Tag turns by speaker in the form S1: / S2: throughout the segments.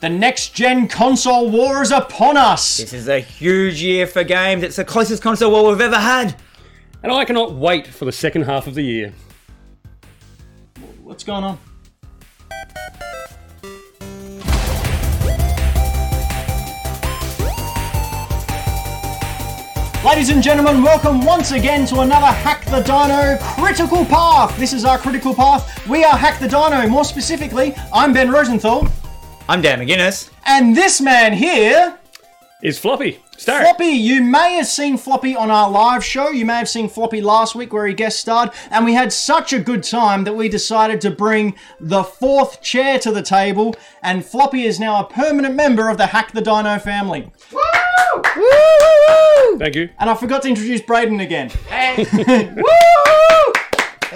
S1: The next gen console war is upon us.
S2: This is a huge year for games. It's the closest console war we've ever had.
S3: And I cannot wait for the second half of the year.
S1: What's going on? Ladies and gentlemen, welcome once again to another Hack the Dino Critical Path. This is our critical path. We are Hack the Dino. More specifically, I'm Ben Rosenthal,
S2: I'm Dan McGuinness.
S1: and this man here
S3: Is floppy. Star.
S1: Floppy, you may have seen Floppy on our live show. You may have seen Floppy last week where he guest starred, and we had such a good time that we decided to bring the fourth chair to the table, and Floppy is now a permanent member of the Hack the Dino family.
S3: Thank you.
S1: And I forgot to introduce Braden again.
S3: Ah.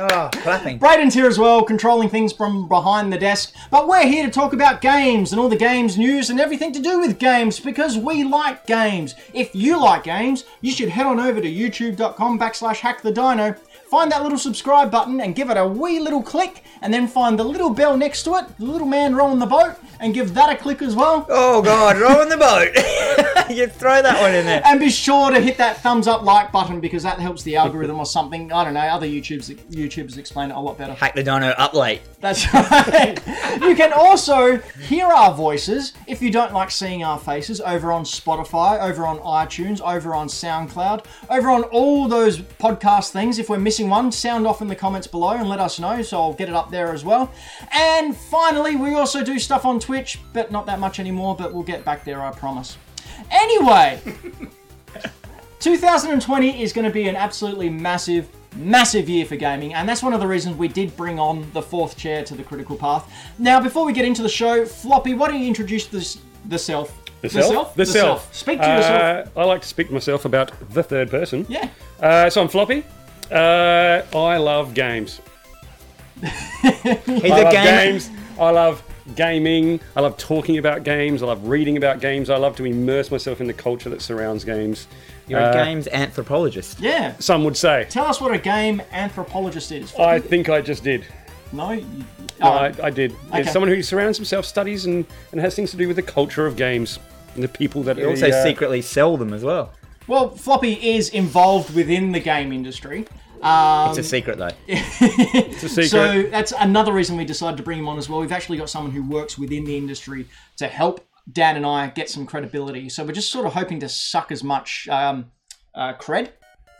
S2: Oh, clapping.
S1: Braden's here as well, controlling things from behind the desk. But we're here to talk about games and all the games news and everything to do with games because we like games. If you like games, you should head on over to youtube.com backslash hackthedino, find that little subscribe button and give it a wee little click, and then find the little bell next to it, the little man rolling the boat, and give that a click as well.
S2: Oh, God, rowing the boat. you throw that one in there.
S1: And be sure to hit that thumbs up like button because that helps the algorithm or something. I don't know, other YouTubes YouTubers explain it a lot better.
S2: Hack the Dino up late.
S1: That's right. you can also hear our voices if you don't like seeing our faces over on Spotify, over on iTunes, over on SoundCloud, over on all those podcast things. If we're missing one, sound off in the comments below and let us know, so I'll get it up there as well. And finally, we also do stuff on Twitch, but not that much anymore, but we'll get back there, I promise. Anyway, 2020 is going to be an absolutely massive, massive year for gaming, and that's one of the reasons we did bring on the fourth chair to the critical path. Now, before we get into the show, Floppy, why don't you introduce this, the self? The
S3: The
S1: The
S3: self.
S1: Speak to
S3: Uh,
S1: yourself.
S3: I like to speak to myself about the third person.
S1: Yeah.
S3: Uh, so I'm floppy. Uh, I love games.
S2: He's
S3: I
S2: a
S3: love
S2: game.
S3: games. I love gaming. I love talking about games. I love reading about games. I love to immerse myself in the culture that surrounds games.
S2: You're
S3: Uh,
S2: a games anthropologist.
S1: Yeah.
S3: Some would say.
S1: Tell us what a game anthropologist is.
S3: I think I just did.
S1: no? You,
S3: No,
S1: oh,
S3: I, I did. Yeah,
S1: okay.
S3: someone who surrounds himself, studies, and, and has things to do with the culture of games and the people that
S2: You also
S3: uh,
S2: secretly sell them as well.
S1: well, Floppy is involved within the game industry. Um,
S2: It's a secret, though.
S3: It's a secret.
S1: So that's another reason we decided to bring him on as well. We've actually got someone who works within the industry to help Dan and I get some credibility. So we're just sort of hoping to suck as much um, uh, cred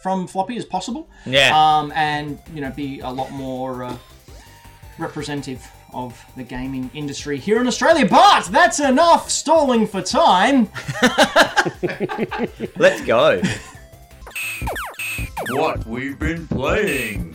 S1: from Floppy as possible.
S2: Yeah.
S1: Um, and you know, be a lot more uh, representative of the gaming industry here in Australia. But that's enough stalling for time.
S3: Um,
S2: Let's go.
S4: What we've been playing.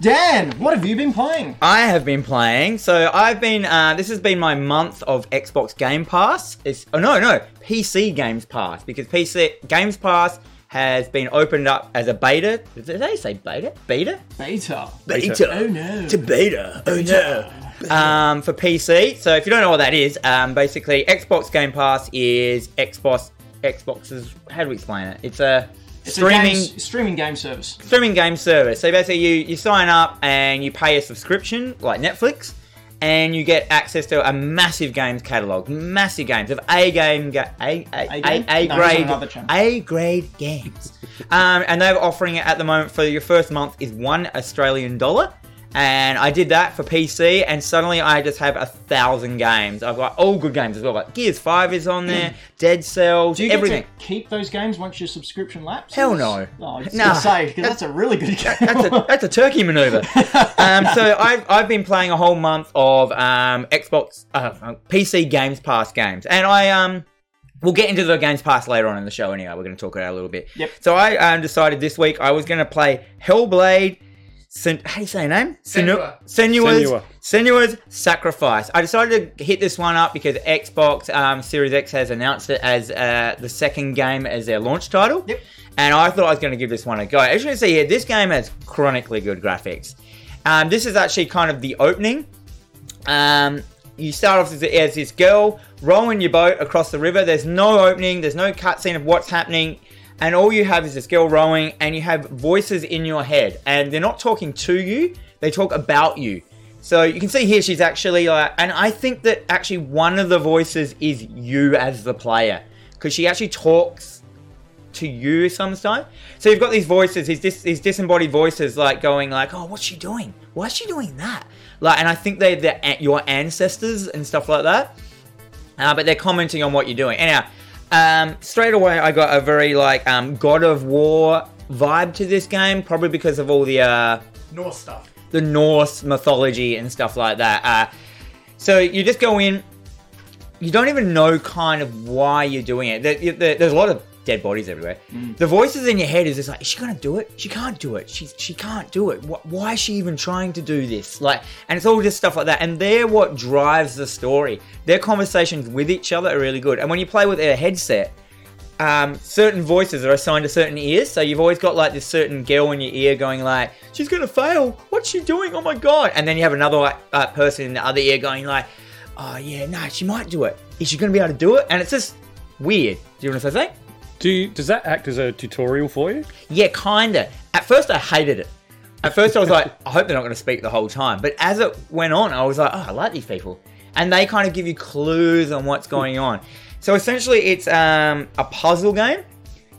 S1: Dan, what have you been playing?
S2: I have been playing. So I've been. Uh, this has been my month of Xbox Game Pass. It's oh no no PC Games Pass because PC Games Pass has been opened up as a beta. Did they say beta? Beta?
S1: Beta.
S2: Beta.
S1: Oh no.
S2: To beta. Oh no. Um, for PC. So if you don't know what that is, um, basically Xbox Game Pass is Xbox Xbox's. How do we explain it? It's a
S1: It's a
S2: streaming
S1: games- streaming game service.
S2: streaming game service. So basically, you, you sign up and you pay a subscription like Netflix, and you get access to a massive games catalog, massive games of A game, ga- A A
S1: game?
S2: A- A
S1: No, he's on
S2: grade,
S1: another channel.
S2: A grade games. um, and they're offering it at the moment for your first month is one Australian dollar. And I did that for PC, and suddenly I just have a thousand games. I've got all good games as well. Like Gears Five is on there, Dead Cells,
S1: Mm. Do you
S2: everything.
S1: get to keep those games once your subscription lapses?
S2: Hell no.
S1: Oh, I was
S2: No.
S1: gonna say, 'cause that's a really good game.
S2: that's a, that's a turkey maneuver. Um, so I've, I've been playing a whole month of um, Xbox uh, uh, PC Games Pass games, and I um we'll get into the Games Pass later on in the show. Anyway, we're going to talk about it a little bit.
S1: Yep.
S2: So I um, decided this week I was going to play Hellblade. Sen- how do you say your name?
S5: Senua.
S2: Senua's,
S3: Senua.
S2: Senua's Sacrifice. I decided to hit this one up because Xbox um, Series X has announced it as uh, the second game as their launch title.
S1: Yep.
S2: And I thought I was going to give this one a go. As you can see here, this game has chronically good graphics. Um, this is actually kind of the opening. Um, you start off as, as this girl rowing your boat across the river. There's no opening, there's no cutscene of what's happening, and all you have is this girl rowing, and you have voices in your head, and they're not talking to you, they talk about you. So you can see here she's actually like, and I think that actually one of the voices is you as the player because she actually talks to you sometimes. So you've got these voices, these, dis- these disembodied voices, like going like, "Oh, what's she doing? Why is she doing that?" Like, and I think they're, they're a- your ancestors and stuff like that. Uh, but they're commenting on what you're doing. Anyhow, um, straight away I got a very like um, God of War vibe to this game, probably because of all the uh,
S5: Norse stuff.
S2: the Norse mythology and stuff like that. Uh, so you just go in, you don't even know kind of why you're doing it. There, there- there's a lot of dead bodies everywhere. The voices in your head is just like, is she gonna do it? She can't do it. She she can't do it. Wh- Why is she even trying to do this? Like, and it's all just stuff like that. And they're what drives the story. Their conversations with each other are really good. And when you play with a headset, um, certain voices are assigned to certain ears. So you've always got like this certain girl in your ear going like, "She's gonna fail. What's she doing? Oh my god!" And then you have another like, uh, person in the other ear going like, "Oh yeah, no, she might do it. Is she gonna be able to do it?" And it's just weird. Do you want to say something?
S3: Do you, does that act as a tutorial for you?
S2: Yeah, kinda. At first, I hated it. At first, I was like, I hope they're not going to speak the whole time. But as it went on, I was like, oh, I like these people, and they kind of give you clues on what's going on. So essentially, it's um, a puzzle game.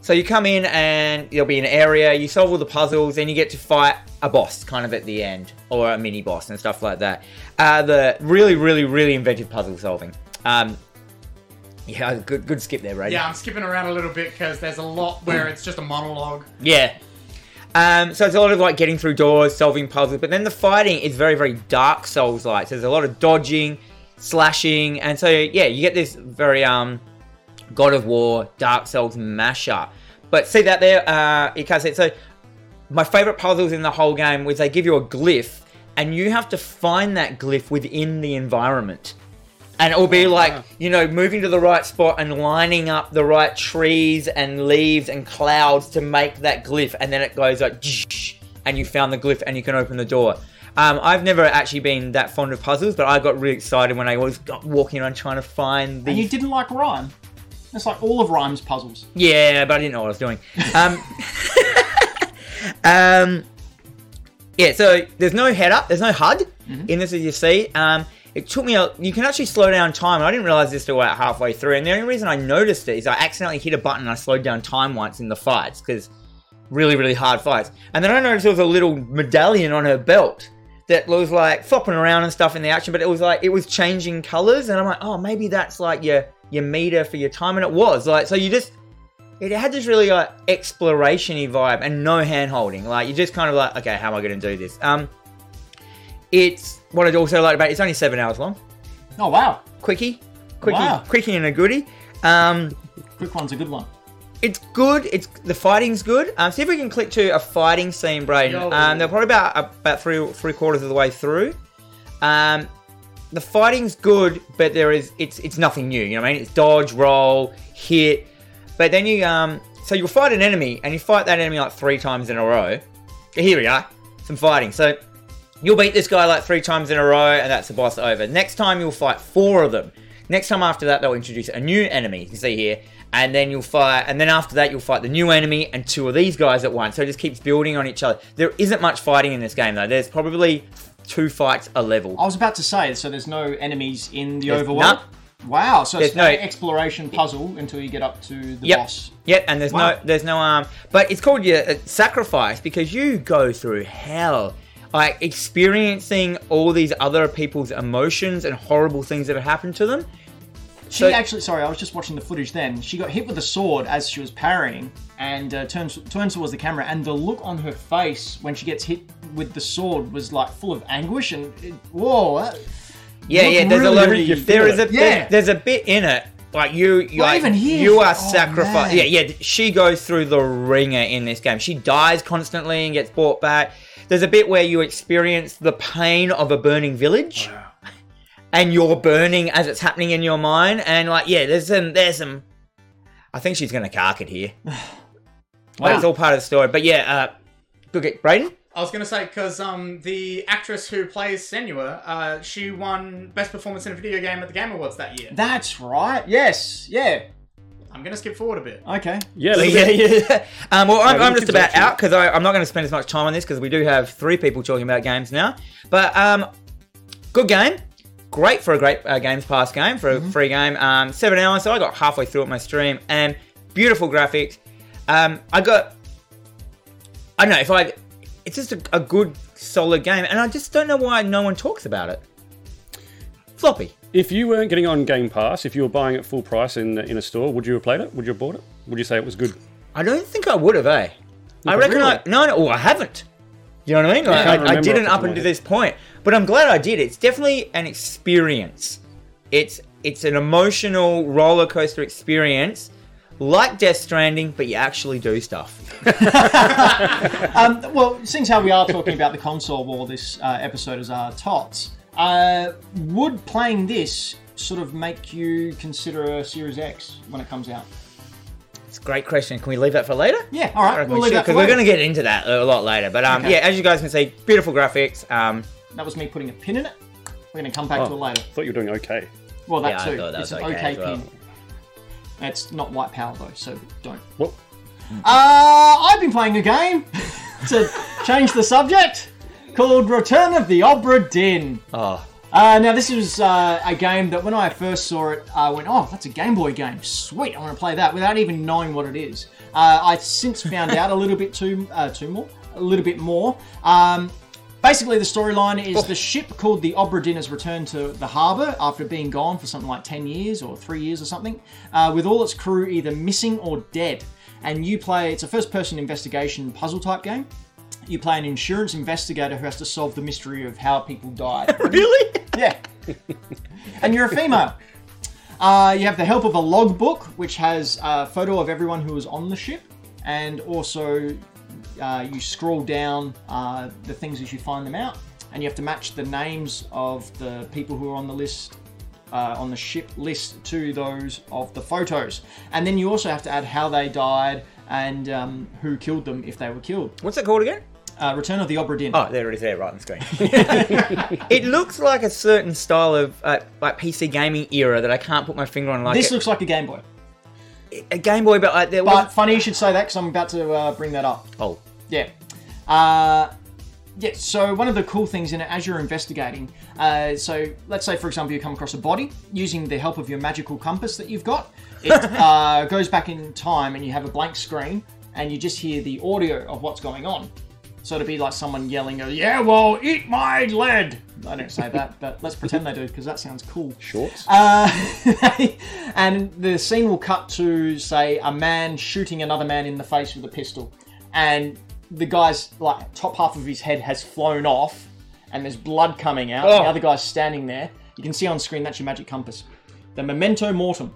S2: So you come in and there'll be an area, you solve all the puzzles, and you get to fight a boss kind of at the end, or a mini boss and stuff like that. Uh, the really, really, really inventive puzzle solving. Um, yeah, good, good skip there, right?
S5: Yeah, I'm skipping around a little bit because there's a lot where it's just a monologue.
S2: Yeah. Um, so it's a lot of like getting through doors, solving puzzles, but then the fighting is very, very Dark Souls like. So there's a lot of dodging, slashing, and so yeah, you get this very um, God of War, Dark Souls mashup. But see that there, uh, Ikaz said. So my favorite puzzles in the whole game was they give you a glyph, and you have to find that glyph within the environment and it'll be like you know moving to the right spot and lining up the right trees and leaves and clouds to make that glyph and then it goes like and you found the glyph and you can open the door um, i've never actually been that fond of puzzles but i got really excited when i was got walking around trying to find the
S1: And you didn't like Rhyme. It's like all of Rhyme's puzzles.
S2: yeah, but I didn't know what I was doing. Um, um, yeah, so there's no head up, there's no HUD in this, as you see. Um, it took me a. You can actually slow down time. and I didn't realize this till about halfway through. And the only reason I noticed it is I accidentally hit a button and I slowed down time once in the fights because really, really hard fights. And then I noticed there was a little medallion on her belt that was like flopping around and stuff in the action, but it was like it was changing colors. And I'm like, oh, maybe that's like your your meter for your time. And it was like, so you just it had this really like exploration-y vibe and no hand holding. Like you're just kind of like, okay, how am I gonna do this? Um it's what I also like about it, it's only seven hours long.
S1: Oh wow,
S2: Quickie. Quickie
S1: Wow.
S2: quickie and a goodie. Um
S1: quick one's a good one.
S2: it's good, it's the fighting's good. Um see if we can click to a fighting scene, Braden.
S5: Yo.
S2: Um they're probably about about three three quarters of the way through. Um the fighting's good, but there is it's it's nothing new, you know what I mean? It's dodge, roll, hit, but then you um, so you'll fight an enemy, and you fight that enemy like three times in a row. Here we are, some fighting. So you'll beat this guy like three times in a row, and that's the boss over. Next time you'll fight four of them. Next time after that, they'll introduce a new enemy. You can see here, and then you'll fight, and then after that you'll fight the new enemy and two of these guys at once. So it just keeps building on each other. There isn't much fighting in this game though. There's probably two fights a level.
S1: I was about to say, so there's no enemies in the
S2: There's
S1: overworld. Wow, so it's
S2: There's no-
S1: an exploration puzzle until you get up to the
S2: Yep.
S1: boss.
S2: Yep, and there's
S1: Wow.
S2: no there's no um but it's called your uh, sacrifice because you go through hell. Like experiencing all these other people's emotions and horrible things that have happened to them.
S1: She
S2: So-
S1: actually, sorry, I was just watching the footage. Then she got hit with a sword as she was parrying, and uh, turns turns towards the camera. And the look on her face when she gets hit with the sword was like full of anguish and it, whoa, that,
S2: Yeah,
S1: Look,
S2: yeah, there's
S1: really,
S2: a lot
S1: really, you
S2: of there
S1: feel
S2: is
S1: it.
S2: a
S1: Yeah.
S2: there's, there's a bit in it. Like you, you
S1: Well,
S2: like,
S1: even here,
S2: you are
S1: oh,
S2: sacrificed.
S1: man.
S2: Yeah, yeah. She goes through the ringer in this game. She dies constantly and gets brought back. There's a bit where you experience the pain of a burning
S1: Oh,
S2: village. and you're burning as it's happening in your mind. And like, yeah, there's some, there's some. I think she's gonna cark it here. That's all part of the story. But yeah, uh, look at Brayden.
S5: I was gonna say because um the actress who plays Senua, uh, she won best performance in a video game at the Game Awards that year.
S1: that's right. Yes, yeah,
S5: I'm gonna skip forward a bit.
S1: okay.
S3: Yeah, a little
S2: yeah,
S3: bit.
S2: yeah. Um, well, I'm,
S3: Yeah,
S2: I'm
S3: we
S2: just
S3: can
S2: about
S3: talk to
S2: out because I'm not going to spend as much time on this because we do have three people talking about games now. But um, Good game. Great for a great uh, Games Pass game, for a free game. Um, seven hours, so I got halfway through it my stream, and beautiful graphics. Um, I got, I don't know, if I, it's just a, a good, solid game, and I just don't know why no one talks about it. Floppy.
S3: If you weren't getting on Game Pass, if you were buying at full price in in a store, would you have played it? Would you have bought it? Would you say it was good?
S2: I don't think I would have, eh? I reckon I no, no, well, I haven't. You know what I mean? Like,
S3: can't
S2: I, I
S3: remember off
S2: didn't
S3: the top
S2: up
S3: of my
S2: until
S3: head.
S2: this point, but I'm glad I did. It's definitely an experience. It's it's an emotional roller coaster experience, like Death Stranding, but you actually do stuff.
S1: Um, well, since how we are talking about the console war, this uh, episode is our tots. Uh, would playing this sort of make you consider a Series X when it comes out?
S2: It's a great question. Can we leave that for later?
S1: Yeah, all right,
S2: I reckon
S1: we'll leave
S2: we should
S1: that for
S2: because we're
S1: later.
S2: going to get into that a lot later. But um,
S1: Okay.
S2: yeah, as you guys can see, beautiful graphics. Um,
S1: That was me putting a pin in it. We're going to come back to
S2: Oh.
S1: it later.
S3: I thought you were doing okay.
S1: Well,
S2: Yeah,
S1: that
S2: I
S1: too.
S2: thought that
S1: it's
S2: was
S1: an
S2: okay
S1: okay
S2: as well.
S1: pin. It's not white power though, so don't.
S3: Well,
S1: Uh, I've been playing a game to change the subject called Return of the Obra Dinn.
S2: oh,
S1: Uh, now, this was uh, a game that when I first saw it, I went, oh, that's a Game Boy game. Sweet, I want to play that without even knowing what it is. Uh, I since found out a little bit too, uh, too more, a little bit more. Um, basically, the storyline is the ship called the Obra Dinn has returned to the harbour after being gone for something like 10 years or three years or something, uh, with all its crew either missing or dead. And you play, it's a first person investigation puzzle type game. You play an insurance investigator who has to solve the mystery of how people died.
S2: really?
S1: Yeah. and you're a female. Uh, you have the help of a logbook, which has a photo of everyone who was on the ship, and also uh, you scroll down uh, the things as you find them out, and you have to match the names of the people who are on the list. Uh, on the ship list to those of the photos, and then you also have to add how they died and um, who killed them if they were killed.
S2: What's it called again?
S1: Uh, Return of the Obra Dinn.
S2: Oh, there it is there, right on the screen. it looks like a certain style of uh, like PC gaming era that I can't put my finger on. Like
S1: this
S2: a,
S1: looks like a Game Boy,
S2: a Game Boy, but like there
S1: but
S2: was.
S1: funny you should say that because I'm about to uh, bring that up.
S2: Oh,
S1: Yeah. Uh, yeah, so one of the cool things in it, as you're investigating, uh, so let's say, for example, you come across a body using the help of your magical compass that you've got. It uh, goes back in time, and you have a blank screen, and you just hear the audio of what's going on. So it'd be like someone yelling, "Yeah, well, eat my lead." I don't say that, but let's pretend they do because that sounds cool.
S3: shorts.
S1: Uh, and the scene will cut to, say, a man shooting another man in the face with a pistol, and the guy's like top half of his head has flown off, and there's blood coming out. and
S2: Oh.
S1: the other guy's standing there. You can see on screen that's your magic compass, the memento mortem.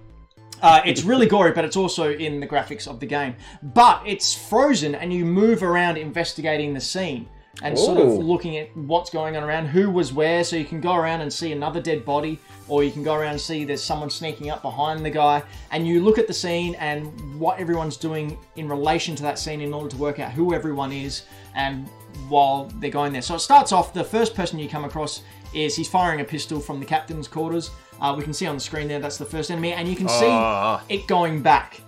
S1: Uh, it's really gory, but it's also in the graphics of the game. But it's frozen, and you move around investigating the scene and sort of
S2: Ooh.
S1: looking at what's going on around, who was where. So you can go around and see another dead body, or you can go around and see there's someone sneaking up behind the guy, and you look at the scene and what everyone's doing in relation to that scene in order to work out who everyone is and while they're going there. So it starts off the first person you come across is he's firing a pistol from the captain's quarters. Uh, we can see on the screen there that's the first enemy, and you can see it going back.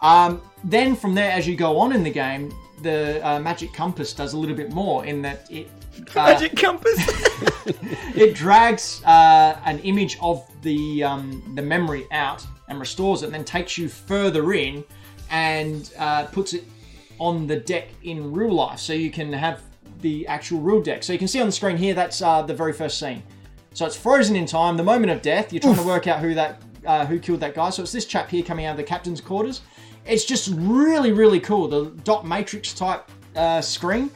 S1: Um, then from there, as you go on in the game, the uh, magic compass does a little bit more in that it uh,
S2: Magic Compass.
S1: it drags uh, an image of the um, the memory out and restores it, and then takes you further in and uh, puts it on the deck in real life, so you can have the actual real deck. So you can see on the screen here that's uh, the very first scene. So it's frozen in time, the moment of death. You're trying to work out who that uh, who killed that guy. So it's this chap here coming out of the captain's quarters. It's just really really cool. The dot matrix type uh, screen.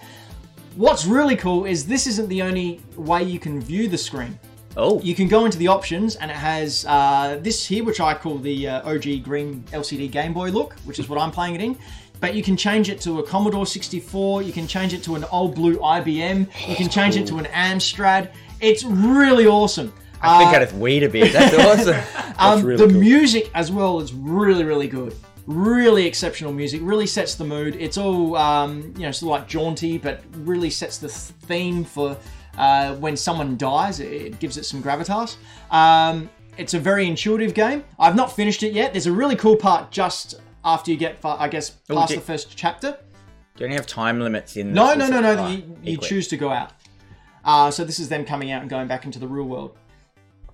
S1: What's really cool is this isn't the only way you can view the screen.
S2: oh,
S1: You can go into the options, and it has uh, this here, which I call the uh, OG green LCD Game Boy look, which is what I'm playing it in. But you can change it to a Commodore 64. You can change it to an old blue IBM. You can change it to an Amstrad. It's really awesome.
S2: I think I just weed a bit. That's awesome.
S1: Um,
S3: really
S1: the
S3: cool.
S1: music as well is really, really good. Really exceptional music. Really sets the mood. It's all um, you know, sort of like jaunty, but really sets the theme for uh, when someone dies. It, it gives it some gravitas. Um, it's a very intuitive game. I've not finished it yet. There's a really cool part just after you get, fa- I guess,
S3: Oh,
S1: past
S2: did-
S1: the first chapter.
S2: Don't you have time limits in.
S1: No,
S2: this
S1: no, no,
S2: or
S1: no.
S2: something?
S1: You, you
S2: Equally.
S1: choose to go out. Uh, so this is them coming out and going back into the real world.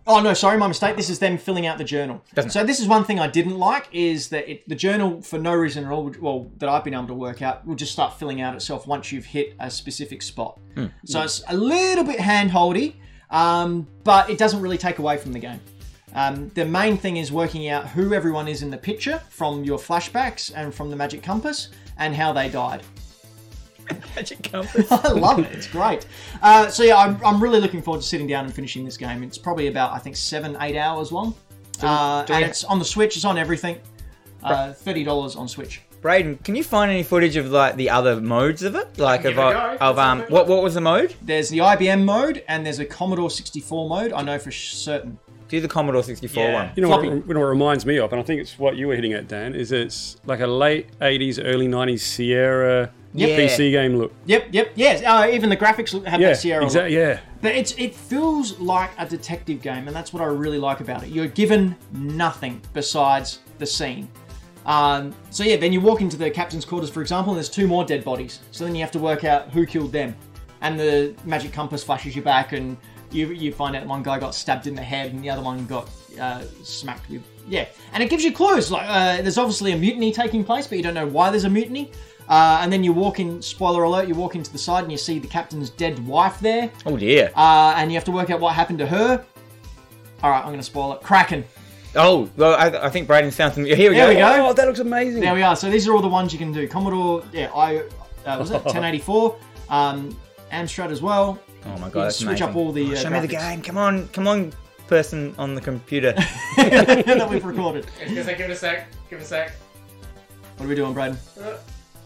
S1: Oh no, sorry, my mistake. This is them filling out the journal.
S2: Doesn't-
S1: so this is one thing I didn't like is that it, the journal, for no reason at all, would- well that I've been able to work out, will just start filling out itself once you've hit a specific spot. So it's a little bit handholdy, um, but it doesn't really take away from the game. Um, the main thing is working out who everyone is in the picture from your flashbacks and from the magic compass and how they died.
S2: Magic compass.
S1: I love it. It's great. Uh, so yeah, I'm, I'm really looking forward to sitting down and finishing this game. It's probably about I think seven, eight hours long, uh,
S2: do we-
S1: and it's on the Switch. It's on everything. Uh, Thirty dollars on Switch.
S2: Braden, can you find any footage of like the other modes of it? Like
S5: Give
S2: of,
S5: it a
S2: uh,
S5: go.
S2: of um, what what was the mode?
S1: There's the IBM mode and there's a Commodore 64 mode. I know for sh- certain.
S2: Do the Commodore 64
S5: Yeah.
S2: one.
S3: You know, what,
S1: Floppy.
S3: it- you know what it reminds me of, and I think it's what you were hitting at, Dan, is it's like a late 80s, early 90s Sierra
S2: Yep.
S3: PC game look.
S1: Yep, yep, yes. Uh, even the graphics look- have
S3: Yeah,
S1: that Sierra. look.
S3: exactly. Yeah.
S1: But it's it feels like a detective game, and that's what I really like about it. You're given nothing besides the scene. Um, so yeah, then you walk into the captain's quarters, for example, and there's two more dead bodies. So then you have to work out who killed them, and the magic compass flashes you back, and you you find out one guy got stabbed in the head, and the other one got uh, smacked with yeah. And it gives you clues. Like uh, there's obviously a mutiny taking place, but you don't know why there's a mutiny. Uh, and then you walk in. Spoiler alert! You walk into the side, and you see the captain's dead wife there
S2: Oh dear.
S1: uh, and you have to work out what happened to her. All right, I'm going to spoil it. Kraken.
S2: oh, well, I, I think Braden found some. Here we
S1: There
S2: go.
S1: we go.
S3: Oh, that looks amazing.
S1: There we are. So these are all the ones you can do. Commodore, yeah, I uh, was it 1084, um, Amstrad as well.
S2: Oh my
S1: You
S2: god,
S1: can
S2: that's
S1: switch
S2: amazing.
S1: up all the, uh,
S2: Oh, Show me the
S1: graphics.
S2: game. Come on, come on, person on the computer.
S1: that we've recorded.
S5: It's gonna say, give it a sec. Give it a sec.
S1: What are we doing, Braden?
S5: Uh,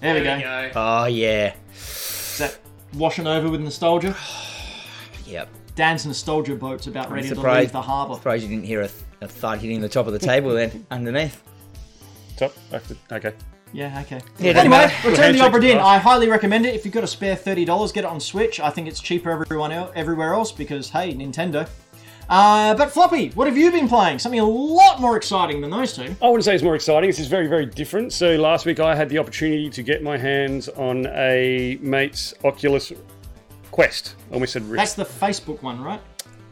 S1: There we go.
S2: oh yeah,
S1: Is that washing over with nostalgia?
S2: yep.
S1: Dan's nostalgia boat's about ready to
S2: surprised-
S1: leave the harbour.
S2: Surprised you didn't hear a, th- a thud hitting the top of the table then underneath.
S3: Top. Okay.
S1: Yeah, okay.
S2: Yeah, doesn't
S1: anyway,
S2: matter.
S1: Return the Obra
S3: Handshake.
S1: Dinn. I highly recommend it. If you've got a spare thirty dollars, get it on Switch. I think it's cheaper everyone el- everywhere else because hey, Nintendo. Uh, but Floppy, what have you been playing? Something a lot more exciting than those two.
S3: I wouldn't say it's more exciting. This is very, very different. So last week I had the opportunity to get my hands on a mate's Oculus Quest. I almost said Rift.
S1: That's the Facebook one, right?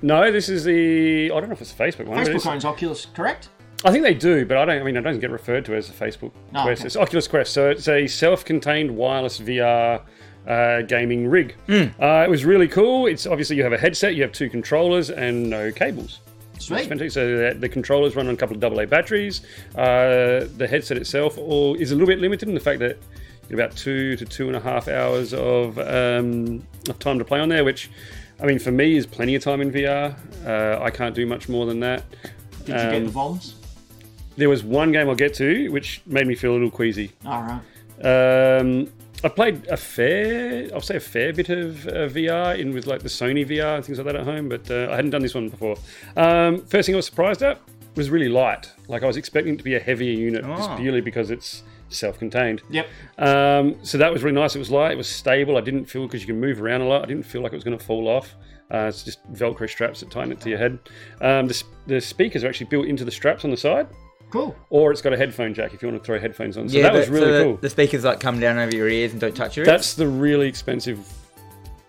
S3: No, this is the. I don't know if it's a Facebook one. but
S1: Facebook
S3: it's-
S1: owns Oculus, correct?
S3: I think they do, but I don't. I mean, I don't get referred to as a Facebook
S1: Oh,
S3: Quest.
S1: okay.
S3: It's Oculus Quest, so it's a self-contained wireless VR uh, gaming rig.
S1: Hmm.
S3: Uh, it was really cool. It's obviously you have a headset, you have two controllers, and no cables. It's
S1: Sweet.
S3: fantastic. So the, the controllers run on a couple of AA batteries. Uh, the headset itself all, is a little bit limited in the fact that you get about two to two and a half hours of, um, of time to play on there, which, I mean, for me is plenty of time in VR. Uh, I can't do much more than that.
S1: Did you get
S3: um,
S1: the bombs?
S3: There was one game I'll get to which made me feel a little queasy.
S1: All right.
S3: Um, I played a fair, I'll say a fair bit of uh, VR in with like the Sony VR and things like that at home, but uh, I hadn't done this one before. Um, first thing I was surprised at was really light. Like I was expecting it to be a heavier unit just
S2: Ah.
S3: purely because it's self-contained.
S1: Yep.
S3: Um, so that was really nice. It was light. It was stable. I didn't feel because you can move around a lot. I didn't feel like it was going to fall off. Uh, it's just Velcro straps that tighten it to your head. Um, the, s- the speakers are actually built into the straps on the side,
S1: Cool.
S3: or it's got a headphone jack if you want to throw headphones on. So
S2: yeah,
S3: that was
S2: but-
S3: really
S2: so the,
S3: cool.
S2: The speakers like come down over your ears and don't touch your ears.
S3: That's the really expensive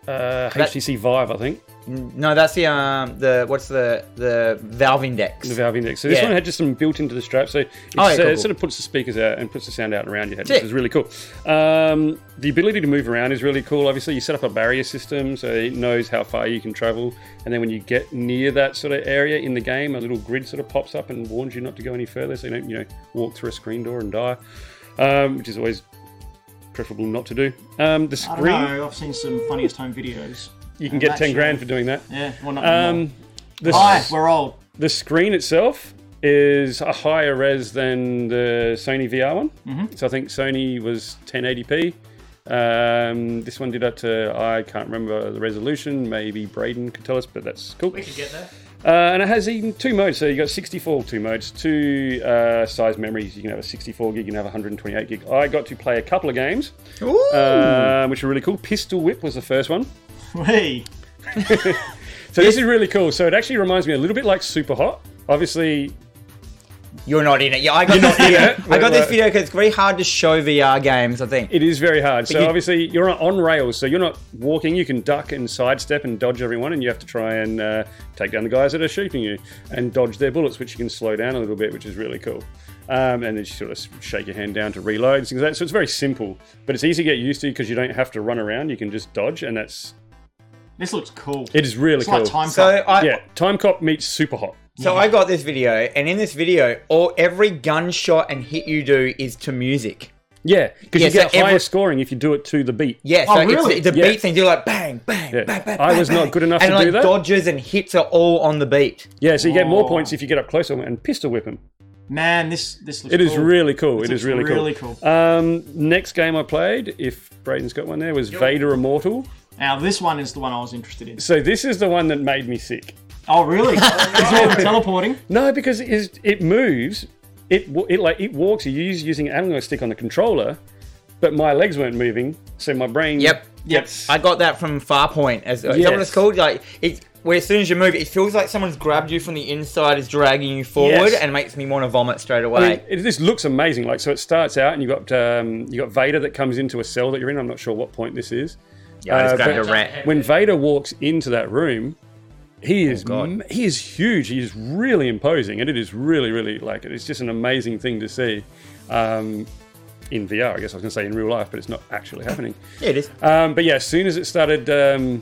S3: uh, HTC Vive, I think,
S2: No, that's the um the what's the the Valve Index.
S3: the Valve Index. So this
S2: Yeah.
S3: one had just some built into the strap, so it's,
S2: Oh, yeah,
S3: uh,
S2: cool, cool.
S3: it sort of puts the speakers out and puts the sound out around your head,
S2: Sick.
S3: which is really cool. Um, the ability to move around is really cool. Obviously, you set up a barrier system so it knows how far you can travel, and then when you get near that sort of area in the game, a little grid sort of pops up and warns you not to go any further, so you don't you know walk through a screen door and die, um, which is always preferable not to do. Um, the
S1: I don't
S3: screen
S1: know. I've seen some funniest home videos.
S3: you can
S1: I'm
S3: get
S1: actually-
S3: ten grand for doing that.
S1: Yeah. Well, not anymore.
S3: Um, the,
S1: Hi, we're old.
S3: the screen itself is a higher res than the Sony VR one.
S5: Mm-hmm.
S3: So I think Sony was 1080p. Um, this one did up to, I can't remember the resolution. Maybe Braden could tell us, but that's cool.
S5: We could get there.
S3: Uh, and it has even two modes. So you got 64 two modes, two uh, size memories. You can have a 64 gig, you can have 128 gig. I got to play a couple of games,
S2: Ooh.
S3: uh, which were really cool. Pistol Whip was the first one.
S1: Hey.
S3: So this is really cool. So it actually reminds me a little bit like Super Hot. Obviously,
S2: You're not in it. Yeah, I got
S3: You're
S2: this
S3: not in
S2: video.
S3: it.
S2: I got this
S3: Right.
S2: video because it's very hard to show VR games. I think.
S3: It is very hard. So
S2: you-
S3: obviously you're on, on rails, so you're not walking. You can duck and sidestep and dodge everyone, and you have to try and uh, take down the guys that are shooting you and dodge their bullets, which you can slow down a little bit, which is really cool. Um, and then you sort of shake your hand down to reload and things like that. So it's very simple, but it's easy to get used to because you don't have to run around. You can just dodge, and that's
S1: This looks cool.
S3: it is really
S1: it's
S3: cool.
S1: like time
S2: So
S1: so,
S2: I
S3: yeah, time cop meets super hot.
S2: so I got this video, and in this video, all every gunshot and hit you do is to music.
S3: Yeah, because
S2: Yeah,
S3: you get
S2: so
S3: higher
S2: every-
S3: scoring if you do it to the beat.
S2: Yeah, so
S1: Oh,
S2: it's-
S1: really?
S2: it's, the
S3: Yeah.
S2: beat thing. You're like bang, bang,
S3: Yeah.
S2: bang, bang.
S3: I
S2: bang,
S3: was not
S2: bang.
S3: good enough
S2: and
S3: to
S2: like
S3: do that.
S2: dodges and hits are all on the beat.
S3: Yeah, so you get more
S1: Whoa.
S3: points if you get up close and pistol whip them.
S1: man, this this looks.
S3: It is
S1: cool.
S3: really cool.
S1: looks
S3: It is really,
S1: really
S3: cool. Um, next game I played, if Brayden's got one there, was Vader Immortal.
S1: Now this one is the one I was interested in.
S3: So this is the one that made me sick.
S1: Oh really? it's all teleporting.
S3: No, because it, is, it moves. It wa- it like it walks. You use using an analog stick on the controller, but my legs weren't moving, so my brain.
S2: Yep.
S1: Yep.
S2: I got that from Farpoint. As is that what it's
S3: Yes.
S2: called? Like it, where as soon as you move, it feels like someone's grabbed you from the inside, is dragging you forward,
S3: Yes.
S2: and makes me want to vomit straight away.
S3: I mean, it, this looks amazing. Like so, it starts out and you got um, you got Vader that comes into a cell that you're in. I'm not sure what point this is.
S2: yeah, I just
S3: uh,
S2: grabbed a
S3: but-
S2: rat.
S3: when Vader walks into that room, he is
S2: God.
S3: m- he is huge. He is really imposing, and it is really, really like it's just an amazing thing to see um, in VR. I guess I was going to say in real life, but it's not actually happening.
S2: Yeah, it is.
S3: Um, but yeah, as soon as it started um,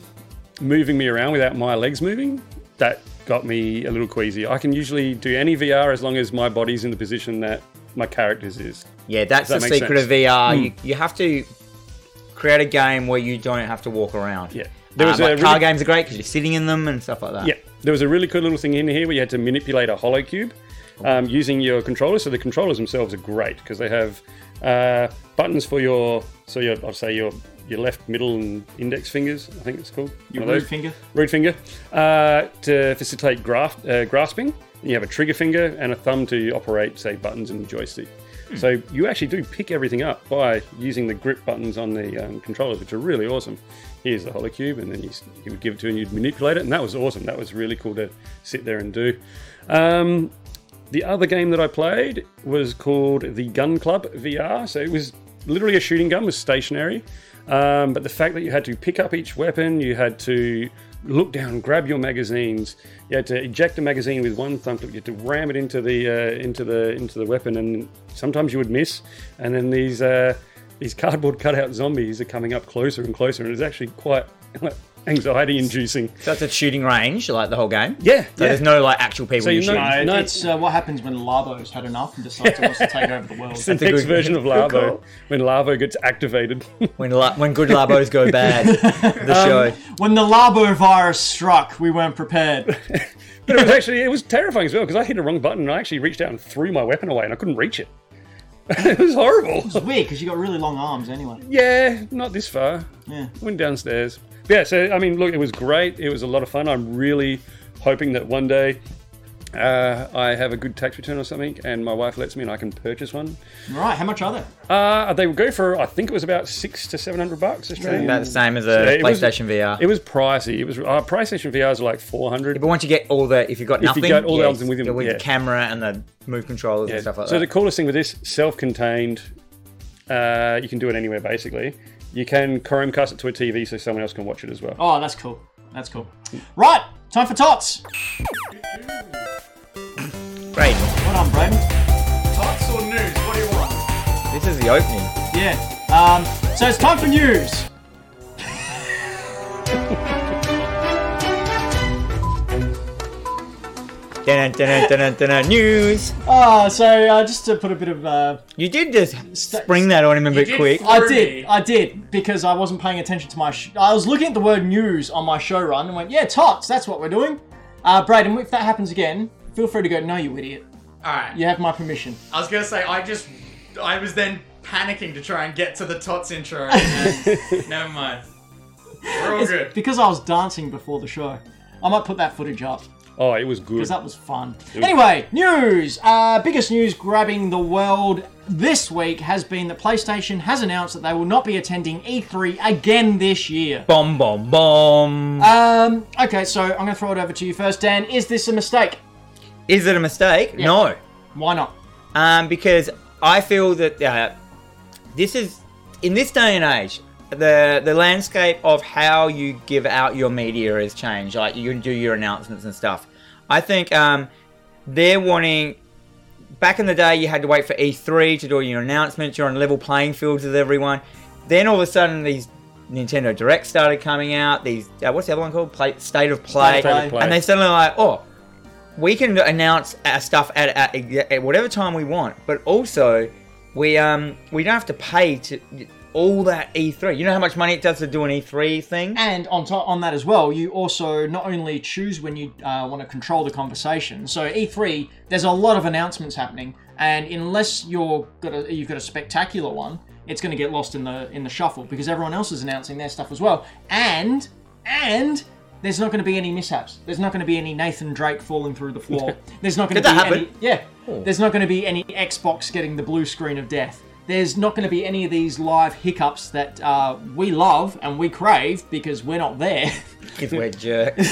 S3: moving me around without my legs moving, that got me a little queasy. I can usually do any VR as long as my body's in the position that my character's is.
S2: Yeah, that's
S3: that
S2: the
S3: make
S2: secret
S3: sense? Hmm.
S2: of VR. You, you have to create a game where you don't have to walk around.
S3: Yeah.
S2: There
S3: There was a
S2: car
S3: really-
S2: games are great because you're sitting in them and stuff like that.
S3: Yeah, there was a really cool little thing in here where you had to manipulate a hollow cube um, using your controller. So the controllers themselves are great because they have uh, buttons for your so your I'd say your your left, middle, and index fingers. I think it's called
S1: Your
S3: One of
S1: rude
S3: those.
S1: finger.
S3: Root finger uh, to facilitate graf- uh, grasping. You have a trigger finger and a thumb to operate, say, buttons and joystick. So you actually do pick everything up by using the grip buttons on the um, controllers, which are really awesome. Here's the holocube, and then you, s- you would give it to, you and you'd manipulate it, and that was awesome. That was really cool to sit there and do. Um, the other game that I played was called the Gun Club VR. So it was literally a shooting gun, was stationary. Um, but the fact that you had to pick up each weapon, you had to look down, grab your magazines, you had to eject a magazine with one thumb clip, you had to ram it into the uh, into the into the weapon, and sometimes you would miss. And then these uh, these cardboard cutout zombies are coming up closer and closer, and it's actually quite anxiety inducing.
S2: So it's a shooting range, like the whole game.
S3: Yeah,
S2: So
S3: yeah.
S2: there's no like actual people
S3: So
S2: you
S3: you know-
S2: shoot.
S1: No,
S3: No.
S1: it's uh, what happens when Labo's had enough and decides he wants to take over the world.
S3: It's the
S2: a
S3: next
S2: good-
S3: version of
S2: good
S3: Larvo
S2: call.
S3: when Larvo gets activated.
S2: When la- when good labos go bad, the
S5: Um,
S2: show.
S1: When the Labo virus struck, we weren't prepared.
S3: But it was actually it was terrifying as well because I hit a wrong button and I actually reached out and threw my weapon away and I couldn't reach it. it was horrible.
S1: It's weird because you got really long arms anyway.
S3: Yeah, not this far.
S1: Yeah.
S3: Went downstairs. But yeah, so I mean, look, it was great. It was a lot of fun. I'm really hoping that one day uh, I have a good tax return or something and my wife lets me and I can purchase one.
S1: All right, how much are they?
S3: Uh, they would go for I think it was about six to seven hundred bucks Australian.
S2: About the same as a
S3: Yeah, it was-
S2: PlayStation VR.
S3: It was pricey. It was uh, PlayStation VRs are like four hundred.
S2: but once you get all the, if you got
S3: If you
S2: nothing,
S3: got all the others
S2: it's-
S3: with him,
S2: with
S3: yeah.
S2: the camera and the move controllers and stuff like
S3: so
S2: that.
S3: the coolest thing with this, self-contained, uh, you can do it anywhere basically. You can Chromecast it to a TV so someone else can watch it as well.
S1: Oh, that's cool. That's cool. Right, time for tots.
S2: Great.
S1: Well done, Braden.
S5: Tots or news? What do you want?
S2: This is the opening.
S1: Yeah. Um, so it's time for news.
S2: Dun, dun, dun, dun, dun, dun, news.
S1: Ah, so uh, just to put a bit of uh,
S2: You did just spring that on him a bit
S5: did
S2: quick.
S5: fly-
S1: I
S5: Ruby.
S1: did. I did because I wasn't paying attention to my. Sh- I was looking at the word news on my show run and went, "Yeah, tots. That's what we're doing." Uh, Braden, if that happens again, feel free to go. No, you idiot.
S5: All right.
S1: You have my permission.
S5: I was gonna say I just I was then panicking to try and get to the Tots intro. and- never mind. We're all
S1: It's
S5: good.
S1: because I was dancing before the show. I might put that footage up.
S3: Oh, it was good.
S1: because that was fun. Anyway, news. Uh, biggest news grabbing the world this week has been that PlayStation has announced that they will not be attending E3 again this year.
S2: Bomb, bomb, bomb.
S5: Uh,
S1: Um, okay, so I'm going to throw it over to you first, Dan. Is this a mistake?
S2: Is it a mistake? No.
S1: Why not?
S2: um, because I feel that uh, this is in this day and age, the the landscape of how you give out your media has changed. Like you can do your announcements and stuff. I think um, they're wanting. Back in the day, you had to wait for E3 to do your announcements. You're on level playing fields with everyone. Then all of a sudden, these Nintendo Directs started coming out. These uh, what's the other one called? Play, State of Play.
S1: State of
S3: Play.
S2: And they suddenly like, oh, we can announce our stuff at, at, at whatever time we want, but also we um we don't have to pay to all that E3. You know how much money it does to do an E3 thing.
S1: And on top on that as well, you also not only choose when you uh, want to control the conversation. So E3, there's a lot of announcements happening, and unless you're got a, you've got a spectacular one, it's going to get lost in the in the shuffle because everyone else is announcing their stuff as well. And and there's not going to be any mishaps. There's not going to be any Nathan Drake falling through the floor. There's not going to
S2: Did
S1: be
S2: that
S1: any
S2: happen?
S1: yeah. There's not going to be any Xbox getting the blue screen of death. There's not going to be any of these live hiccups that uh, we love and we crave because we're not there.
S2: If we're jerks.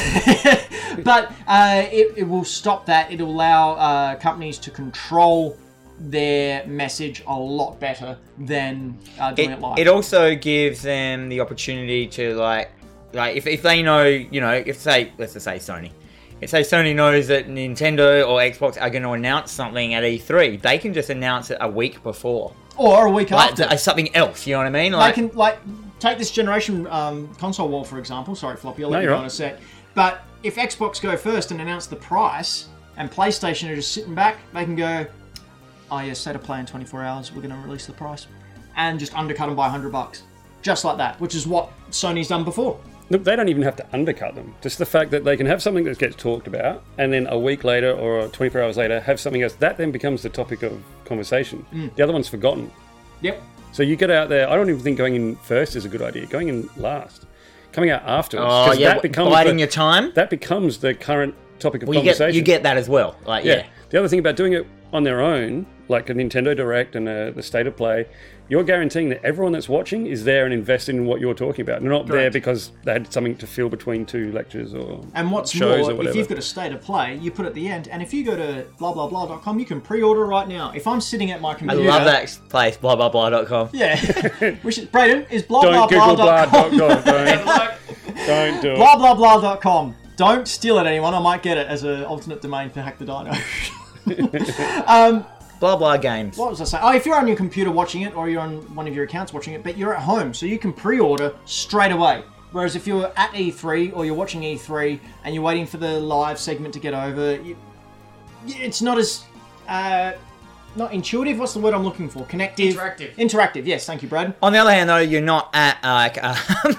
S1: but uh, it, it will stop that. It'll allow uh, companies to control their message a lot better than uh, doing it,
S2: it,
S1: live.
S2: it also gives them the opportunity to like like if, if they know you know if say let's just say sony if say sony knows that nintendo or xbox are going to announce something at e3 they can just announce it a week before
S1: or a week
S2: like
S1: after.
S2: th- something else you know what i mean
S1: I
S2: like
S1: can like take this generation um, console wall for example. Sorry, floppy. I'll let
S3: No,
S1: you
S3: you're
S1: go
S3: right.
S1: in a sec. But if Xbox go first and announce the price, and PlayStation are just sitting back, they can go, "Oh yeah, state of play in 24 hours. We're going to release the price," and just undercut them by 100 bucks, just like that. Which is what Sony's done before.
S3: Look, they don't even have to undercut them. Just the fact that they can have something that gets talked about, and then a week later or 24 hours later, have something else. That then becomes the topic of conversation.
S2: Hmm.
S3: The other one's forgotten.
S1: Yep.
S3: So you get out there. I don't even think going in first is a good idea. Going in last, coming out afterwards.
S2: oh
S3: 'cause
S2: yeah
S3: that
S2: w-
S3: becomes
S2: biding
S3: the,
S2: your time
S3: that becomes the current topic of
S2: well, you
S3: conversation.
S2: get you get that as well like yeah,
S3: The other thing about doing it on their own, like a Nintendo Direct and uh the State of Play, you're guaranteeing that everyone that's watching is there and invested in what you're talking about. They're not there
S1: Correct.
S3: because they had something to fill between two lectures or
S1: And what's
S3: shows or
S1: more, if
S3: whatever.
S1: you've got a state of play, you put it at the end, and if you go to blah blah blah.com, you can pre-order right now. If I'm sitting at my
S2: I
S1: computer,
S2: love that place, blah blah blah.com.
S1: Yeah, which is Brayden is blah
S3: don't
S1: blah
S3: Google blah,
S1: blah.com.
S3: dot com, don't,
S5: Like,
S3: don't do
S1: blah
S3: it.
S1: blah blah.com. Don't steal it, anyone. I might get it as an alternate domain for Hack the Dino.
S2: Blah blah games.
S1: what was I saying? Oh, if you're on your computer watching it, or you're on one of your accounts watching it, but you're at home, so you can pre-order straight away. Whereas if you're at E3 or you're watching E3 and you're waiting for the live segment to get over, you, it's not as uh, not intuitive. What's the word I'm looking for? Connective.
S5: Interactive.
S1: Interactive. Yes, thank you, Brad.
S2: On the other hand, though, you're not at like um,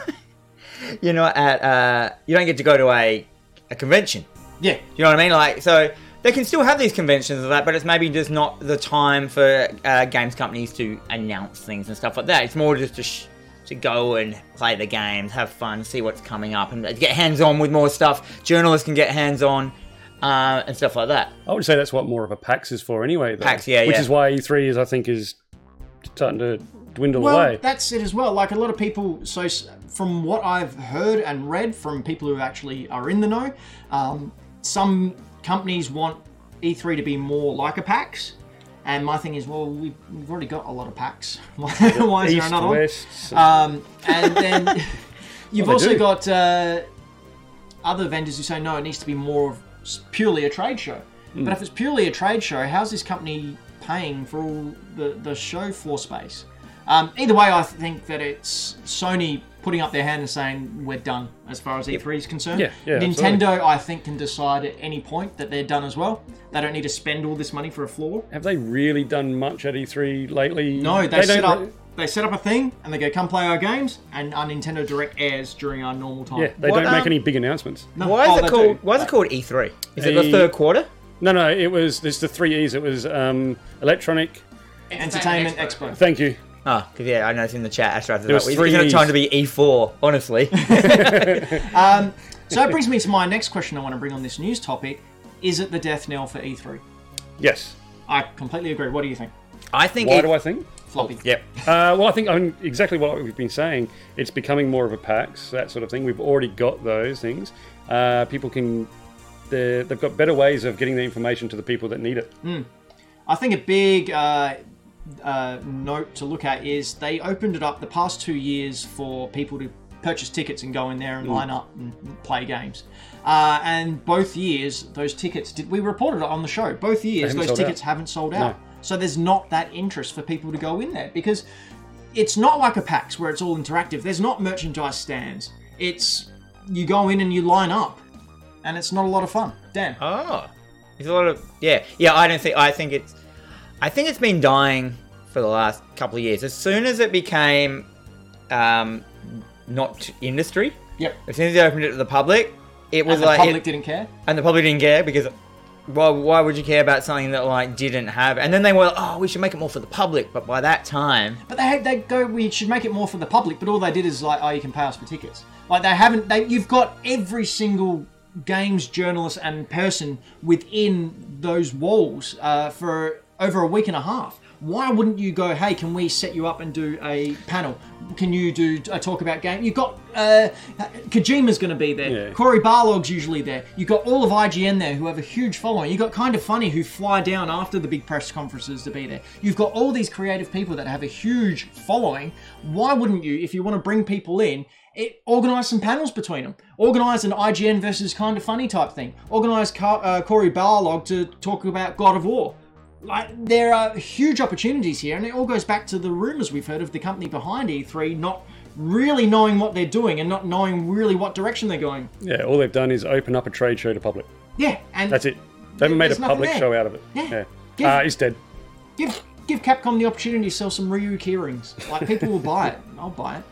S2: you're not at uh, you don't get to go to a a convention.
S1: Yeah.
S2: You know what I mean? Like so. They can still have these conventions and that, but it's maybe just not the time for uh, games companies to announce things and stuff like that. It's more just to, sh- to go and play the games, have fun, see what's coming up, and get hands on with more stuff. Journalists can get hands on uh, and stuff like that.
S3: I would say that's what more of a PAX is for anyway. Though,
S2: PAX, yeah,
S3: which
S2: yeah.
S3: is why E3 is I think is starting to dwindle
S1: Well,
S3: away.
S1: that's it as well. Like a lot of people, so s- from what I've heard and read from people who actually are in the know, um, some companies want E3 to be more like a PAX. And my thing is, well, we've, we've already got a lot of PAX. Why why is there
S3: East,
S1: another one?
S3: West,
S1: Um, and then you've
S3: Well, they
S1: also
S3: do.
S1: got uh, other vendors who say no, it needs to be more of s- purely a trade show.
S3: Hmm.
S1: But if it's purely a trade show, how's this company paying for all the, the show floor space? Um, either way, I think that it's Sony putting up their hand and saying we're done as far as E3 is concerned.
S3: Yeah, yeah,
S1: Nintendo, I think, can decide at any point that they're done as well. They don't need to spend all this money for a floor.
S3: have they really done much at E3 lately?
S1: No, they, set
S3: don't
S1: up
S3: re-
S1: they set up a thing and they go, come play our games, and our Nintendo Direct airs during our normal time.
S3: Yeah, they
S2: What,
S3: don't make
S2: um,
S3: any big announcements.
S1: No,
S2: Why is
S1: oh,
S2: it
S1: they
S2: called?
S1: do.
S2: Why is it called E3? Is it
S3: E-
S2: the third quarter?
S3: No, no, it was there's the three E's. It was um, electronic.
S1: Entertainment Expo.
S3: Thank you.
S2: Oh, 'cause, yeah, I know it's in the chat. Astro, there
S3: was
S2: like,
S3: three
S2: isn't it
S3: E's.
S2: time to be E4? Honestly,
S1: So that brings me to my next question I want to bring on this news topic. Is it the death knell for E3?
S3: Yes.
S1: I completely agree. What do you think?
S2: I think. E
S3: Why
S2: it-
S3: do I think?
S1: Floppy.
S2: Yep.
S3: Uh, well, I think I'm exactly what we've been saying. It's becoming more of a PAX, that sort of thing. We've already got those things.
S1: Mm.
S3: Uh, people can, they're- they've got better ways of getting the information to the people that need it.
S1: I think a big uh, uh, note to look at is they opened it up the past two years for people to purchase tickets and go in there
S3: Mm.
S1: and line up and play games. Uh, and both years, those tickets did we reported it on the show. Both years,
S3: haven't
S1: those
S3: sold out.
S1: tickets haven't sold out. So there's not that interest for people to go in there because it's not like a PAX where it's all interactive. There's not merchandise stands. It's you go in and you line up, and it's not a lot of fun. Dan,
S2: Oh, there's a lot of yeah, yeah. I don't think I think it's I think it's been dying for the last couple of years. As soon as it became um, not industry,
S1: yep,
S2: as soon as they opened it to the public, it was
S1: and the
S2: like
S1: public
S2: it-
S1: didn't care.
S2: and the public didn't care because why why would you care about something that like didn't have? And then they were like, oh, we should make it more for the public. But by that time,
S1: But they had, they go, we should make it more for the public. But all they did is like, oh, you can pay us for tickets. Like they haven't. They you've got every single games journalist and person within those walls uh, for over a week and a half. Why wouldn't you go? Hey, can we set you up and do a panel? Can you do a talk about game? You've got uh, Kojima's going to be there.
S3: Yeah.
S1: Corey Barlog's usually there. You've got all of IGN there who have a huge following. You've got Kind of Funny who fly down after the big press conferences to be there. You've got all these creative people that have a huge following. Why wouldn't you, if you want to bring people in, it, organize some panels between them? Organize an IGN versus Kind of Funny type thing. Organize Car- uh, Corey Barlog to talk about God of War. Like, there are huge opportunities here, and it all goes back to the rumors we've heard of the company behind E3 not really knowing what they're doing and not knowing really what direction they're going.
S3: Yeah, all they've done is open up a trade show to public.
S1: Yeah, and
S3: That's it. They haven't made a
S1: There's nothing
S3: public
S1: there.
S3: show out of it.
S1: Yeah.
S3: Yeah.
S1: Give-
S3: Uh, it's dead.
S1: give give Capcom the opportunity to sell some Ryu key rings. Like people will buy it. I'll buy it.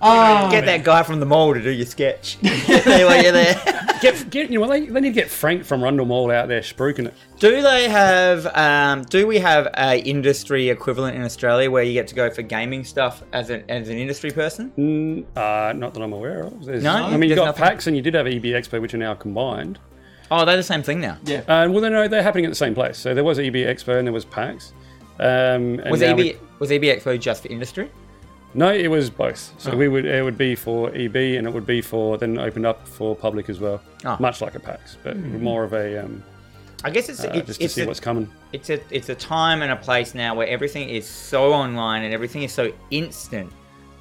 S1: Um,
S2: get that guy from the mall to do your sketch. They were, "You're there."
S3: Get, get, you know, what, they, they need to get Frank from Rundle Mall out there spruiking it.
S2: Do they have? Um, do we have a industry equivalent in Australia where you get to go for gaming stuff as an as an industry person?
S3: Mm, uh, not that I'm aware of. There's-
S2: No,
S3: I mean, you
S2: there's
S3: got
S2: nothing.
S3: PAX and you did have EB Expo, which are now combined.
S2: Oh, they're the same thing now.
S1: yeah.
S3: Uh, well, they no, they're happening at the same place. So there was EB Expo and there was PAX. Um, and
S2: Was E
S3: now
S2: EB
S3: we-
S2: was EB Expo just for industry?
S3: No, it was both.
S2: Oh.
S3: So we would it would be for EB and it would be for then opened up for public as well.
S2: Ah.
S3: Much like a PAX, but more of a um,
S2: I guess it's
S3: uh,
S2: it's,
S3: just to
S2: it's,
S3: see
S2: a,
S3: what's coming.
S2: it's a it's a time and a place now where everything is so online and everything is so instant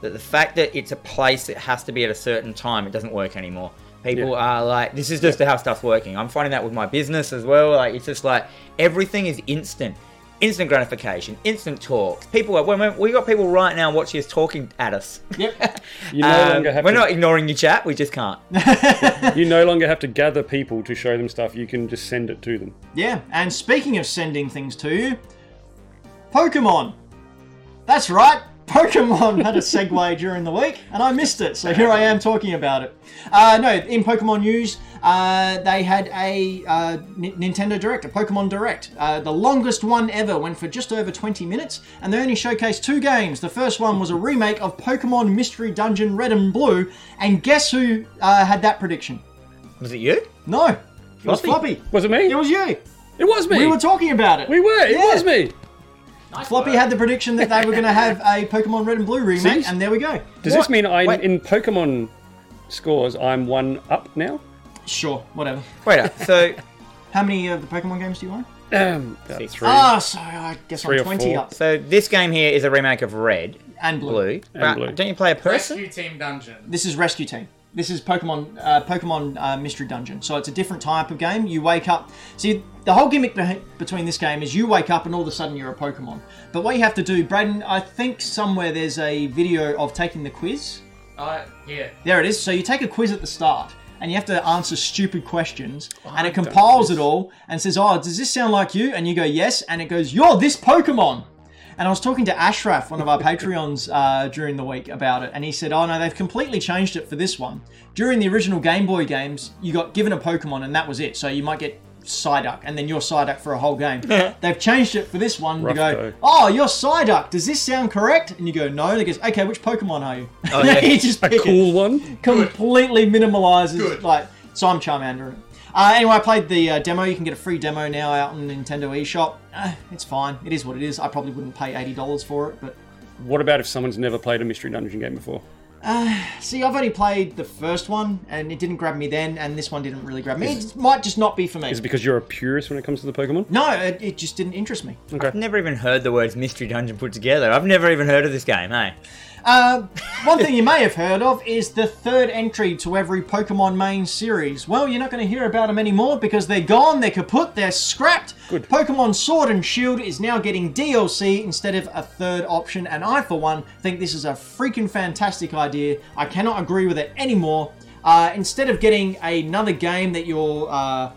S2: that the fact that it's a place that has to be at a certain time it doesn't work anymore. People are like, this is just how stuff's working. I'm finding that with my business as well. Like it's just like everything is instant. Instant gratification, instant talks. People are, when we- we got people right now watching us talking at us.
S1: Yep.
S3: You no
S2: Um,
S3: longer have
S2: we're
S3: to,
S2: not ignoring your chat, we just can't.
S3: you no longer have to gather people to show them stuff. You can just send it to them.
S1: Yeah. And speaking of sending things to you, Pokemon. That's right. Pokemon had a segue during the week, and I missed it, so here I am talking about it. Uh, no, in Pokemon news, uh, they had a uh, N- Nintendo Direct, a Pokemon Direct. Uh, the longest one ever went for just over 20 minutes, and they only showcased two games. The first one was a remake of Pokemon Mystery Dungeon Red and Blue, and guess who uh, had that prediction?
S2: Was it you?
S1: No, it was
S2: Floppy.
S1: Floppy.
S3: Was it me?
S1: It was you.
S3: It was me.
S1: We were talking about it.
S3: We were. It
S1: Yeah.
S3: was me.
S1: Floppy had the prediction that they were going to have a Pokemon Red and Blue remake,
S3: See?
S1: and there we go.
S3: Does this mean I
S2: Wait.
S3: in Pokemon scores I'm one up now?
S1: Sure, whatever.
S2: Wait up. So,
S1: How many of the Pokemon games do you own?
S3: Um, about
S2: Six.
S3: three.
S1: Ah, so I guess
S3: Three
S1: I'm
S3: or
S1: 20
S3: four.
S1: up.
S2: so this game here is a remake of Red,
S1: And blue.
S2: Blue. but
S3: Blue.
S2: Don't you play a person?
S5: Rescue Team Dungeon.
S1: This is Rescue Team. This is Pokemon uh, Pokemon uh, Mystery Dungeon. So it's a different type of game. You wake up. See, the whole gimmick beh between this game is you wake up and all of a sudden you're a Pokemon. But what you have to do, Braden, I think somewhere there's a video of taking the quiz.
S5: Uh, yeah.
S1: There it is. So you take a quiz at the start, and you have to answer stupid questions,
S3: Oh,
S1: and it compiles it all and says, "Oh, does this sound like you?" And you go, "Yes," and it goes, "You're this Pokemon." And I was talking to Ashraf, one of our Patreons, uh, during the week about it, and he said, "Oh no, they've completely changed it for this one. During the original Game Boy games, you got given a Pokemon, and that was it. So you might get." Psyduck, and then you're Psyduck for a whole game. They've changed it for this one.
S3: Rough
S1: to go,
S3: though.
S1: oh, you're Psyduck. Does this sound correct? And you go, no. And it goes, okay, which Pokemon are you?
S2: Oh, yeah.
S1: you just
S3: A
S1: pick it
S3: cool one.
S1: completely minimalizes
S5: Good.
S1: like so i'm charmander uh, anyway i played the uh, demo you can get a free demo now out on nintendo eshop uh, it's fine it is what it is i probably wouldn't pay $80 for it but
S3: What about if someone's never played a mystery dungeon game before?
S1: See, I've only played the first one, and it didn't grab me then, and this one didn't really grab me. It might just not be for me.
S3: Is it because you're a purist when it comes to the Pokemon?
S1: No, it, it just didn't interest me.
S2: I've never even heard the words mystery dungeon put together. I've never even heard of this game, eh? hey?
S1: Uh, one thing you may have heard of is the third entry to every Pokemon main series. Well, you're not going to hear about them anymore because they're gone, they're kaput, they're scrapped.
S3: Good.
S1: Pokemon Sword and Shield is now getting DLC instead of a third option, and I, for one, think this is a freaking fantastic idea. I cannot agree with it anymore. Uh, instead of getting another game that you're uh,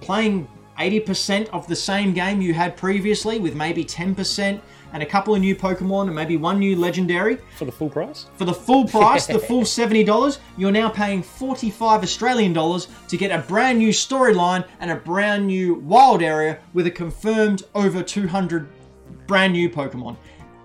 S1: playing 80% of the same game you had previously, with maybe 10% and a couple of new Pokemon and maybe one new legendary,
S3: For the full price?
S1: for the full price, the full $70, you're now paying 45 Australian dollars to get a brand new storyline and a brand new wild area with a confirmed over 200 brand new Pokemon.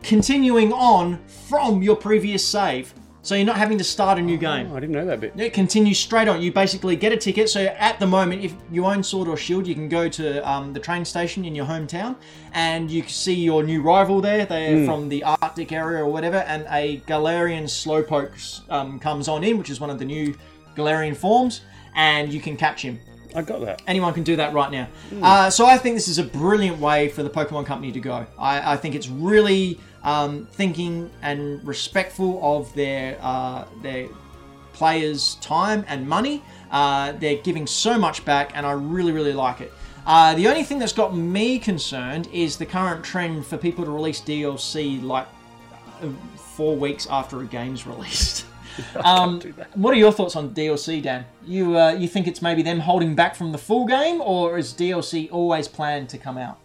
S1: Continuing on from your previous save, so you're not having to start a new game.
S3: Oh, I didn't know that bit.
S1: It continues straight on. You basically get a ticket. So at the moment, if you own Sword or Shield, you can go to um, the train station in your hometown, and you can see your new rival there. They're from the Arctic area or whatever, and a Galarian Slowpoke um, comes on in, which is one of the new Galarian forms, and you can catch him.
S3: I got that.
S1: Anyone can do that right now. Uh, so I think this is a brilliant way for the Pokemon Company to go. I, I think it's really um, thinking and respectful of their uh, their players' time and money. Uh, they're giving so much back, and I really really like it. Uh, the only thing that's got me concerned is the current trend for people to release DLC like uh, four weeks after a game's released. Um,
S3: do that.
S1: what are your thoughts on DLC, Dan? You uh, you think it's maybe them holding back from the full game, or is DLC always planned to come out?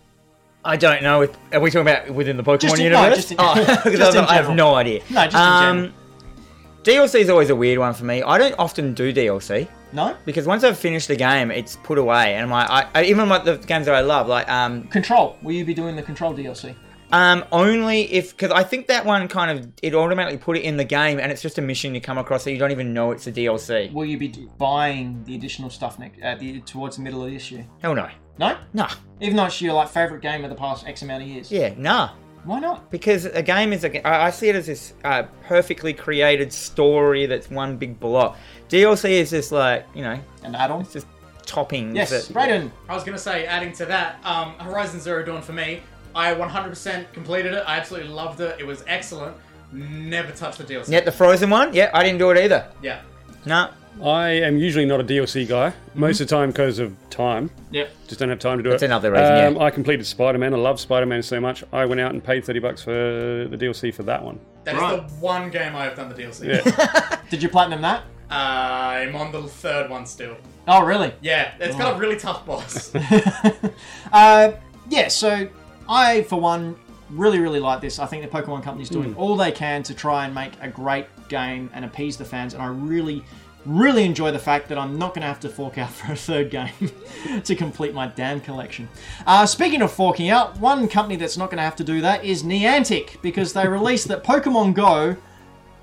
S2: I don't know. if- Are we talking about within the Pokemon
S1: Just in- no,
S2: universe?
S1: just in-
S2: Oh, 'cause
S1: just
S2: I,
S1: in
S2: I have
S1: general.
S2: no idea. Um,
S1: No, just in general.
S2: DLC is always a weird one for me. I don't often do DLC
S1: No,
S2: because once I've finished the game, it's put away, and I'm like, I, I, even like the games that I love, like um,
S1: Control. Will you be doing the Control DLC?
S2: Um, only if because I think that one kind of it automatically put it in the game, and it's just a mission you come across, so you don't even know it's a DLC.
S1: Will you be d- buying the additional stuff next uh, the, towards the middle of this year?
S2: Hell no,
S1: No,
S2: nah,
S1: even though it's your like favorite game of the past X amount of years.
S2: yeah, nah,
S1: Why not?
S2: because a game is a ga- I I see it as this uh, perfectly created story that's one big block. DLC is just like you know,
S1: An add-on.
S2: it's just toppings.
S1: Yes,
S2: that-
S1: Brayden.
S5: I was gonna say, adding to that, um, Horizon Zero Dawn for me, I 100% completed it. I absolutely loved it. It was excellent. Never touched the DLC.
S2: Yet the frozen one, yeah, I didn't do it either.
S5: Yeah.
S2: Nah,
S3: I am usually not a DLC guy, most of the time because of time.
S1: Yep.
S3: Just don't have time to do
S2: That's
S3: it.
S2: another reason, yeah.
S3: Um, I completed Spider Man. I love Spider Man so much. I went out and paid 30 bucks for the DLC for that one.
S5: that is
S1: Right.
S5: the one game I have done the DLC.
S3: Yeah.
S1: Did you platinum that?
S5: Uh, I'm on the third one still.
S1: Oh, really?
S5: Yeah, it's got a really tough boss.
S1: uh, yeah, so I, for one, really, really like this. I think the Pokemon Company's doing all they can to try and make a great game and appease the fans, and I really, really enjoy the fact that I'm not going to have to fork out for a third game to complete my damn collection. Uh, speaking of forking out, one company that's not going to have to do that is Niantic, because they released that Pokemon Go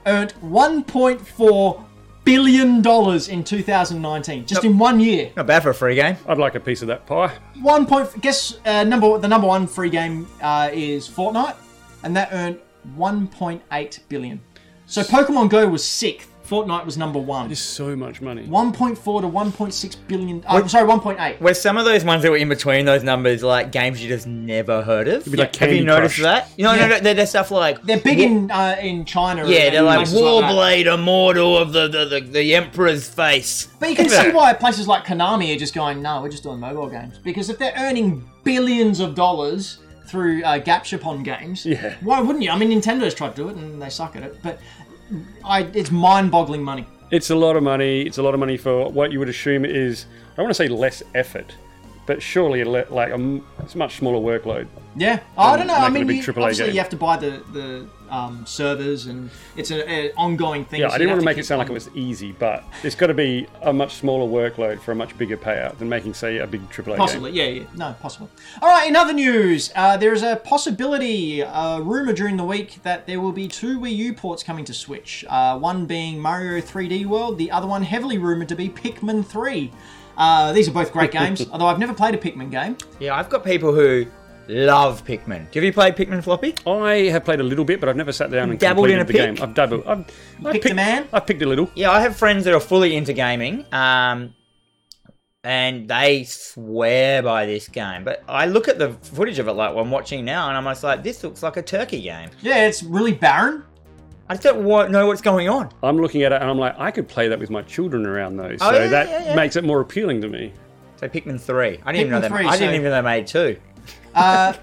S1: earned 1.4 billion dollars in 2019 just in one year
S2: not bad for a free game.
S3: I'd like a piece of that pie.
S1: one point. Guess uh, number the number one free game uh, is Fortnite, and that earned 1.8 billion. So Pokemon Go was sixth. Fortnite was number one.
S3: It's so much money.
S1: 1.4 to 1.6 billion. Oh, sorry, 1.8.
S2: Where some of those ones that were in between those numbers, like games you just never heard of.
S3: be like
S2: Have you
S3: Candy
S2: noticed
S3: Crush.
S2: that? No,
S1: Yeah.
S2: no, no. They're, they're stuff like
S1: They're big in uh, in China.
S2: Yeah,
S1: and
S2: they're like
S1: places like that.
S2: Warblade, immortal of the, the, the, the Emperor's face.
S1: But you can
S2: Look at
S1: see
S2: that.
S1: why places like Konami are just going, no, we're just doing mobile games. Because if they're earning billions of dollars through uh, Gapchapon games,
S3: Yeah.
S1: why wouldn't you? I mean, Nintendo's tried to do it and they suck at it. But I, it's mind-boggling money.
S3: It's a lot of money. It's a lot of money for what you would assume is, I don't want to say less effort, but surely a le- like a, m- it's a much smaller workload.
S1: Yeah, I don't know. I
S3: making a
S1: mean,
S3: big
S1: you,
S3: AAA
S1: obviously
S3: game.
S1: you have to buy the the um, servers, and it's an uh, ongoing thing.
S3: Yeah,
S1: so
S3: I
S1: you
S3: didn't
S1: have
S3: want to make
S1: keep
S3: it sound like it
S1: on-
S3: was
S2: um,
S3: easy, but it's got to be a much smaller workload for a much bigger payout than making, say, a big AAA
S1: Possibly, yeah, yeah, no, possible. All right, in other news, uh, there is a possibility, uh, rumor during the week that there will be two Wii U ports coming to Switch. Uh, one being Mario 3D World, the other one heavily rumored to be Pikmin 3. Uh, these are both great games, although I've never played a Pikmin game.
S2: Yeah, I've got people who love Pikmin. Have you played Pikmin Floppy?
S3: I have played a little bit, but I've never sat down and
S2: Dabbled in a
S3: completed the
S2: pick?
S3: game. I've dabbled. I've, I've
S1: picked a man?
S3: I've picked a little.
S2: Yeah, I have friends that are fully into gaming, um, and they swear by this game. But I look at the footage of it like what I'm watching now, and I'm just like, this looks like a turkey game.
S1: Yeah, it's really barren.
S2: I just don't wa- know what's going on.
S3: I'm looking at it and I'm like, I could play that with my children around those.
S2: Oh,
S3: so
S2: yeah,
S3: that
S2: yeah, yeah.
S3: makes it more appealing to me.
S2: So Pikmin three, I didn't even know
S1: Pikmin
S2: they.
S1: 3,
S2: I didn't
S1: so-
S2: even know they made two.
S1: Uh,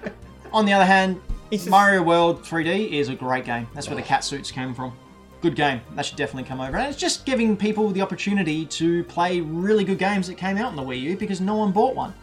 S1: on the other hand,
S2: It's just-
S1: Mario World 3D is a great game. That's where the cat suits came from. Good game. That should definitely come over. And it's just giving people the opportunity to play really good games that came out on the Wii U because no one bought one. Um,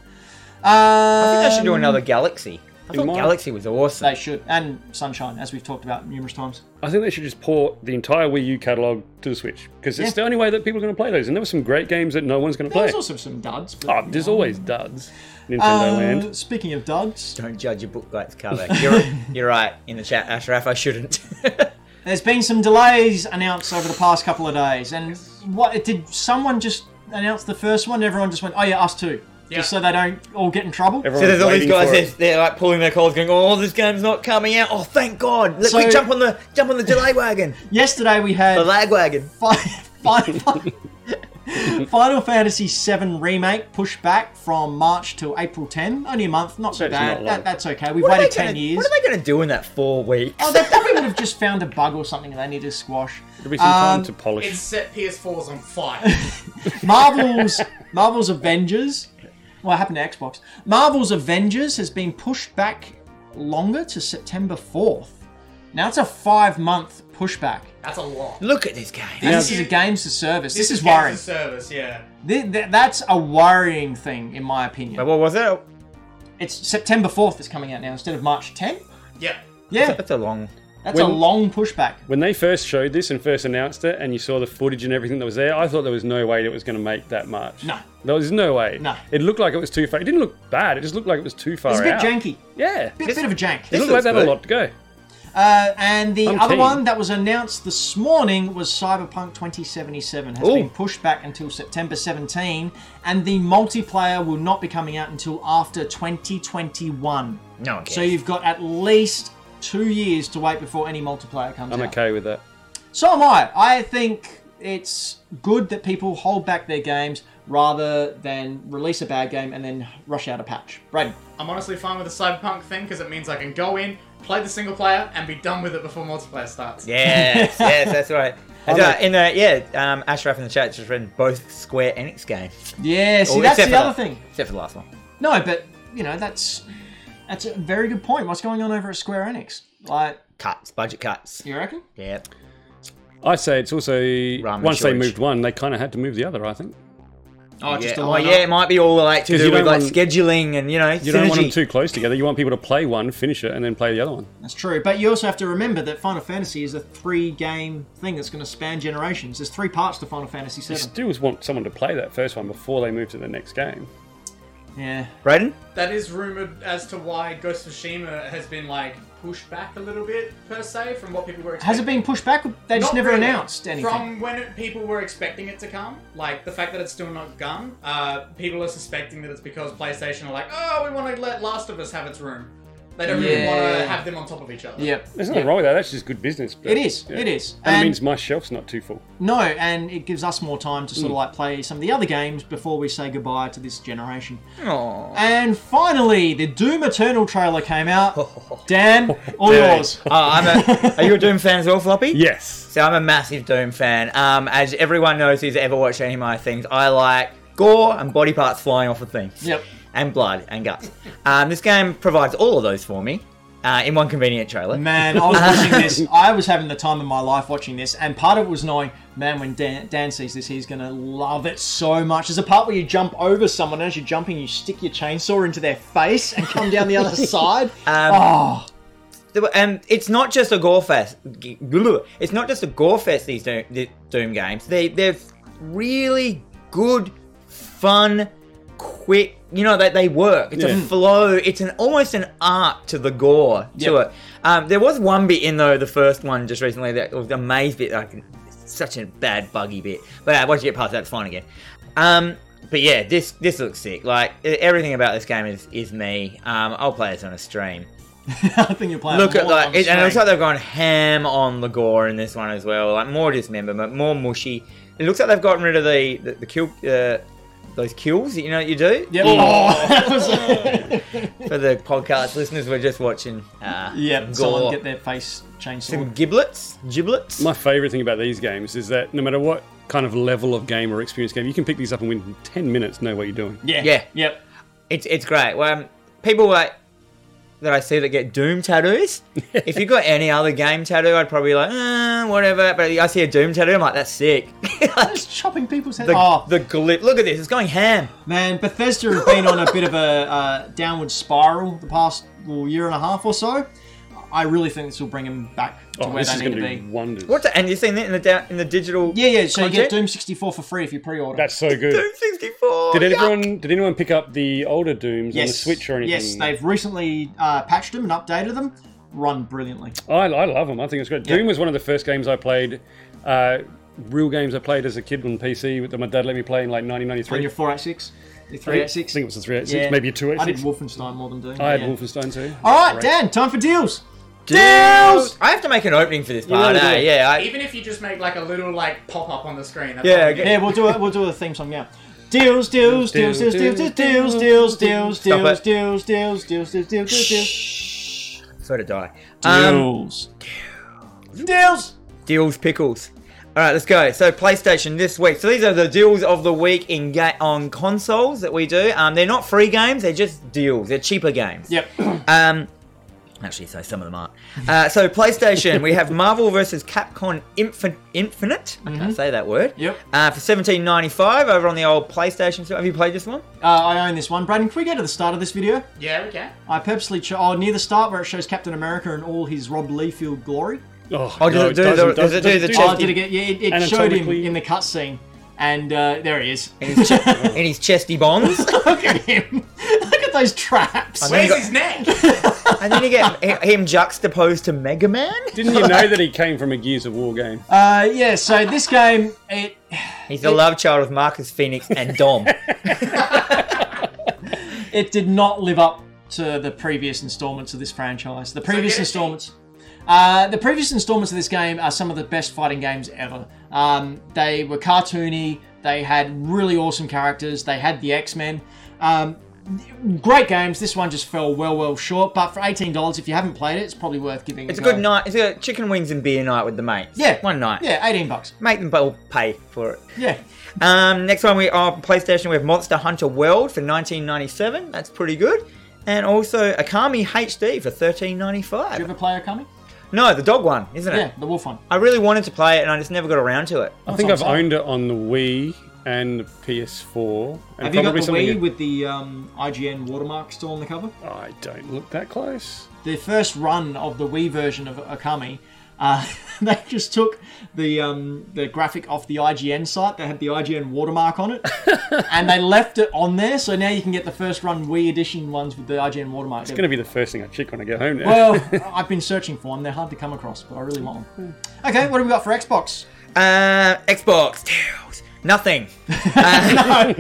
S2: I think they should do another Galaxy. I thought
S3: might.
S2: Galaxy was awesome.
S1: They should. And Sunshine, as we've talked about numerous times.
S3: I think they should just port the entire Wii U catalog to the Switch because it's
S1: Yeah.
S3: the only way that people are going to play those. And there were some great games that no one's going to play.
S1: There's also some duds. But,
S3: Oh, there's always duds. Nintendo
S1: Uh,
S3: Land.
S1: Speaking of duds,
S2: Don't judge a book by its cover. You're, you're right in the chat, Ashraf. I shouldn't.
S1: there's been some delays announced over the past couple of days. And what did someone just announce the first one? Everyone just went, oh yeah, us too.
S5: Yeah.
S1: Just so they don't all get in trouble.
S2: so
S3: Everyone's
S2: there's all these
S3: waiting
S2: guys.
S3: for it.
S2: They're, they're like pulling their collars, going, "Oh, this game's not coming out. Oh, thank God! Let
S1: So-
S2: me jump on the jump on the delay wagon,
S1: Yesterday we had
S2: the lag wagon."
S1: Fi- Final, Final Fantasy VII Remake pushed back from March till April 10. Only a month, not so
S3: That's not
S1: bad.
S3: long.
S1: that, that's okay. We've
S2: What are,
S1: waited
S2: they gonna,
S1: 10 years.
S2: what are they going to do in that four weeks?
S1: Oh, they probably would have just found a bug or something they need to squash.
S3: There'll be some time
S1: Um,
S3: to polish.
S5: It set PS4s on fire.
S1: Marvel's Marvel's Avengers. Well, it happened to Xbox. Marvel's Avengers has been pushed back longer to September 4th. Now it's a five-month pushback.
S5: That's a lot.
S2: Look at this game.
S1: This is a games to service. This, is
S5: games
S1: worrying.
S5: as a service, yeah.
S1: Th- th- that's a worrying thing, in my opinion.
S2: Wait, What was it?
S1: It's September 4th is coming out now instead of March 10th.
S5: Yeah.
S1: Yeah,
S2: That's a long.
S1: that's a
S3: When-
S1: long pushback.
S3: When they first showed this and first announced it, and you saw the footage and everything that was there, I thought there was no way that it was going to make that much.
S1: No.
S3: There was no way.
S1: No.
S3: It looked like it was too far. It didn't look bad. It just looked like it was too far
S1: It's a bit
S3: out.
S1: janky.
S3: Yeah.
S1: Bit, bit of a jank.
S3: It
S2: This
S3: looked
S2: looks
S3: like they had a
S2: good.
S3: lot to go.
S1: Uh, and the
S3: I'm
S1: other
S3: keen.
S1: one that was announced this morning was Cyberpunk 2077 has
S2: Ooh.
S1: been pushed back until September 17, and the multiplayer will not be coming out until after 2021.
S3: Mm.
S2: No one cares.
S1: So you've got at least two years to wait before any multiplayer comes
S3: I'm
S1: out.
S3: okay with that.
S1: So am I. I think it's good that people hold back their games rather than release a bad game and then rush out a patch. Right.
S5: I'm honestly fine with the Cyberpunk thing because it means I can go in, play the single player, and be done with it before multiplayer starts.
S2: Yes, yes, that's right. And,
S3: I'm
S2: uh, in the yeah, um, Ashraf in the chat just read both Square Enix games.
S1: Yeah, see,
S2: Oh,
S1: that's
S2: except
S1: the
S2: for
S1: other
S2: that-
S1: thing.
S2: except for the last one.
S1: No, but, you know, that's that's a very good point. What's going on over at Square Enix? Like,
S2: Cuts, budget cuts.
S1: you reckon?
S2: Yeah,
S3: I say it's also once they
S2: shortage.
S3: moved one, they kind of had to move the other. I think
S1: Oh,
S2: yeah.
S1: just a
S2: Oh,
S1: line
S2: yeah, it might be all like to
S3: 'Cause
S2: do
S3: you
S2: with
S3: don't
S2: like
S3: want-
S2: scheduling and you know
S3: you don't want them
S2: synergy.
S3: too close together. You want people to play one, finish it, and then play the other one.
S1: That's true. But you also have to remember that Final Fantasy is a three game thing that's going to span generations. There's three parts to Final Fantasy
S3: You
S1: 7.
S3: still want someone to play that first one before they move to the next game.
S1: Yeah.
S2: Braden,
S5: That is rumored as to why Ghost of Tsushima has been like pushed back a little bit per se from what people were expecting.
S1: Has it been pushed back? They just
S5: Not
S1: never
S5: really.
S1: announced anything.
S5: From when it- people were expecting it to come, like the fact that it's still not gone, uh, people are suspecting that it's because PlayStation are like, oh, we want to let Last of Us have its room. They don't really want
S1: Yeah.
S5: to have them on top of each other.
S1: Yep.
S3: There's nothing wrong with that. That's just good business. but-
S1: It is.
S3: yeah.
S1: It is.
S3: And, it means my shelf's not too full.
S1: No, and it gives us more time to
S2: Mm.
S1: sort of like play some of the other games before we say goodbye to this generation. And finally, the Doom Eternal trailer came out. Dan, all
S3: Dan.
S1: yours.
S2: Oh, I'm a, are you a Doom fan as well, Floppy?
S3: Yes.
S2: So I'm a massive Doom fan. Um, as everyone knows who's ever watched any of my things, I like gore and body parts flying off of things.
S1: Yep.
S2: And blood and guts. Um, this game provides all of those for me uh, in one convenient trailer.
S1: Man, I was watching this. I was having the time of my life watching this, and part of it was knowing, man, when Dan, Dan sees this, he's gonna love it so much. There's a part where you jump over someone, and as you're jumping, you stick your chainsaw into their face and come down the other side.
S2: Um,
S1: oh,
S2: There were- and um, it's not just a gore fest. g- glue. It's not just a gore fest. These Doom, the Doom games. They they're really good, fun, quick. You know that they, work. It's a
S3: Yeah.
S2: flow. It's an almost an art to the gore to
S1: Yep.
S2: it. Um, there was one bit in though the first one just recently that was the maze bit. Like such a bad buggy bit. But uh, once you get past that, it's fine again. Um, but yeah, this this looks sick. Like e- everything about this game is is me. Um, I'll play this on a stream.
S1: I think you're playing.
S2: Look at
S1: more
S2: like,
S1: on
S2: it, and it looks
S1: stream.
S2: like they've gone ham on the gore in this one as well. Like more dismemberment, more mushy. It looks like they've gotten rid of the the, the kill uh, those kills. that You know, you do.
S1: Yep. Oh, that was
S2: For the podcast listeners, we're just watching. Uh,
S1: yep.
S2: gore.
S1: Someone get their face
S2: Some
S1: chainsawed.
S2: giblets, giblets.
S3: My favorite thing about these games is that no matter what kind of level of game or experience game, you can pick these up and within 10 minutes know what you're doing.
S1: Yeah.
S2: Yeah.
S1: Yep.
S2: It's it's great. Well, um, people like that I see that get Doom tattoos. if you got any other game tattoo, I'd probably like eh, whatever. But I see a Doom tattoo, I'm like, that's sick. the
S1: Just chopping people's heads.
S2: the
S1: oh
S2: glip. Look at this. It's going ham.
S1: man, Bethesda has been on a bit of a uh, downward spiral the past well, year and a half or so. I really think this will bring them back to
S3: Oh,
S1: where
S3: this
S1: they
S3: is
S1: need
S3: going
S1: to
S3: to
S1: be.
S3: do wonders.
S2: What's that? And you've seen that in the da- in the digital.
S1: Yeah, yeah. So you get
S2: Content?
S1: Doom 64 for free if you pre-order.
S3: That's so good.
S2: Doom 64.
S3: Did
S2: Yuck.
S3: anyone did anyone pick up the older Dooms on the Switch or anything?
S1: oh, Yes, they've recently uh, patched them and updated them. Run brilliantly.
S3: I, I love them. I think it's great. Doom was one of the first games I played, uh, real games I played as a kid on PC that my dad let me play in like
S1: And
S3: 1993.
S1: your 486, your
S3: I think
S1: 386.
S3: it was a 386, maybe a
S1: I did
S3: 286.
S1: Wolfenstein more than Doom.
S3: I had
S1: yeah. Oh,
S3: Wolfenstein too.
S1: All right, Dan, time for deals.
S2: Deals. I have to make an opening for this part.
S3: really
S2: eh?
S3: do.
S2: Yeah. I,
S5: Even if you just make like a little like pop up on the screen. That's
S2: Yeah,
S5: all you
S2: okay.
S5: get.
S1: Yeah, we'll do it. We'll do a theme song now. Deals, deals, deals, deals, deals, deals, deals, deals, deals,
S2: Stop
S1: deals,
S2: it.
S1: deals, deals, deals, deals, deals, deals,
S2: Shh. Swear to die. Um,
S1: deals, deals, deals.
S2: Deals pickles. All right, let's go. So PlayStation this week. So these are the deals of the week in ga- on consoles that we do. Um, they're not free games. They're just deals. They're cheaper games.
S1: Yep. Uh,
S2: Um, actually, so some of them aren't. Uh, so PlayStation, we have Marvel vs. Capcom Infin- Infinite. I can't say that word.
S1: Yep.
S2: Uh, for seventeen ninety five over on the old PlayStation. Store. Have you played this one?
S1: Uh, I own this one. Braden, can we go to the start of this video?
S5: Yeah, we can.
S1: I purposely cho- oh near the start where it shows Captain America in all his Rob Liefeld glory.
S3: Oh,
S2: Oh, does
S3: no,
S2: it do the-
S3: doesn't-
S2: does it do
S3: doesn't
S2: the
S1: Oh,
S2: chest-
S1: did it get? Yeah, it, it showed him
S3: Anatomically-
S1: in the cutscene, and uh, there he is.
S2: In his, che- in his chesty bonds.
S1: Look at him. Look at those traps.
S2: Then you
S5: Where's
S2: got-
S5: his neck?
S2: And then you get h- him juxtaposed to Mega Man.
S3: Didn't you know that he came from a Gears of War game?
S1: Uh, yeah. So this game, it
S2: He's the love child of Marcus Phoenix and Dom.
S1: it did not live up to the previous installments of this franchise. The previous
S5: get it.
S1: installments. Uh, the previous installments of this game are some of the best fighting games ever. Um, they were cartoony. They had really awesome characters. They had the X Men. Um, great games. This one just fell well, well short. But for eighteen dollars, if you haven't played it, it's probably worth giving. it
S2: It's a
S1: go.
S2: good night. It's a chicken wings and beer night with the mates.
S1: Yeah,
S2: one night.
S1: Yeah, eighteen bucks.
S2: Make them both pay for it.
S1: Yeah,
S2: Um, next one we are PlayStation. We have Monster Hunter World for 1997. That's pretty good. And also Akami HD for 13.95.
S1: you ever play Okami?
S2: No, the dog one, isn't it?
S1: Yeah, the wolf one.
S2: I really wanted to play it and I just never got around to it.
S3: I think
S1: That's
S3: I've
S1: what I'm
S3: owned it on the Wii and the PS4. And
S1: Have you got the
S3: probably something
S1: Wii
S3: that-
S1: with the um, IGN watermark still on the cover?
S3: I don't look that close.
S1: the first run of the Wii version of Okami, uh, they just took the um, the graphic off the IGN site. They had the IGN watermark on it, and they left it on there. So now you can get the first run Wii edition ones with the IGN watermark.
S3: It's going to be the first thing I check when I get home now.
S1: well, I've been searching for them. They're hard to come across, but I really want them.
S2: Hmm.
S1: Okay, what have we got for Xbox?
S2: Uh, Xbox. Tails. Nothing. Uh,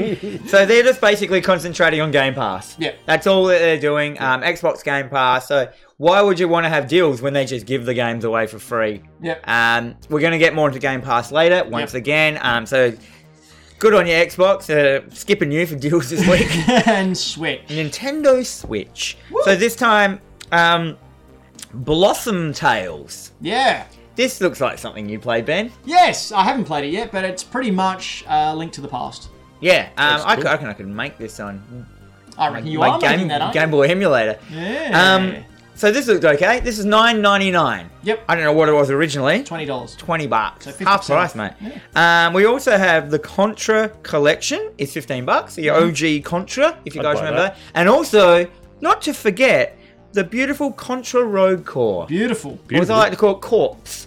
S2: So they're just basically concentrating on Game Pass.
S1: Yeah.
S2: That's all that they're doing. Um, Xbox Game Pass. So why would you want to have deals when they just give the games away for free?
S1: Yep.
S2: Um, we're going to get more into Game Pass later, once
S1: Yep.
S2: again. Um, so good on your Xbox. Uh, skipping you for deals this week.
S1: and Switch.
S2: Nintendo Switch. So this time, um, Blossom Tales.
S1: Yeah.
S2: This looks like something you played, Ben.
S1: Yes, I haven't played it yet, but it's pretty much uh, linked to the past.
S2: Yeah, um, I,
S3: cool.
S2: could, I reckon I could make this on
S1: I reckon you
S2: my
S1: are
S2: game,
S1: making that, aren't you?
S2: game Boy emulator.
S1: Yeah.
S2: Um, so this looked okay. This is nine ninety nine.
S1: Yep.
S2: I don't know what it was originally.
S1: Twenty dollars.
S2: Twenty bucks,
S1: So 50%
S2: half price, mate. Um, we also have the Contra collection. It's fifteen bucks. The
S1: Mm-hmm.
S2: OG Contra, if you
S3: I'd
S2: guys
S3: buy
S2: remember that.
S3: that.
S2: And also, not to forget, the beautiful Contra Road Core,
S1: Beautiful.
S2: or as I like to call it, Corpse.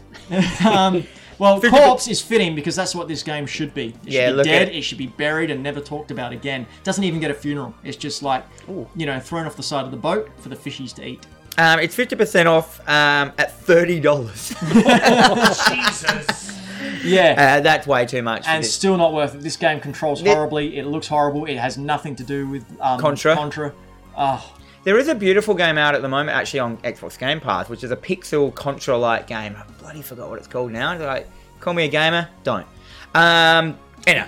S1: Um, well,
S2: Fifty
S1: corpse is fitting because that's what this game should be. It should
S2: Yeah,
S1: be
S2: look
S1: dead.
S2: at-
S1: It. should be buried and never talked about again. Doesn't even get a funeral. It's just like you know thrown off the side of the boat for the fishies to eat.
S2: Um, it's fifty percent off um, at thirty dollars.
S5: Jesus.
S1: yeah.
S2: Uh, that's way too much. for
S1: And
S2: this.
S1: still not worth it. This game controls
S2: The-
S1: horribly. It looks horrible. It has nothing to do with um,
S2: Contra.
S1: Contra. Oh,
S2: There is a beautiful game out at the moment, actually on Xbox Game Pass, which is a pixel Contra-like game. I bloody forgot what it's called now. Like, call me a gamer? Don't. Um, anyway,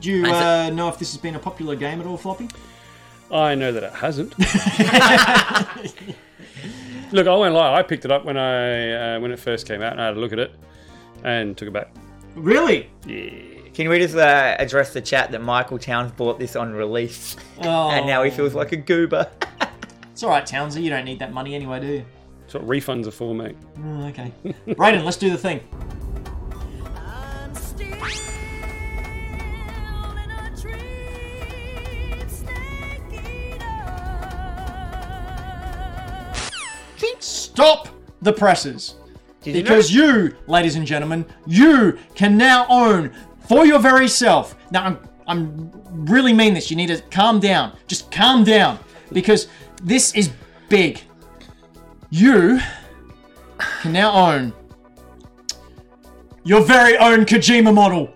S1: do you
S2: And so-
S1: uh, know if this has been a popular game at all, Floppy?
S3: I know that it hasn't. look, I won't lie. I picked it up when I uh, when it first came out, and I had a look at it, and took it back.
S1: Really?
S2: can we just uh, address the chat that Michael Towns bought this on release,
S1: Oh,
S2: and now he feels like a goober?
S1: it's all right, Townsy. You don't need that money anyway, do you?
S3: That's what refunds are for, mate.
S1: Oh, okay. Brayden, let's do the thing.
S6: I'm still in a dream, snake eater.
S1: Stop the presses.
S2: Did you
S1: Because
S2: notice-
S1: you, ladies and gentlemen, you can now own for your very self. Now, I'm, I'm really mean this. You need to calm down. Just calm down. Because this is big. You can now own your very own Kojima model.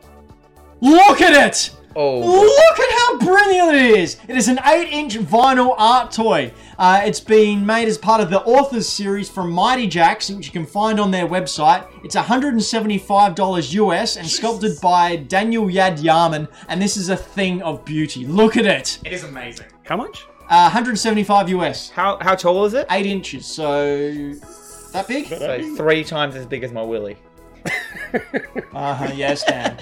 S1: Look at it!
S2: oh,
S1: Look at how brilliant it is! It is an 8 inch vinyl art toy. Uh, it's been made as part of the Authors series from Mighty Jacks, which you can find on their website. It's $175 US and sculpted by Daniel Yad Yarman, and this is a thing of beauty. Look at it!
S5: It is amazing.
S3: How much?
S1: Uh, 175 US,
S2: how how tall is it?
S1: 8 inches, so. That big?
S2: So three times as big as my willy.
S1: Uh huh, yes, Dan.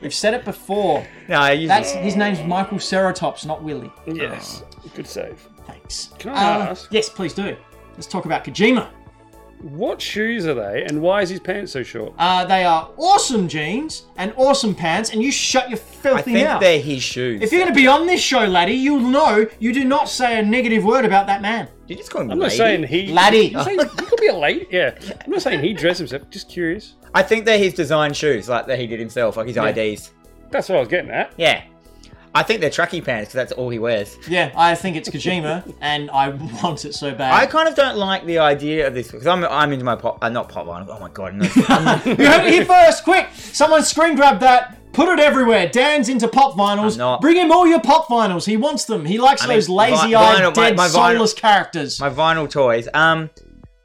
S1: We've said it before.
S2: No, I usually
S1: That's His name's Michael Ceratops, not Willie.
S3: Yes. Ah, Good save.
S1: Thanks.
S3: Can I
S1: Uh,
S3: ask?
S1: Yes, please do. Let's talk about Kojima.
S3: What shoes are they, and why is his pants so short?
S1: Uh, they are awesome jeans and awesome pants, and you shut your
S2: I
S1: filthy
S2: think
S1: mouth.
S2: they're his shoes.
S1: If you're going to be on this show, laddie, you'll know you do not say a negative word about that man.
S2: you just call him
S3: I'm not
S2: lady.
S3: saying he.
S1: Laddie.
S3: I'm saying he could be a lady. Yeah. I'm not saying he dressed himself. Just curious.
S2: I think they're his design shoes, like that he did himself, like his IDs.
S3: That's what I was getting at.
S2: Yeah. I think they're tracky pants because that's all he wears.
S1: Yeah, I think it's Kojima, and I want it so
S2: I
S1: bad.
S2: kind of don't like the idea of this because I'm I'm into my pop, uh, not pop line. Oh my god, no.
S1: you heard it here first, quick! Someone screen grab that, put it everywhere. Dan's into pop vinyls.
S2: I'm not.
S1: Bring him all your pop vinyls. He wants them. He likes
S2: I mean,
S1: those
S2: vi-
S1: lazy eyed,
S2: vinyl- my-
S1: dead,
S2: my vinyl-
S1: soulless characters.
S2: my vinyl toys. Um,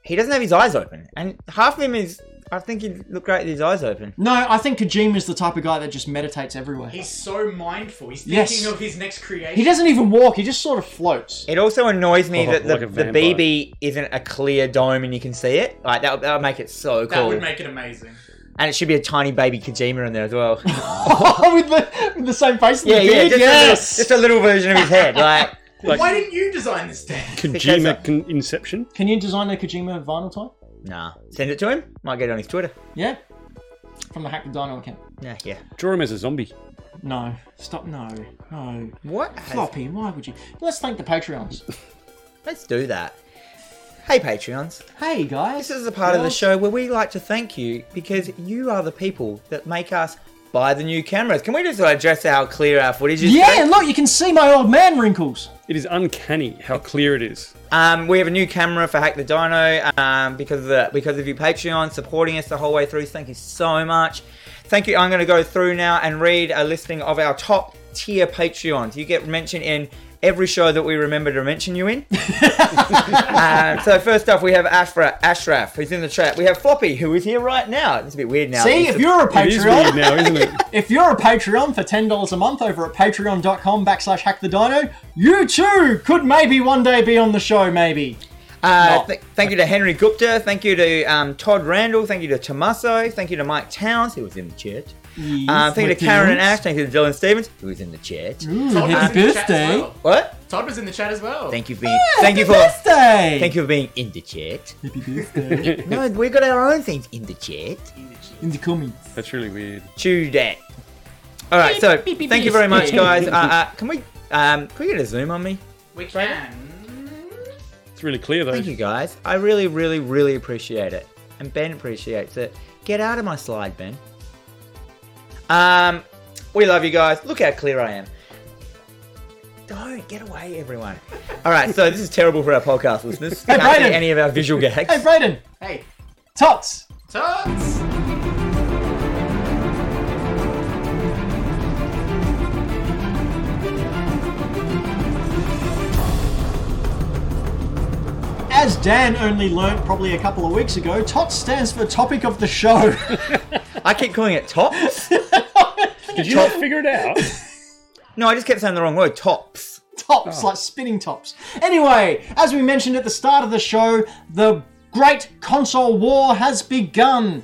S2: he doesn't have his eyes open, and half of him is. I think he'd look great with his eyes open.
S1: no, I think Kojima's the type of guy that just meditates everywhere.
S5: He's so mindful. He's thinking
S1: Yes.
S5: of his next creation.
S1: He doesn't even walk, he just sort of floats.
S2: It also annoys me
S3: Oh,
S2: that the,
S3: like a
S2: the
S3: vampire.
S2: BB isn't a clear dome and you can see it. Like that, would- that would make it so
S5: That
S2: cool.
S5: would make it amazing.
S2: and it should be a tiny baby Kojima in there as well.
S1: with, the, with the same face and
S2: yeah,
S1: the
S2: yeah,
S1: beard?
S2: just,
S1: yes!
S2: a, little- just a little version of his head. Like
S3: Like
S5: Why didn't you design this stand?
S3: Kojima con- Inception.
S1: Can you design a Kojima vinyl toy?
S2: nah, send it to him. Might get it on his Twitter.
S1: Yeah. From the Hack the Dino account.
S2: Yeah, yeah.
S3: Draw him as a zombie.
S1: No. Stop. No. No.
S2: What? has-
S1: Floppy, why would you? Let's thank the Patreons.
S2: Let's do that. Hey, Patreons.
S1: Hey, guys.
S2: This is a part of the show where we like to thank you because you are the people that make us buy the new cameras. Can we just address how clear our footage is?
S1: Yeah, and look, you can see my old man wrinkles.
S3: It is uncanny how clear it is.
S2: Um, we have a new camera for Hack the Dino um, because of the, because of you Patreon supporting us the whole way through. Thank you so much. Thank you. I'm going to go through now and read a listing of our top tier Patreons. You get mentioned in every show that we remember to mention you in. um, so first off, we have Ashra, Ashraf, who's in the chat. We have Floppy, who is here right now. It's a bit weird now.
S1: See,
S2: He's
S1: if
S2: the-
S1: you're a
S3: It is weird
S1: Patreon,
S3: now, isn't it?
S1: if you're a Patreon for ten dollars a month over at patreon.com backslash hack the dino, you too could maybe one day be on the show, maybe.
S2: Uh,
S1: Not.
S2: th- thank you to Henry Gupta. Thank you to um, Todd Randall. Thank you to Tommaso. Thank you to Mike Towns, who was in the chat. Uh, thank you to Karen and Ash. Thank you to Dylan Stevens, who was in the chat.
S1: Ooh,
S5: was
S1: happy
S5: in the chat as
S1: birthday.
S5: well.
S2: What?
S5: Todd was in the chat as well.
S2: Thank you for being. thank you for.
S1: Birthday.
S2: Thank you for being in the chat.
S1: Happy birthday.
S2: No, we got our own things in the chat.
S1: In the comments.
S3: That's really weird.
S2: Chew that. All right, so
S1: Beep, beep, beep,
S2: thank you
S1: beep.
S2: very much, guys. Uh, uh, can we? Um, can we get a zoom on me?
S5: We can.
S3: It's really clear though.
S2: Thank you, guys. I really, really, really appreciate it. And Ben appreciates it. Get out of my slide, Ben. Um, we love you guys. Look how clear I am. Don't get away, everyone. All right, so this is terrible for our podcast listeners. Can't
S1: Brayden.
S2: see any of our visual gags.
S1: Hey, Brayden.
S5: Hey,
S1: Tots.
S5: Tots!
S1: As Dan only learnt probably a couple of weeks ago, TOT stands for topic of the show.
S2: I keep calling it tops.
S3: Did you not figure it out?
S2: No, I just kept saying the wrong word. Tops.
S1: tops, like spinning tops. Anyway, as we mentioned at the start of the show, the great console war has begun.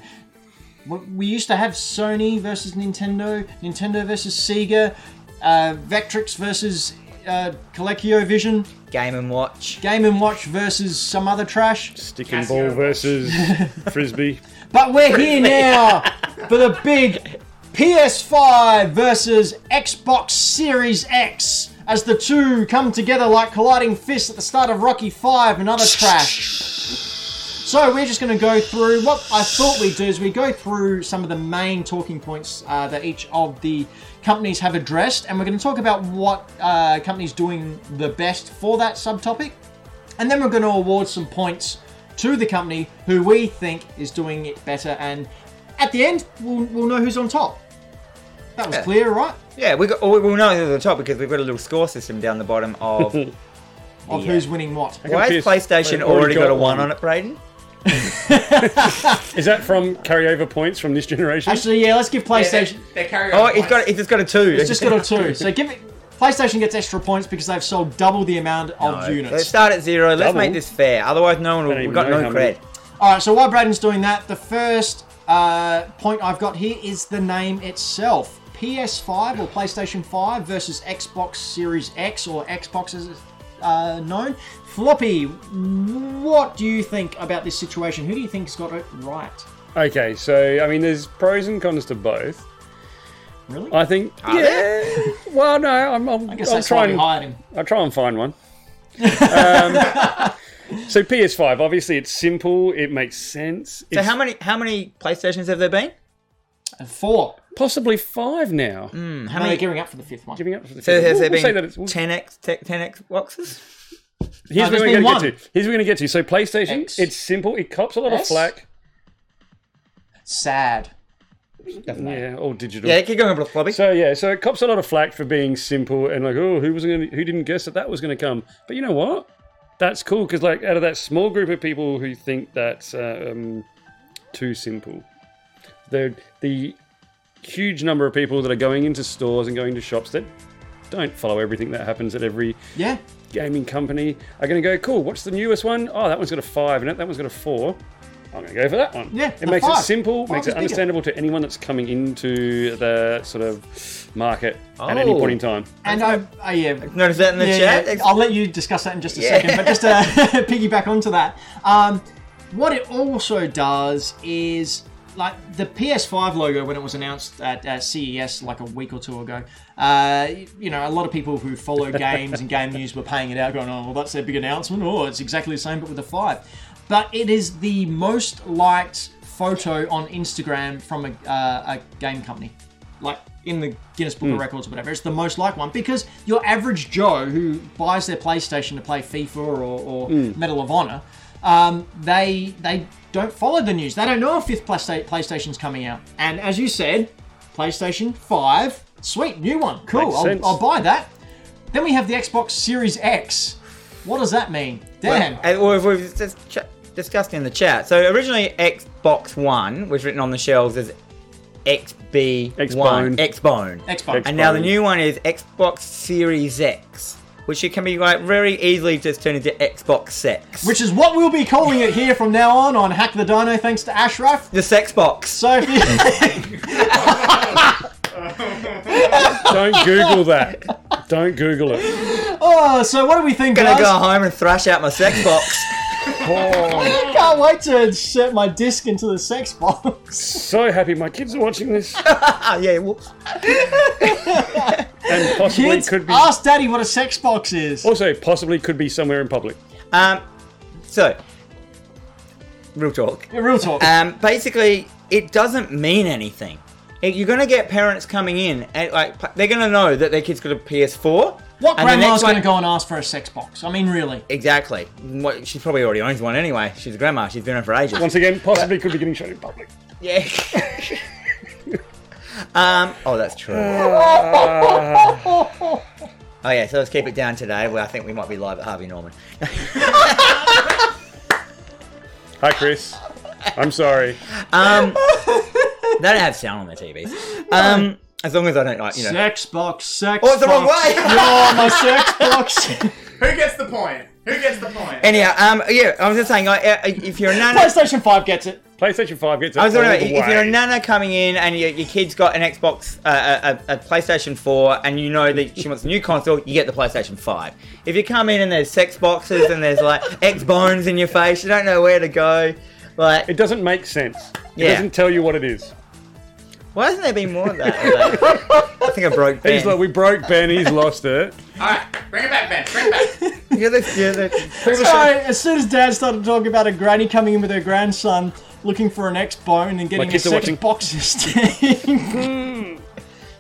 S1: W- We used to have Sony versus Nintendo, Nintendo versus Sega, uh, Vectrix versus uh, Colecchio Vision,
S2: Game and watch.
S1: Game and Watch versus some other trash.
S3: Stick and ball versus frisbee.
S1: But we're here now for the big PS5 versus Xbox Series X as the two come together like colliding fists at the start of Rocky 5, another trash. So we're just going to go through what I thought we'd do is we go through some of the main talking points uh, that each of the companies have addressed, and we're going to talk about what uh, companies doing the best for that subtopic, and then we're going to award some points to the company who we think is doing it better. And at the end, we'll, we'll know who's on top. That was
S2: Yeah.
S1: clear, right?
S2: Yeah, we got, we will know who's at the top because we've got a little score system down the bottom of.
S1: Of
S2: Yeah.
S1: who's winning what.
S2: Why has
S3: Confused.
S2: PlayStation
S3: They've
S2: already got, a one,
S3: one.
S2: on it, Braden?
S3: Is that from carryover points from this generation?
S1: Actually, yeah, let's give
S5: They,
S1: PlayStation.
S5: they carry
S2: Oh,
S5: over
S2: it's got
S5: points.
S2: it's just got a two.
S1: It's just got a two. So give it. PlayStation gets extra points because they've sold double the amount of
S2: Let's
S1: units.
S2: start at zero. Let's
S3: Double.
S2: make this fair. Otherwise, no one will.
S3: Don't
S2: We've
S3: even
S2: got
S3: know
S2: no
S3: how many.
S2: cred.
S1: All right. So while Braden's doing that, the first uh, point I've got here is the name itself: PS5 or PlayStation 5 versus Xbox Series X or Xbox as it's uh, known. Floppy, what do you think about this situation? Who do you think's got it right?
S3: Okay, so I mean, there's pros and cons to both.
S1: Really?
S3: I think.
S2: Are there?
S3: Well, no, I'm. I'm, I
S1: I guess
S3: will
S1: that's why
S3: try
S1: we
S3: and.
S1: hired him.
S3: I'll try and find one. um, so PS5, obviously, it's simple. It makes sense.
S2: So
S3: It's
S2: how many how many PlayStations have there been?
S1: And four.
S3: possibly five now.
S1: How many are giving up for the fifth one?
S3: Giving up. For the
S2: Mm. So has there
S3: we'll say that
S2: been
S3: it's- we'll-
S2: ten x ten x boxes?
S1: No,
S3: Here's where
S1: there's
S3: we're
S1: been
S3: going to
S1: one.
S3: get to. Here's where we're going to get to. So PlayStation,
S1: X.
S3: it's simple. It cops a lot of
S1: S.
S3: flack.
S1: Sad.
S3: Yeah, all digital.
S2: Yeah, keep going with the floppy.
S3: So yeah, so it cops a lot of flack for being simple and like, oh, who was going? Who didn't guess that that was going to come? But you know what? That's cool because like out of that small group of people who think that's uh, um, too simple, the the huge number of people that are going into stores and going to shops that don't follow everything that happens at every
S1: Yeah.
S3: gaming company are going to go, cool, what's the newest one? Oh, that one's got a five and that one's got a four. I'm going to go for that one.
S1: Yeah,
S3: it
S1: the
S3: makes it
S1: five.
S3: simple,
S1: Five
S3: makes
S1: is
S3: it
S1: bigger.
S3: understandable to anyone that's coming into the sort of market at any
S2: Oh.
S3: point in time.
S1: And I, I yeah.
S2: Notice that in the
S1: Yeah,
S2: chat.
S1: yeah, I'll let you discuss that in just a
S2: Yeah.
S1: second, but just to piggyback onto that, um, what it also does is like the PS5 logo when it was announced at, at CES like a week or two ago. Uh, you know, a lot of people who follow games and game news were paying it out, going, "Oh, well, that's their big announcement. Oh, it's exactly the same, but with a five. But it is the most liked photo on Instagram from a, uh, a game company like in the Guinness Book of Records or whatever. It's the most liked one because your average Joe who buys their PlayStation to play FIFA or, or Medal of Honor, um, they they don't follow the news. They don't know if fifth Playsta- PlayStation's coming out. And as you said, PlayStation Five, sweet new one, cool.
S3: Makes sense.
S1: I'll, I'll buy that. Then we have the Xbox Series X. What does that mean? Damn.
S2: And we've, we've just ch- discussed in the chat. So originally Xbox One was written on the shelves as XB One
S3: Xbone.
S2: Xbone.
S1: Xbox.
S2: And now the new one is Xbox Series X, which it can be like very easily just turned into Xbox Sex.
S1: Which is what we'll be calling it here from now on on Hack the Dino, thanks to Ashraf.
S2: the sex box.
S1: So if you-
S3: Don't Google that. Don't Google it.
S1: oh, so what do we think,
S2: I'm
S1: guys?
S2: gonna go home and thrash out my sex box.
S1: I can't wait to insert my disc into the sex box.
S3: So happy my kids are watching this
S2: Ah, yeah. Whoops.
S3: and possibly
S1: Kids,
S3: could be
S1: ask daddy what a sex box is.
S2: Oh.
S3: also possibly could be somewhere in public.
S2: Um. So, real talk.
S1: Yeah, Real talk.
S2: Um, basically, it doesn't mean anything. It- You're going to get parents coming in, and like p- they're going to know that their kid's got a PS4.
S1: what
S2: and the next
S1: grandma's going
S2: one-
S1: to go and ask for a sex box? I mean, really.
S2: Exactly. What, she probably already owns one anyway. She's a grandma. She's been around for ages.
S3: Once again, possibly could be getting shown in public.
S2: Yeah. um. Oh, that's true. oh yeah. So let's keep it down today. Well, I think we might be live at Harvey Norman.
S3: Hi, Chris. I'm sorry.
S2: Um, they don't have sound on their TVs. Um, as long as I don't like you know.
S1: Sex box, sex
S2: Oh, it's the wrong
S1: box.
S2: way.
S1: Oh, my sex box.
S5: Who gets the point? Who gets the point?
S2: Anyhow, um, yeah, I was just saying, like, uh, if you're a nana,
S1: PlayStation 5 gets it.
S3: PlayStation 5 gets it.
S2: I was
S3: all
S2: wondering,
S3: the
S2: if
S3: way.
S2: you're a nana coming in and your, your kid's got an Xbox, uh, a, a PlayStation 4, and you know that she wants a new console, you get the PlayStation 5. If you come in and there's sex boxes and there's like X bones in your face, you don't know where to go. Like,
S3: It doesn't make sense. It
S2: Yeah.
S3: doesn't tell you what it is.
S2: why hasn't there been more of that? Like, I think I broke Ben.
S3: He's like, we broke Ben. He's lost it.
S5: All right, bring it back, Ben. Bring it back.
S2: You're the- you're the-
S1: Sorry, as soon as Dad started talking about a granny coming in with her grandson looking for an X bone and getting a
S3: kids are
S1: sex
S3: watching.
S1: box instead.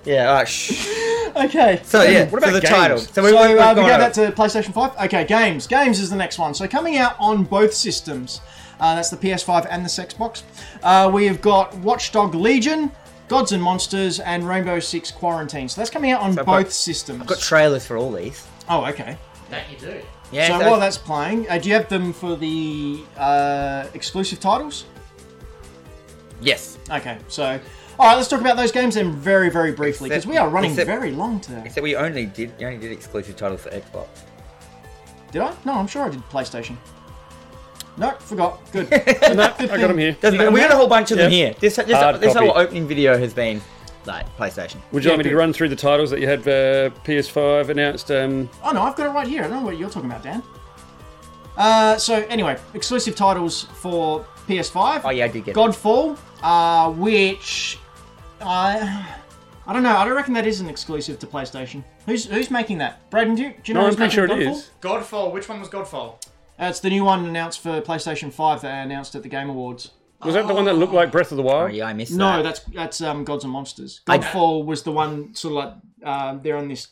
S2: yeah, alright, shh.
S1: okay.
S2: So, yeah,
S3: What
S2: so
S3: about
S2: the
S3: games?
S2: title. So we,
S1: So uh,
S2: we've
S1: we go
S2: gone over-
S1: back to PlayStation 5. Okay, games. Games is the next one. So coming out on both systems, uh, that's the PS5 and the Xbox. Uh, we have got Watchdog Legion, Gods and Monsters, and Rainbow Six Quarantine. So that's coming out on
S2: I've
S1: both
S2: got-
S1: systems.
S2: got trailers for all these.
S1: oh, okay.
S5: That you do.
S2: Yeah,
S1: so,
S2: so-
S1: while that's playing, uh, do you have them for the uh, exclusive titles?
S2: yes.
S1: Okay, so. All right, let's talk about those games then very, very briefly because we are running
S2: Except-
S1: very long today.
S2: Except we only did we only did exclusive titles for Xbox.
S1: Did I? No, I'm sure I did PlayStation. No, forgot. Good.
S3: No, I got him here.
S2: Doesn't matter. We got a whole bunch of them
S3: Yeah.
S2: here. This this,
S3: Hard
S2: this whole
S3: copy.
S2: opening video has been like PlayStation.
S3: Would you like me to run through the titles that you had uh, PS5 announced? Um,
S1: Oh no, I've got it right here. I don't know what you're talking about, Dan. Uh, so anyway, exclusive titles for PS5.
S2: Oh yeah, I did get it.
S1: Godfall, uh, which I I don't know. I don't reckon that is an exclusive to PlayStation. Who's who's making that? Braden, do you, do you know?
S3: no, I'm
S1: who's
S3: pretty sure
S1: making
S3: it
S1: Godfall?
S3: is.
S5: Godfall. Which one was Godfall?
S1: Uh, it's the new one announced for PlayStation 5 that they announced at the Game Awards.
S3: Was that the one that looked like Breath of the
S2: Oh
S3: Wild?
S2: yeah, I missed that.
S1: No, that's that's um, Gods and Monsters.
S2: I-
S1: Godfall was the one sort of like uh, they're on this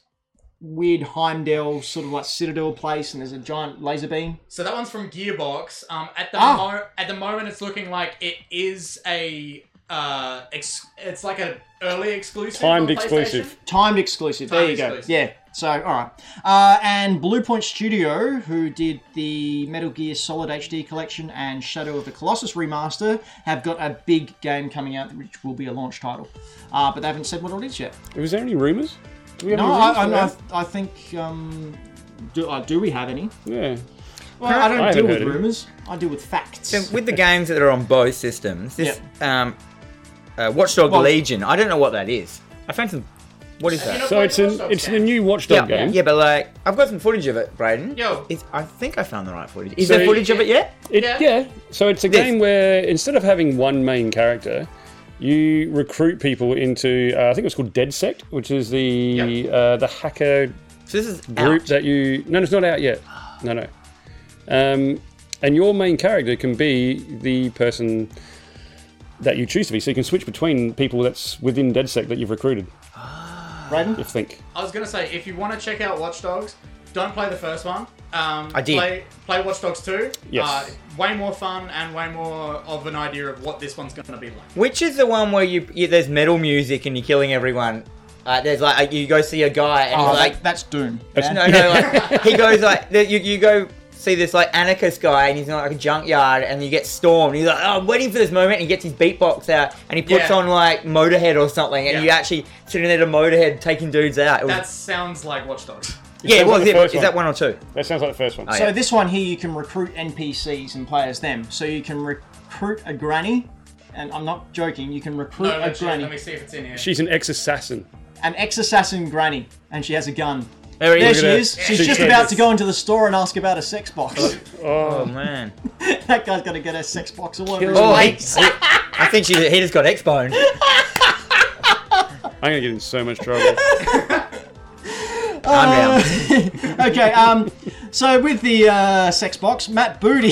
S1: weird Heimdall sort of like citadel place, and there's a giant laser beam.
S5: So that one's from Gearbox. Um, at the
S1: Ah.
S5: mo- at the moment, it's looking like it is a uh, ex- it's like an early exclusive. on
S3: Timed exclusive.
S5: PlayStation.
S1: Timed exclusive. there
S5: Timed
S1: you go.
S5: exclusive.
S1: Yeah. So, all right. Uh, and Blue Point Studio, who did the Metal Gear Solid HD collection and Shadow of the Colossus remaster, have got a big game coming out, which will be a launch title. Uh, but they haven't said what it is yet.
S3: Was there any rumours? Do we have
S1: No,
S3: any
S1: I,
S3: rumours
S1: I, I,
S3: for that?
S1: I think. Um, do, uh, do we have any?
S3: Yeah.
S1: Well, I don't
S3: I haven't
S1: deal with
S3: heard any.
S1: rumors. I deal with facts.
S2: So with the games that are on both systems, this um, uh, Watchdog
S1: Well-
S2: Legion. I don't know what that is. I found some. What is
S5: You
S2: that?
S5: know
S3: So
S5: what
S3: it's an
S5: Watch Dogs
S3: it's the
S5: game?
S3: new
S2: Yeah,
S3: Watchdog game.
S2: yeah, but like I've got some footage of it, Braden.
S5: Yo.
S2: it's, I think I found the right footage. Is
S3: So
S2: there
S3: you-
S2: footage of it yet?
S3: It,
S5: Yeah.
S3: yeah. So it's a
S2: This.
S3: game where instead of having one main character, you recruit people into uh, I think it was called Dead Sect, which is the
S5: Yeah.
S3: uh, the hacker
S2: So this is
S3: group
S2: out.
S3: that you no, no, it's not out yet. No, no. Um, and your main character can be the person that you choose to be, so you can switch between people that's within DedSec that you've recruited.
S1: Braden?
S3: I think.
S5: I was gonna say, if you want to check out Watch Dogs, don't play the first one. Um,
S2: I did.
S5: Play, play Watch Dogs 2.
S3: Yes.
S5: Uh, way more fun and way more of an idea of what this one's gonna be like.
S2: Which is the one where you, you there's metal music and you're killing everyone. Uh, there's like you go see a guy and
S1: Oh,
S2: he's like
S1: that, that's Doom. Dan.
S2: No, no, like, he goes like, the- you, you go see this like anarchist guy and he's in like a junkyard and you get stormed. He's like, oh, I'm waiting for this moment. And he gets his beatbox out and he puts
S5: Yeah.
S2: on like Motorhead or something and
S5: Yeah.
S2: you actually sitting there to Motorhead taking dudes out. It was,
S5: That sounds like Watch Dogs.
S2: yeah, it
S3: sounds
S2: was.
S3: like the
S2: it.
S3: first
S2: Is
S3: one.
S2: that one or two?
S3: That sounds like the first one.
S2: Oh,
S1: So
S2: yeah.
S1: this one here, you can recruit NPCs and play as them. So you can recruit a granny, and I'm not joking. You can recruit
S5: No,
S1: a
S5: actually,
S1: granny,
S5: let me see if it's in here.
S3: She's an ex-assassin.
S1: an ex-assassin granny, and she has a gun.
S2: There he
S1: There
S2: is.
S1: she
S3: at
S1: is.
S3: that.
S1: She's
S3: She
S1: just
S3: said
S1: about
S3: it's-
S1: to go into the store and ask about a sex box.
S2: Oh man.
S1: that guy's gonna get a sex box all over.
S2: Oh,
S1: his
S2: he,
S1: leg.
S2: he- I think she, he just got X-boned.
S3: I'm gonna get in so much trouble.
S2: I'm down.
S1: okay. Um. So with the uh, sex box, Matt Booty.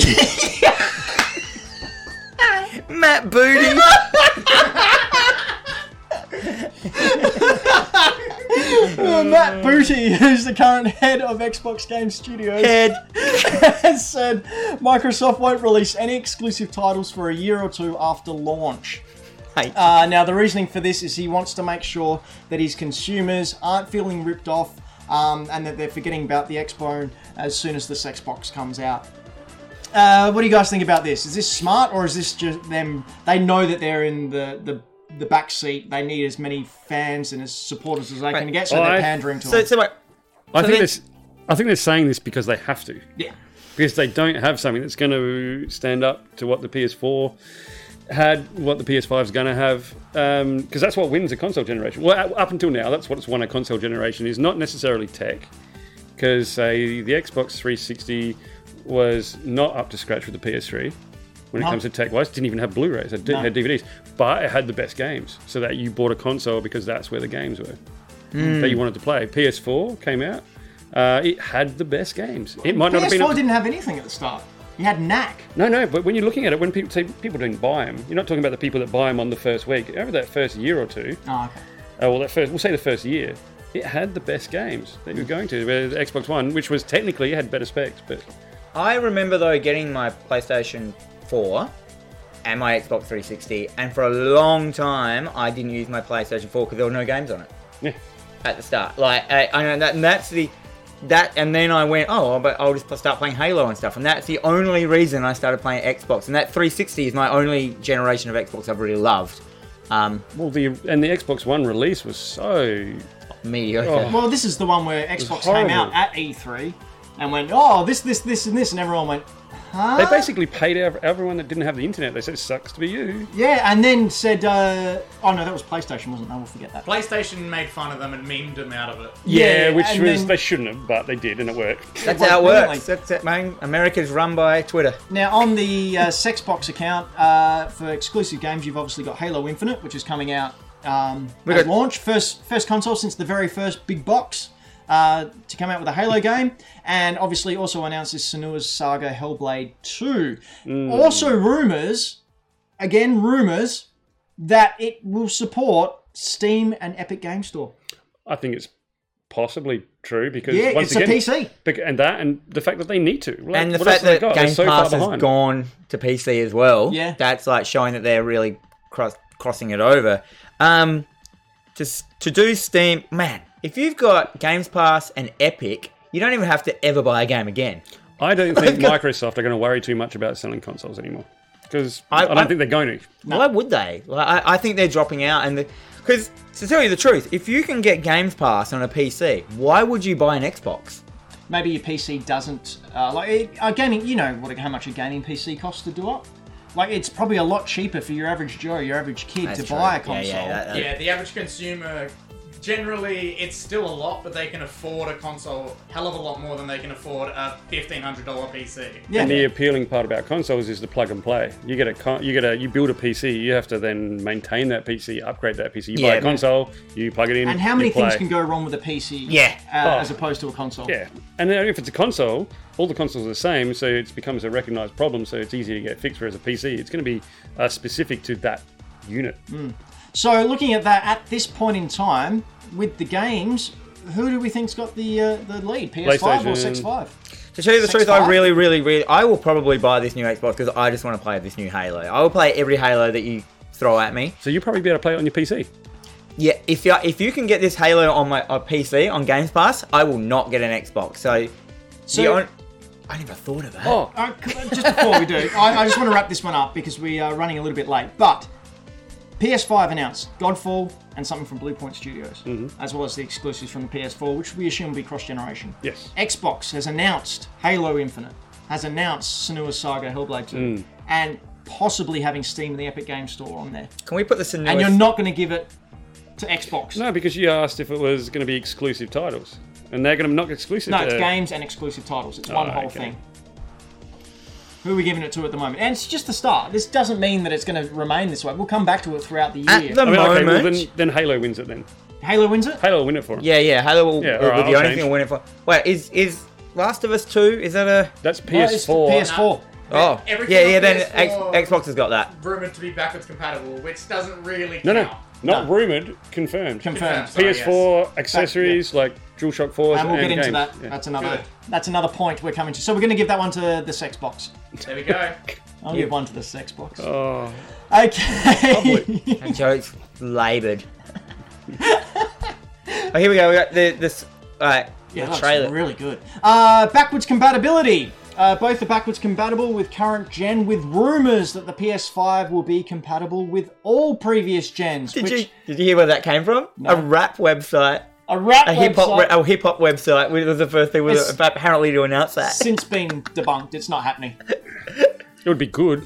S2: Matt Booty.
S1: Matt Booty, who's the current head of Xbox Game Studios,
S2: Head.
S1: has said Microsoft won't release any exclusive titles for a year or two after launch.
S2: Hey.
S1: Uh, now, the reasoning for this is he wants to make sure that his consumers aren't feeling ripped off um, and that they're forgetting about the Xbone as soon as the sex box comes out. uh, what do you guys think about this? Is this smart or is this just them? They know that they're in the the, the back seat. They need as many fans and as supporters as they can get, so
S3: Well,
S1: they're
S3: I-
S1: pandering to
S2: So,
S1: them.
S2: so what?
S3: I
S2: So
S3: think
S2: they-
S3: this. I think they're saying this because they have to.
S1: Yeah.
S3: Because they don't have something that's going to stand up to what the PS4 had, what the PS5 is going to have. Because that's what wins a console generation. Well, up until now, that's what's won a console generation is not necessarily tech. Because say the Xbox 360 was not up to scratch with the PS3 when it
S1: No.
S3: comes to tech wise. Didn't even have Blu-rays. It
S1: No.
S3: didn't have DVDs, but it had the best games. So that you bought a console because that's where the games were
S1: Hmm.
S3: that you wanted to play. PS4 came out. Uh, it had the best games. It might not have been.
S1: PS4 didn't have anything at the start. You had Knack.
S3: No, no. But when you're looking at it, when people say people didn't buy them, you're not talking about the people that buy them on the first week. Over that first year or two,
S1: Oh, okay.
S3: uh, well, that first, we'll say the first year, it had the best games that you were going to. Where the Xbox One, which was technically had better specs, but
S2: I remember though getting my PlayStation 4 and my Xbox 360, and for a long time I didn't use my PlayStation 4 because there were no games on it
S3: yeah,
S2: at the start. Like I, I know that, and that's the that, and then I went, oh, well, but I'll just start playing Halo and stuff, and that's the only reason I started playing Xbox. And that 360 is my only generation of Xbox I've really loved. Um,
S3: well, the and the Xbox One release was so
S2: mediocre.
S3: Oh.
S1: Well, this is the one where Xbox came
S3: horrible.
S1: out at E3 and went, oh, this, this, this, and this, and everyone went, huh?
S3: they basically paid ev- everyone that didn't have the internet. They said it sucks to be you.
S1: yeah, and then said, uh, oh no, that was PlayStation, wasn't it? I will forget that.
S5: PlayStation made fun of them and memed them out of it.
S1: Yeah,
S3: which
S1: and
S3: was
S1: then-
S3: they shouldn't have, but they did, and it worked.
S2: That's
S1: Well,
S2: how it
S1: apparently-
S2: works. That's it, man. America's run by Twitter.
S1: Now, on the uh, Sexbox account uh, for exclusive games, you've obviously got Halo Infinite, which is coming out um,
S2: We
S1: at
S2: got-
S1: launch, first first console since the very first big box uh, to come out with a Halo game, and obviously also announced this Senua's Saga Hellblade 2. Also, rumors, again, rumors that it will support Steam and Epic Game Store.
S3: I think it's possibly true because
S1: Yeah,
S3: once
S1: it's
S3: again,
S1: a PC.
S3: bec- and that, and the fact that they need to, Like,
S2: and the fact
S3: what else have
S2: that
S3: they got? They're
S2: Game
S3: so far
S2: Pass has
S3: behind.
S2: gone to PC as well,
S1: Yeah.
S2: that's like showing that they're really cross, crossing it over. Um, to s- to do Steam, man, if you've got Games Pass and Epic, you don't even have to ever buy a game again.
S3: I don't think Microsoft are going to worry too much about selling consoles anymore because I,
S2: I-
S3: don't
S2: I-
S3: think they're going to.
S2: Why would they? Like, I, I think they're dropping out, and because to tell you the truth, if you can get Games Pass on a PC, why would you buy an Xbox?
S1: maybe your PC doesn't uh, like it, a gaming. You know what? a- How much a gaming PC costs to do up? Like it's probably a lot cheaper for your average Joe, your average kid
S2: That's
S1: to
S2: true.
S1: buy a
S2: Yeah,
S1: console.
S2: yeah, that- that-
S5: Yeah, the average consumer, generally, it's still a lot, but they can afford a console hell of a lot more than they can afford a $1,500 PC.
S1: Yeah.
S3: And the appealing part about consoles is the plug and play. You get a con- you get a you build a PC, you have to then maintain that PC, upgrade that PC. You buy
S2: Yeah.
S3: a console, you plug it in,
S1: And how
S3: you
S1: many
S3: play.
S1: things can go wrong with a PC?
S2: Yeah.
S1: uh,
S3: Oh.
S1: as opposed to a console.
S3: Yeah, and then if it's a console, all the consoles are the same, so it becomes a recognised problem. So it's easy to get fixed. Whereas a PC, it's going to be uh, specific to that unit.
S1: Mm. So looking at that at this point in time with the games, who do we think's got the uh, the lead? PS5 or
S3: PlayStation.
S1: Six Five?
S2: To tell you the
S1: Six
S2: truth,
S1: five?
S2: I really, really, really, I will probably buy this new Xbox because I just want to play this new Halo. I will play every Halo that you throw at me.
S3: So you'll probably be able to play it on your PC.
S2: Yeah, if you if you can get this Halo on my on PC on Games Pass, I will not get an Xbox. So,
S1: So-
S2: the on- I never thought of that.
S3: Oh,
S1: Uh, c- just before we do, I, I just want to wrap this one up because we are running a little bit late. But PS5 announced Godfall and something from Blue Point Studios, as well as the exclusives from the PS4, which we assume will be cross generation.
S3: yes.
S1: Xbox has announced Halo Infinite, has announced Senua's Saga Hellblade 2, and possibly having Steam and the Epic Games Store on there.
S2: Can we put this in?
S1: And you're not going to give it to Xbox.
S3: No, because you asked if it was going to be exclusive titles, and they're going to not exclusive.
S1: No, it's
S3: uh,
S1: games and exclusive titles. It's one
S3: Oh,
S1: whole
S3: okay.
S1: thing. Who are we giving it to at the moment? And it's just the start. This doesn't mean that it's going to remain this way. We'll come back to it throughout the
S2: At
S1: year.
S2: the
S3: I mean, okay, well
S2: moment.
S3: then, then Halo wins it. Then
S1: Halo wins it.
S3: Halo will win it for him.
S2: yeah, yeah, Halo will,
S3: Yeah,
S2: will
S3: alright,
S2: be the
S3: I'll
S2: only
S3: change.
S2: thing winning for. Wait, is is Last of Us Two? Is that a?
S3: that's
S1: No, it's
S3: PS4.
S1: PS4.
S2: Oh,
S5: Everything
S2: yeah,
S5: on
S2: yeah. Then X,
S5: PS4
S2: Xbox has got that.
S5: Rumored to be backwards compatible, which doesn't really count.
S3: No, no, not
S1: No.
S3: rumored, confirmed.
S1: Confirmed. oh,
S5: Sorry, yes.
S3: PS4 accessories like DualShock 4
S1: And we'll get into
S3: games.
S1: that.
S3: Yeah.
S1: That's another.
S5: Good.
S1: That's another point we're coming to. So we're going to give that one to the sex box.
S5: There we go.
S1: I'll give one to the sex box.
S3: Oh,
S1: okay.
S3: public.
S2: That joke's laboured. oh, here we go. We got the this. All right,
S1: yeah,
S2: the
S1: that's
S2: trailer.
S1: really good. Uh, backwards compatibility. Uh, both are backwards compatible with current gen, with rumors that the PS5 will be compatible with all previous gens.
S2: Did
S1: which
S2: you did you hear where that came from? A rap website,
S1: a rap
S2: a hip hop,
S1: website
S2: a hip hop website. which was the first thing was
S1: It's-
S2: apparently to announce that.
S1: since been debunked. It's not happening.
S3: It would be good.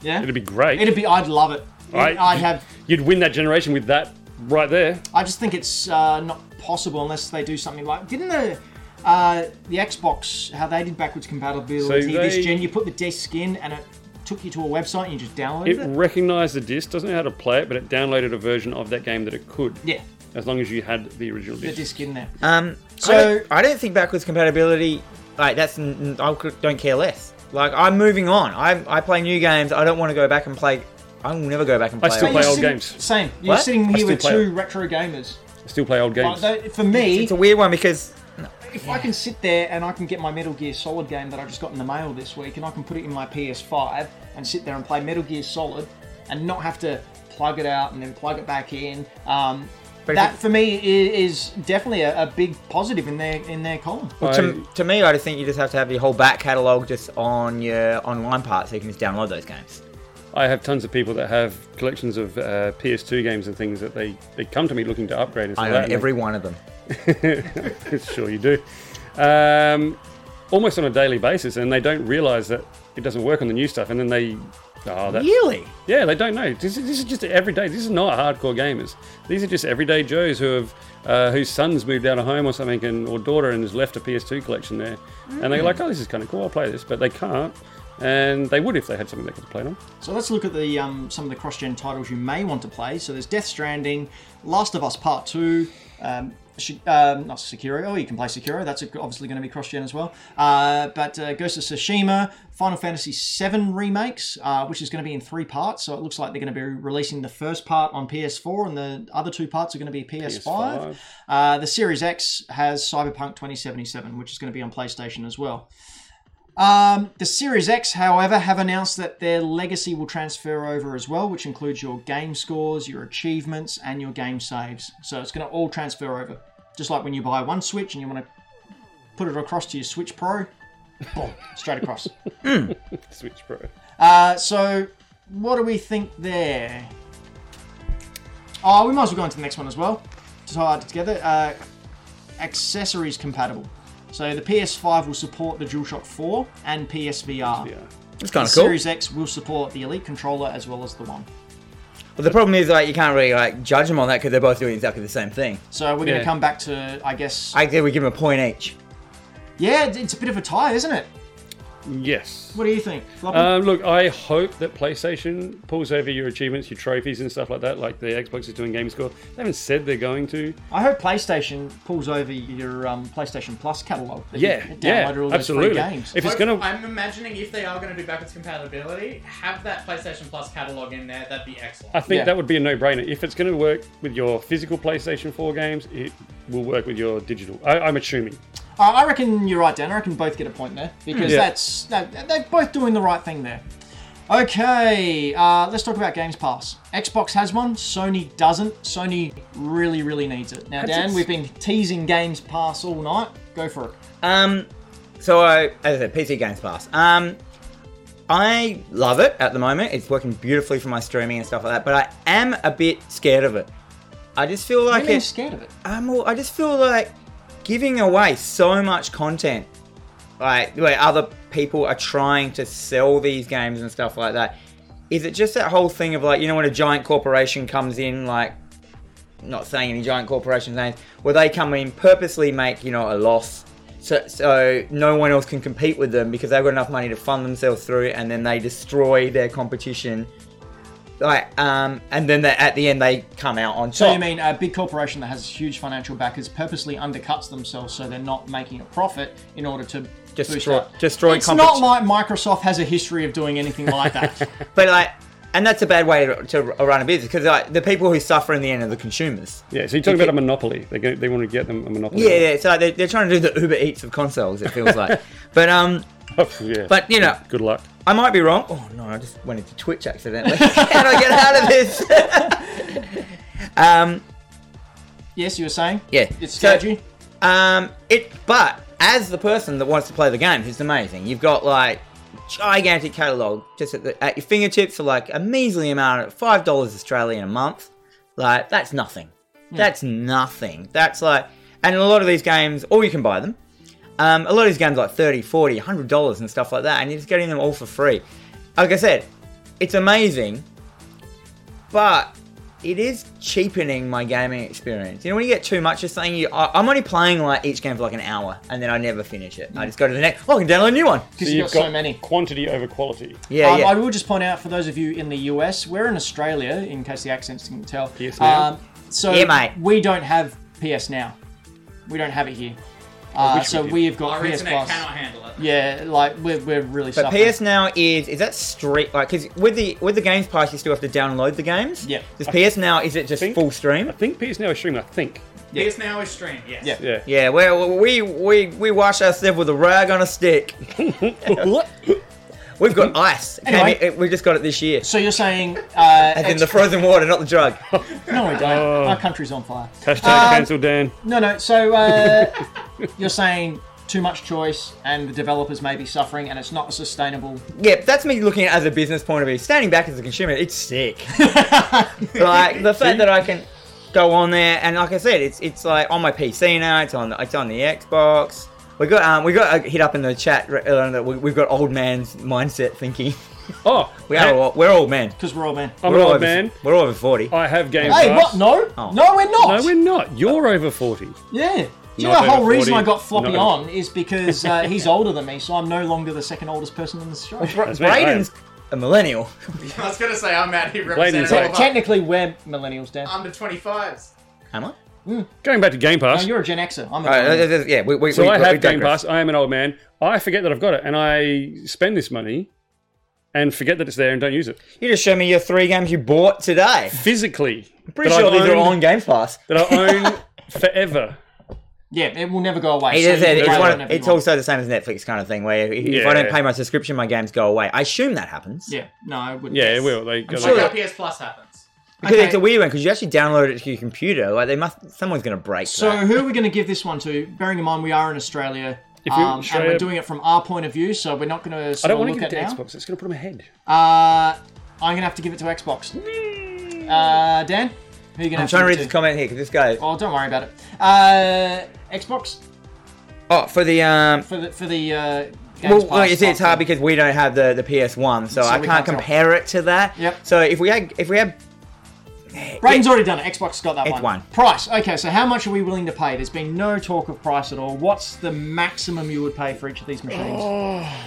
S1: Yeah,
S3: It'd be great.
S1: It'd be. I'd love it.
S3: Right.
S1: I'd have.
S3: You'd win that generation with that right there.
S1: I just think it's uh, not possible unless they do something like. Didn't the uh, the Xbox how they did backwards compatibility
S3: So they-
S1: this gen? You put the disc in and it took you to a website and you just downloaded
S3: It
S1: it.
S3: recognised the disc, doesn't know how to play it, but it downloaded a version of that game that it could.
S1: Yeah,
S3: As long as you had the original
S1: the
S3: disc.
S1: disc in there.
S2: Um,
S1: So-
S2: so I don't, I don't think backwards compatibility. Like that's n- n- I could- don't care less. Like I'm moving on. I I play new games. I don't want to go back and play. I will never go back and play.
S3: still
S2: old
S1: But
S3: play
S1: you're
S3: old
S2: games.
S1: sitting-
S3: games.
S1: Same. You're
S2: What?
S1: sitting
S3: I
S1: here
S3: still
S1: with
S3: play
S1: two retro gamers.
S3: Still play old
S1: Like,
S3: games.
S1: they- for me,
S2: It's a weird one because
S1: if I can sit there and I can get my Metal Gear Solid game that I just got in the mail this week and I can put it in my PS5 and sit there and play Metal Gear Solid and not have to plug it out and then plug it back in. Um,
S2: But if
S1: that
S2: it-
S1: for me i- is definitely a, a big positive in their in their column.
S2: to, to me, I just think you just have to have your whole back catalogue just on your online part, so you can just download those games.
S3: I have tons of people that have collections of uh, PS2 games and things that they, they come to me looking to upgrade and stuff
S2: I
S3: like
S2: own
S3: that.
S2: every one of them.
S3: sure you do. Um, almost on a daily basis, and they don't realise that it doesn't work on the new stuff, and then they, oh, that,
S2: Really?
S3: yeah, they don't know. This, is- this is just everyday. This is not hardcore gamers. These are just everyday Joes who have uh, whose son's moved out of home or something, and or daughter, and has left a PS2 collection there, and they're like,
S2: Mm.
S3: oh, this is kind of cool. I'll play this, but they can't. And they would if they had something they could play it on.
S1: So let's look at the um, some of the cross-gen titles you may want to play. So there's Death Stranding, Last of Us Part Two, um, Sh- um, not Sekiro. Oh, you can play Sekiro. That's obviously going to be cross-gen as well. Uh, but uh, Ghost of Tsushima, Final Fantasy VII remakes, uh, which is going to be in three parts. So it looks like they're going to be releasing the first part on PS4, and the other two parts are going to be PS5.
S3: PS5.
S1: Uh, the Series X has Cyberpunk 2077, which is going to be on PlayStation as well. Um, the Series X, however, have announced that their legacy will transfer over as well, which includes your game scores, your achievements, and your game saves. So it's going to all transfer over. Just like when you buy one Switch and you want to put it across to your Switch Pro, boom, straight across.
S3: Switch Pro.
S1: Uh, so, what do we think there? Oh, we might as well go into the next one as well to tie it together. Uh, accessories compatible. So the PS5 will support the DualShock 4 and PSVR.
S3: Yeah.
S2: It's kind of cool.
S1: Series X will support the Elite controller as well as the one.
S2: But the problem is, like, you can't really like judge them on that because they're both doing exactly the same thing.
S1: So we're going
S3: Yeah.
S1: to come back to, I guess.
S2: I think we give them a point each.
S1: yeah, it- it's a bit of a tie, isn't it?
S3: Yes.
S1: What do you think? Floppy?
S3: Um, look, I hope that PlayStation pulls over your achievements, your trophies, and stuff like that, like the Xbox is doing GameScore. They haven't said they're going to.
S1: I hope PlayStation pulls over your um, PlayStation Plus catalog. that you
S3: Yeah,
S1: downloaded
S3: yeah,
S1: all those free
S3: absolutely.
S1: games.
S3: If it's
S5: Hope-
S3: gonna,
S5: I'm imagining if they are going to do backwards compatibility, have that PlayStation Plus catalog in there. That'd be excellent.
S3: I think
S1: Yeah.
S3: that would be a no-brainer. If it's going to work with your physical PlayStation 4 games, it will work with your digital. I, I'm assuming.
S1: Uh, I reckon you're right, Dan. I reckon both get a point there because
S3: Yeah.
S1: that's that, they're both doing the right thing there. Okay, uh, let's talk about Games Pass. Xbox has one, Sony doesn't. Sony really, really needs it. Now, Dan,
S3: it-
S1: we've been teasing Games Pass all night. Go for it.
S2: Um, so I, as I said, PC Games Pass. Um, I love it at the moment. It's working beautifully for my streaming and stuff like that. But I am a bit scared of it. I just feel like
S1: I'm being
S2: it,
S1: scared of it.
S2: I'm all, I just feel like giving away so much content, like where other people are trying to sell these games and stuff like that. Is it just that whole thing of like you know when a giant corporation comes in like not saying any giant corporation names, where they come in purposely make you know a loss, so so no one else can compete with them because they've got enough money to fund themselves through, and then they destroy their competition. Like um, and then they, at the end they come out on top.
S1: So you mean a big corporation that has huge financial backers purposely undercuts themselves so they're not making a profit in order to boost
S2: Destroy-
S1: that?
S2: destroy
S1: It's
S2: competi-
S1: not like Microsoft has a history of doing anything like that.
S2: But like, and that's a bad way to, to run a business because like the people who suffer in the end are the consumers.
S3: Yeah. So you're talking about a monopoly. They go, they want to get them a monopoly.
S2: Yeah, yeah. It's like they're, they're trying to do the Uber Eats of consoles. It feels like. but um,
S3: Oh, yeah.
S2: But, you know-
S3: good luck.
S2: I might be wrong. Oh no, I just went into Twitch accidentally. How do I get out of this? um,
S1: yes, you were saying?
S2: yeah.
S1: It's
S2: So,
S1: scared you?
S2: Um, it. But as the person that wants to play the game, who's amazing. You've got like gigantic catalog just at, the, at your fingertips for like a measly amount of five dollars Australian a month. Like that's nothing. That's nothing. That's like, and a lot of these games, or you can buy them. Um, a lot of these games are like 30 40 100 dollars and stuff like that, and you're just getting them all for free. Like I said, it's amazing, but it is cheapening my gaming experience. You know, when you get too much of something, you, I, I'm only playing like each game for like an hour, and then I never finish it.
S1: Mm.
S2: I just go to the next. Oh, I can download a new one.
S1: because you've got so many.
S3: Quantity over quality.
S2: Yeah,
S1: um,
S2: yeah.
S1: I will just point out for those of you in the US, we're in Australia, in case the accents can tell. Um,
S3: PS Now?
S1: so
S2: Yeah, mate.
S1: we don't have PS Now. We don't have it here. Uh,
S3: wish we
S1: so
S3: did.
S1: we have got
S5: Our
S1: PS
S5: internet
S1: Plus.
S5: cannot handle it.
S1: Yeah, like we're, we're really
S2: But
S1: suffering.
S2: PS Now is is that straight like because with the with the Games Pass you still have to download the games.
S1: Yep.
S2: Does PS Now is it just
S3: Think-
S2: full stream?
S3: I think PS Now is streaming. I think.
S5: Yeah. now is streamed. Yes.
S1: Yeah.
S3: Yeah.
S2: Yeah. Well, we we we wash ourselves with a rag on a stick. We've got ice. Came
S1: Anyway.
S2: in- we just got it this year.
S1: So you're saying, uh,
S2: As in
S1: ex-
S2: the frozen water, not the drug.
S1: no, we don't.
S3: Oh.
S1: Our country's on fire.
S3: Hashtag
S1: Um,
S3: cancel Dan.
S1: No, no. So uh, you're saying too much choice, and the developers may be suffering, and it's not sustainable.
S2: yeah, that's me looking at it as a business point of view. Standing back as a consumer, it's sick. like the fact that I can go on there and like I said, it's it's like on my PC now. It's on the, it's on the Xbox. We got um we got uh, hit up in the chat. right, Uh, that we, we've got old man's mindset thinking.
S3: Oh,
S2: We are all, we're old men.
S1: Because we're all men.
S3: I'm
S2: We're
S3: an
S2: all
S3: old
S2: over,
S3: man. Oh,
S2: We're all over forty.
S3: I have Game
S1: Hey, what?
S3: Pass.
S1: No,
S2: Oh.
S1: no, we're not.
S3: No, we're not. You're over forty.
S1: yeah. Do you know
S3: Not
S1: the whole
S3: over
S1: reason
S3: 40.
S1: I got floppy
S3: No.
S1: on is because uh, he's older than me, so I'm no longer the second oldest person in the show.
S3: That's me, I am.
S2: Brayden's a millennial.
S5: I was gonna say I'm out here
S3: Ladies,
S5: representing all
S3: like-
S5: of our
S1: Technically, we're millennials, Dan.
S5: under 25s.
S2: Am I?
S3: Going back to Game
S1: No,
S3: Pass.
S1: you're a Gen Xer. I'm a
S2: All right,
S1: millennial.
S2: uh, uh, uh, yeah, we, we,
S3: so
S2: we,
S3: I
S2: we
S3: have Game
S2: digress.
S3: Pass. I am an old man. I forget that I've got it, and I spend this money, and forget that it's there, and don't use it
S2: You just show me your three games you bought today.
S3: physically.
S2: Pretty
S3: that
S2: sure
S3: I've
S2: these are
S3: owned-
S2: on Game Pass.
S3: that I own forever.
S1: yeah, it will never go away.
S2: It
S1: so
S2: is,
S1: you can
S2: it's,
S1: play
S2: one
S1: it
S2: of-
S1: whenever you
S2: it's
S1: want.
S2: also the same as Netflix kind of thing, where if, if I
S3: Yeah.
S2: don't pay my subscription, my games go away. I assume that happens.
S1: Yeah, no, I wouldn't.
S3: Yeah, it will. They,
S5: Like
S2: sure
S5: how
S2: that-
S5: PS Plus happens.
S2: Because
S1: Okay.
S2: it's a weird one, because you actually download it to your computer. Like, they must, someone's going to break
S1: So
S2: that.
S1: who are we going to give this one to? Bearing in mind we are in Australia,
S3: If you're
S1: um, and
S3: Australia-
S1: we're doing it from our point of view, so we're not going to.
S3: I don't want
S1: look
S3: to give it
S1: at
S3: to
S1: now.
S3: Xbox. It's going to put them ahead.
S1: Uh, I'm going to have to give it to Xbox. Uh, Dan, who are you going to?
S2: I'm trying to read this comment here, because this guy.
S1: Oh, don't worry about it. Uh, Xbox
S2: Oh, for the. um.
S1: for the for the. Uh, Games
S2: Well, like
S1: Pass
S2: you see, it's
S1: platform.
S2: hard because we don't have the, the PS1, so,
S1: So
S2: I
S1: we
S2: can't,
S1: can't tell.
S2: compare it to that.
S1: Yep.
S2: So if we had if we had
S1: Brayden's already done it. Xbox got that
S2: It's
S1: one.
S2: one.
S1: Price. Okay, so how much are we willing to pay? There's been no talk of price at all. What's the maximum you would pay for each of these machines?
S2: Oh.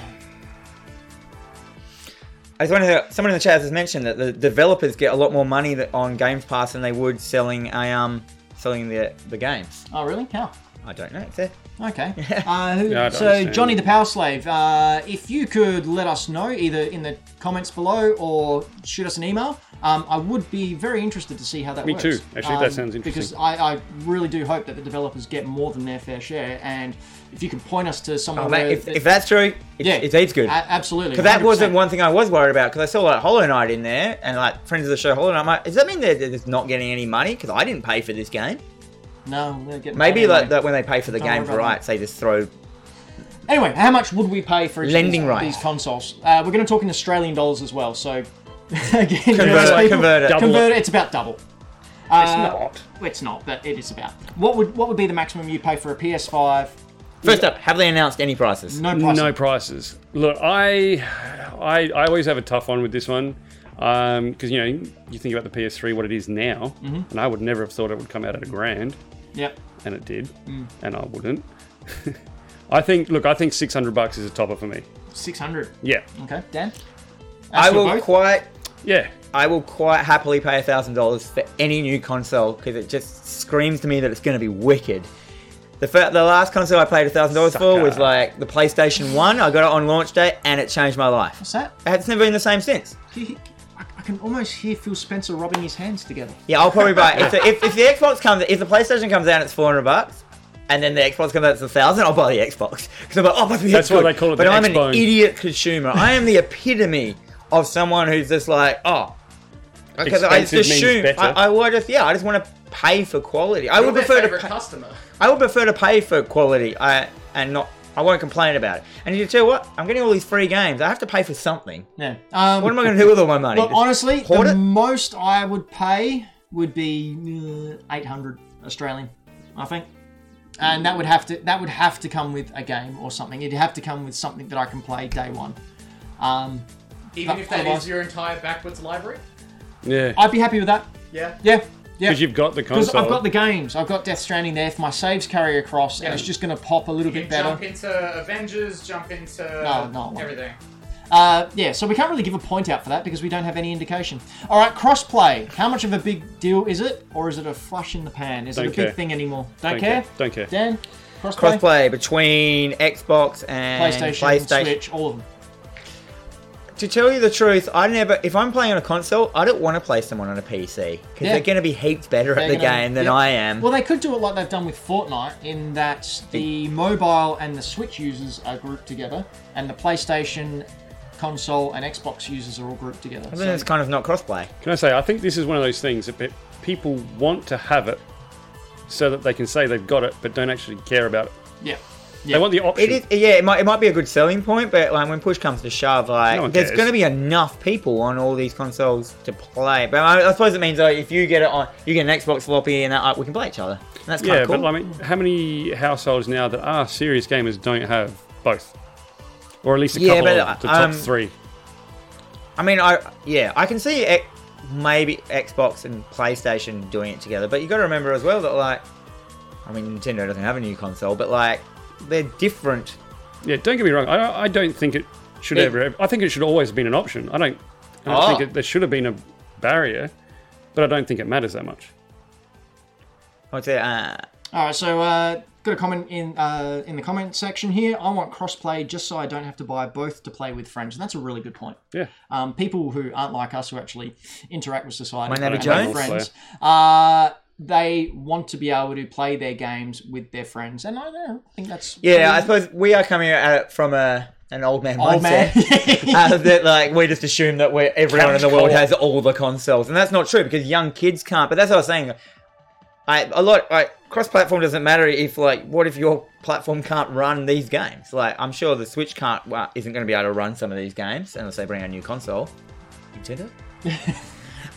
S2: As one of the, someone in the chat has mentioned that the developers get a lot more money that, on Games Pass than they would selling a um selling the the games.
S1: Oh, really? How?
S2: I don't know. It's there.
S1: Okay. Uh, who-
S3: Yeah, I don't
S1: so,
S3: understand.
S1: Johnny the Power Slave, uh, if you could let us know either in the comments below or shoot us an email, um, I would be very interested to see how that
S3: Me
S1: works. Um,
S3: too. Actually, that sounds
S1: Because
S3: interesting.
S1: I, I really do hope that the developers get more than their fair share. And if you can point us to somewhere
S2: Oh,
S1: where
S2: mate, if,
S1: that-
S2: if that's true, it's,
S1: yeah,
S2: it's it's good.
S1: a- absolutely.
S2: Because that was the
S1: 100%.
S2: one thing I was worried about. Because I saw like Hollow Knight in there, and like friends of the show Hollow Knight. I'm like, does that mean they're, they're just not getting any money? Because I didn't pay for this game.
S1: No, we're getting
S2: Maybe
S1: paid
S2: like
S1: anyway.
S2: that when they pay for the
S1: Don't worry
S2: game's
S1: about that.
S2: rights, they just throw.
S1: Anyway, how much would we pay for each
S2: Lending
S1: of these,
S2: rights.
S1: these consoles? Uh, we're going to talk in Australian dollars as well. So again, convert,
S2: it, convert it.
S3: Double
S1: convert it. It's about double.
S3: It's
S1: Uh,
S3: not.
S1: It's not, but it is about. What would what would be the maximum you pay for a PS5?
S2: First up, have they announced any prices?
S1: No price.
S3: No prices. Look, I, I, I always have a tough one with this one, because you know you think about the PS3, what it is now,
S2: Mm-hmm.
S3: and I would never have thought it would come out at a grand,
S1: Yep.
S3: and it did,
S1: Mm.
S3: and I wouldn't. I think. Look, I think six hundred bucks is a topper for me.
S1: Six hundred.
S3: Yeah,
S1: Okay, Dan.
S2: I
S1: for
S2: will
S1: both?
S2: quite
S3: yeah.
S2: I will quite happily pay thousand dollars for any new console because it just screams to me that it's going to be wicked. The fir- the last console I paid thousand dollars for
S3: Sucker.
S2: was like the PlayStation One. I got it on launch day and it changed my life.
S1: What's that?
S2: It's never been the same since.
S1: He- I I can almost hear Phil Spencer rubbing his hands together.
S2: Yeah, I'll probably buy if, the, if if the Xbox comes if the PlayStation comes out, it's four hundred bucks. And then the Xbox comes out, it's a thousand. I'll buy the Xbox because I'm like, oh, but the
S3: That's
S2: Xbox.
S3: why they call it
S2: But
S3: the
S2: I'm
S3: Xbone.
S2: an idiot consumer. I am the epitome of someone who's just like, oh, because I just
S3: Expensive means
S2: assume
S3: better.
S2: I, I would just yeah, I just want to pay for quality. I would
S5: Who's
S2: prefer to
S5: their favorite
S2: pay,
S5: customer.
S2: I would prefer to pay for quality. I and not. I won't complain about it. And you tell you what, I'm getting all these free games. I have to pay for something.
S1: Yeah. Um,
S2: What am I going to do with all my money?
S1: Well, honestly,
S2: hoard
S1: the
S2: it?
S1: most I would pay would be uh, 800 Australian, I think. And that would have to that would have to come with a game or something. It'd have to come with something that I can play day one. Um,
S5: Even
S1: But
S5: if that
S1: otherwise-
S5: is your entire backwards library.
S3: Yeah.
S1: I'd be happy with that.
S5: Yeah.
S1: Yeah, yeah.
S3: Because you've got the
S1: Because
S3: console.
S1: I've got the games. I've got Death Stranding there. If my saves carry across, and
S5: Yeah.
S1: it's just going to pop a little
S5: You
S1: bit
S5: can
S1: better.
S5: jump into Avengers, jump into
S1: No, no, I won't.
S5: everything.
S1: Uh, yeah, so we can't really give a point out for that because we don't have any indication. All right, crossplay. How much of a big deal is it, or is it a flash in the pan? Is it
S3: Don't
S1: a
S3: care.
S1: big thing anymore? Don't,
S3: Don't
S1: care?
S3: care. Don't care.
S1: Dan, crossplay,
S2: Crossplay between Xbox and
S1: PlayStation, Switch, all of them.
S2: To tell you the truth, I never. If I'm playing on a console, I don't want to play someone on a PC because
S1: Yeah.
S2: they're going to be heaps better at the
S1: They're gonna-
S2: game than
S1: yep.
S2: I am.
S1: Well, they could do it like they've done with Fortnite, in that the mobile and the Switch users are grouped together, and the PlayStation, console, and Xbox users are all grouped together.
S2: Then it's
S1: So-
S2: kind of not crossplay.
S3: Can I say, I think this is one of those things that pe- people want to have it so that they can say they've got it, but don't actually care about it.
S1: yeah,
S3: They want the option.
S2: It is, yeah. It might, it might be a good selling point, but like when push comes to shove, like
S3: No one
S2: there's
S3: cares.
S2: going to be enough people on all these consoles to play. But I, I suppose it means like if you get it on, you get an Xbox floppy, and that, like, we can play each other. And that's kind
S3: yeah,
S2: of cool.
S3: but I mean, how many households now that are serious gamers don't have both? Or at least a
S2: Yeah,
S3: couple
S2: but,
S3: of the top
S2: um,
S3: three.
S2: I mean, I yeah, I can see e- maybe Xbox and PlayStation doing it together, but you got to remember as well that like, I mean, Nintendo doesn't have a new console, but like they're different.
S3: Yeah, don't get me wrong. I, don't- I don't think it should
S2: It-
S3: ever. I think it should always have been an option. I don't. I don't
S2: Oh.
S1: Ah.
S3: think it, there should have been a barrier, but I don't think it matters that much.
S2: What's it? Uh,
S1: All right, so uh, got a comment in uh, in the comment section here. I want crossplay just so I don't have to buy both to play with friends, and that's a really good point.
S3: Yeah.
S1: Um, people who aren't like us who actually interact with society,
S2: My name
S1: and
S2: is Jones.
S1: make friends, uh, they want to be able to play their games with their friends, and I don't think that's
S2: yeah, I suppose we are coming at it from a an old man
S1: old man.
S2: mindset. uh, that like we just assume that we're, everyone in the world
S3: co-op.
S2: has all the consoles, and that's not true because young kids can't. But that's what I was saying. I a lot like cross-platform doesn't matter if like what if your platform can't run these games? Like I'm sure the Switch can't well, isn't going to be able to run some of these games unless they bring out a new console. Nintendo.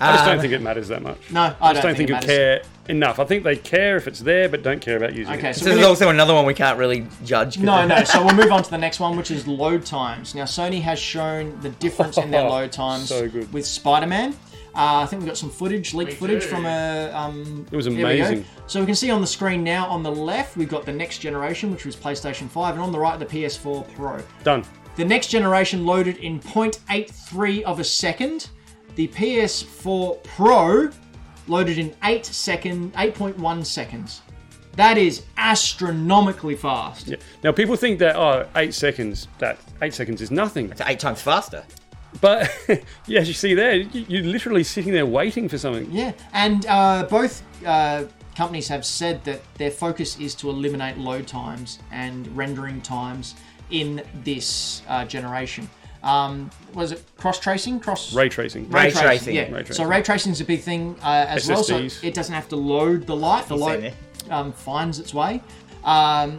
S3: I just
S2: Um,
S3: don't think it matters that much.
S1: no, I
S3: I just
S1: don't
S3: don't
S1: think
S3: think,
S1: it
S3: you care enough. I think they care if it's there, but don't care about using
S1: Okay,
S3: it.
S1: so
S2: This
S1: we're
S2: is
S1: gonna-
S2: also another one we can't really judge. 'cause
S1: No,
S2: of-
S1: no. So we'll move on to the next one, which is load times. Now, Sony has shown the difference in their load times
S3: So good.
S1: with Spider-Man. Uh, I think we got some footage, leaked
S5: We
S1: footage
S5: do.
S1: from a. Um,
S3: It was
S1: here we go.
S3: amazing.
S1: So we can see on the screen now. On the left, we've got the next generation, which was PlayStation 5, and on the right, the PS4 Pro.
S3: Done.
S1: The next generation loaded in 0.83 of a second. The PS4 Pro loaded in 8 second, 8.1 seconds. That is astronomically fast.
S3: Yeah. Now people think that oh, eight seconds. That eight seconds is nothing.
S2: It's eight times faster.
S3: But yeah, as you see there, you- you're literally sitting there waiting for something.
S1: Yeah, and uh, both uh, companies have said that their focus is to eliminate load times and rendering times in this uh, generation. Um, was it cross tracing? Cross
S3: Ray tracing.
S2: Ray tracing.
S1: Yeah. So
S3: Ray tracing.
S1: ray tracing is a big thing uh, as well. So
S3: SSDs.
S1: it doesn't have to load the light. The
S2: seen
S1: light
S2: it.
S1: um, finds its way, um,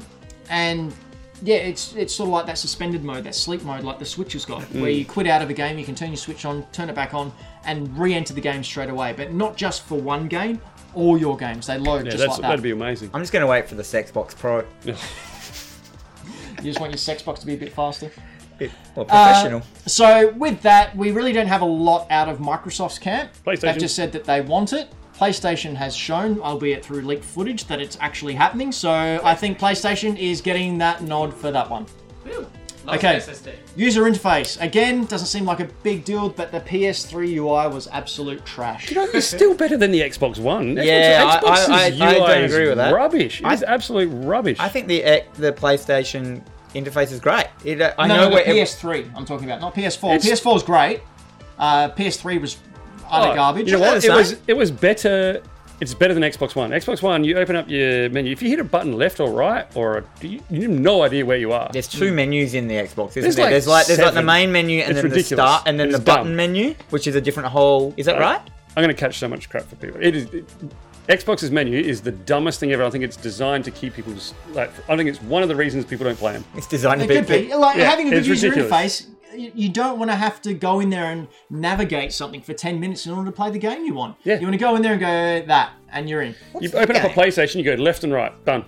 S1: and yeah, it's it's sort of like that suspended mode, that sleep mode, like the Switch has got, where
S3: Mm.
S1: you quit out of a game, you can turn your Switch on, turn it back on, and re-enter the game straight away. But not just for one game, all your games they load
S3: Yeah,
S1: just
S3: that's,
S1: like that.
S3: that'd be amazing.
S2: I'm just going to wait for the Xbox Pro.
S1: You just want your sex box to be a bit faster.
S2: Well, professional.
S1: So with that, we really don't have a lot out of Microsoft's camp.
S3: PlayStation.
S1: They've just said that they want it. PlayStation has shown, albeit through leaked footage, that it's actually happening. So I think PlayStation is getting that nod for that one.
S5: Whew. Lots
S1: Okay.
S5: of SSD.
S1: User interface again doesn't seem like a big deal, but the PS3 UI was absolute trash.
S3: It's still better than the Xbox One. Xbox-
S2: Yeah, I-
S3: Xbox's
S2: I- I- I
S3: UI
S2: don't
S3: is
S2: agree with that.
S3: Rubbish. It's absolute rubbish.
S2: I think the eh, the PlayStation interface is great. It, uh, I
S1: No,
S2: know
S1: no, the
S2: where ev-
S1: PS3 I'm talking about, not PS4.
S3: It's-
S1: PS4 is great. Uh, PS3 was utter
S3: Oh,
S1: garbage.
S3: You know what?
S2: That's
S3: It was
S2: nice.
S3: it was better. It's better than Xbox One. Xbox One, you open up your menu. If you hit a button left or right, or a, you, you have no idea where you are.
S2: There's two menus in the Xbox, isn't
S3: Mm. There's
S2: there?
S3: like
S2: there's like there's like the
S3: seven.
S2: main menu and
S3: It's
S2: then the
S3: ridiculous.
S2: start and then
S3: It's
S2: the button
S3: dumb. Uh,
S2: menu, which is a different whole. Is that right?
S3: I'm going to catch so much crap for people. It is. It, Xbox's menu is the dumbest thing ever. I think it's designed to keep people just, like I think it's one of the reasons people don't play them.
S2: It's designed to
S1: It
S2: be.
S1: could be like
S3: yeah,
S1: having a good
S3: it's
S1: user
S3: ridiculous.
S1: interface. y- You don't want to have to go in there and navigate something for ten minutes in order to play the game you want.
S3: Yeah.
S1: You want to go in there and go that, and you're in.
S3: You open up a
S2: game?
S3: PlayStation, you go left and right, done.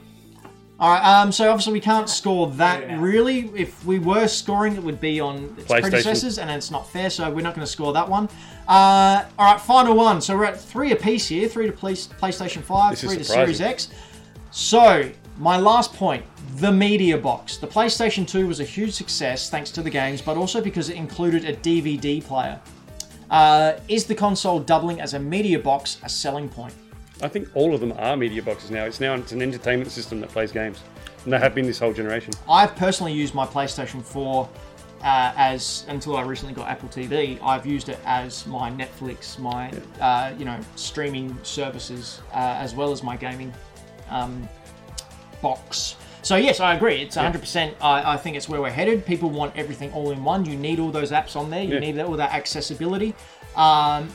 S1: All right. Um. So obviously we can't score that
S5: Yeah.
S1: really. If we were scoring, it would be on its
S3: PlayStation.
S1: predecessors, and it's not fair. So we're not going to score that one. Uh. All right. Final one. So we're at three apiece here. Three to place, PlayStation Five.
S3: This is
S1: three to
S3: surprising.
S1: Series X. So my last point. The media box. The PlayStation 2 was a huge success thanks to the games, but also because it included a DVD player. Uh, is the console doubling as a media box a selling point?
S3: I think all of them are media boxes now. It's now it's an entertainment system that plays games, and they have been this whole generation.
S1: I've personally used my PlayStation 4 uh, as until I recently got Apple TV. I've used it as my Netflix, my uh, you know streaming services, uh, as well as my gaming um, box. So yes, I agree. It's 100%. I, I think it's where we're headed. People want everything all in one. You need all those apps on there. You
S3: Yeah.
S1: need all that accessibility. Um,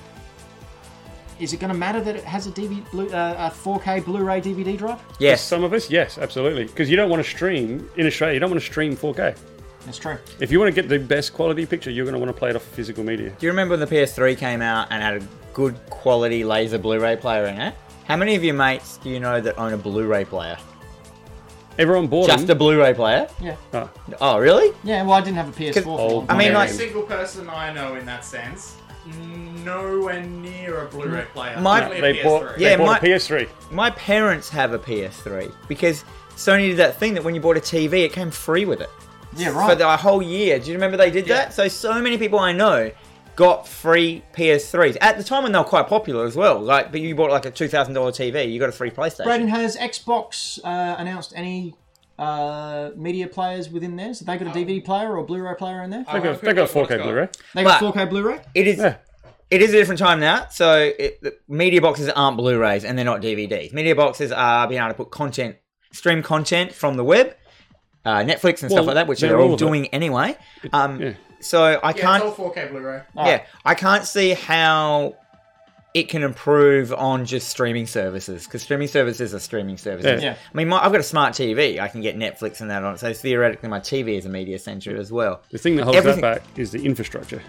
S1: is it going to matter that it has a, DV, blue, uh, a 4K Blu-ray DVD drive?
S2: Yes.
S3: Some of us, yes, absolutely, because you don't want to stream in Australia. You don't want to stream 4K.
S1: That's true.
S3: If you want to get the best quality picture, you're going to want to play it off physical media.
S2: Do you remember when the PS3 came out and had a good quality laser Blu-ray player in it? How many of your mates do you know that own a Blu-ray player?
S3: Everyone bought
S2: Just a
S3: them.
S2: Blu-ray player?
S1: Yeah.
S3: Oh,
S2: Oh, really?
S1: Yeah, well, I didn't have a PS4. for
S3: Oh,
S1: my
S2: I mean,
S1: game.
S2: like-
S5: Every single person I know in that sense, nowhere near a Blu-ray player.
S2: My-
S5: Only a
S3: they
S5: PS3.
S3: bought.
S2: Yeah,
S3: they bought
S2: my-
S3: a PS3.
S2: My parents have a PS3 because Sony did that thing that when you bought a TV, it came free with it
S1: yeah,
S2: for
S1: right.
S2: the whole year. Do you remember they did
S5: Yeah.
S2: that? So so many people I know got free PS3s at the time when they were quite popular as well. Like, but you bought like a two thousand dollar TV, you got a free PlayStation.
S1: Braden, has Xbox uh, announced any uh, media players within theirs? Have they got a DVD player or Blu-ray player in there?
S5: I
S3: They
S5: wanna
S3: got, they got a
S5: look what
S3: 4K
S5: it's
S3: Blu-ray.
S1: They got
S2: But-
S1: 4K Blu-ray.
S2: It is.
S3: Yeah.
S2: It is a different time now, so it, the media boxes aren't Blu-rays and they're not DVDs. Media boxes are being able to put content, stream content from the web, uh, Netflix and
S3: Well,
S2: stuff like that, which
S3: they're
S2: they're
S3: all
S2: all
S3: of it.
S2: doing anyway. Um,
S3: yeah.
S2: So I
S5: Yeah,
S2: can't.
S5: it's all 4K Blu-ray.
S2: Yeah, I can't see how it can improve on just streaming services because streaming services are streaming services.
S3: Yeah.
S1: Yeah.
S2: I mean, my, I've got a smart TV. I can get Netflix and that on. it, So theoretically, my TV is a media center as well.
S3: The thing that holds
S2: Everything-
S3: that back is the infrastructure,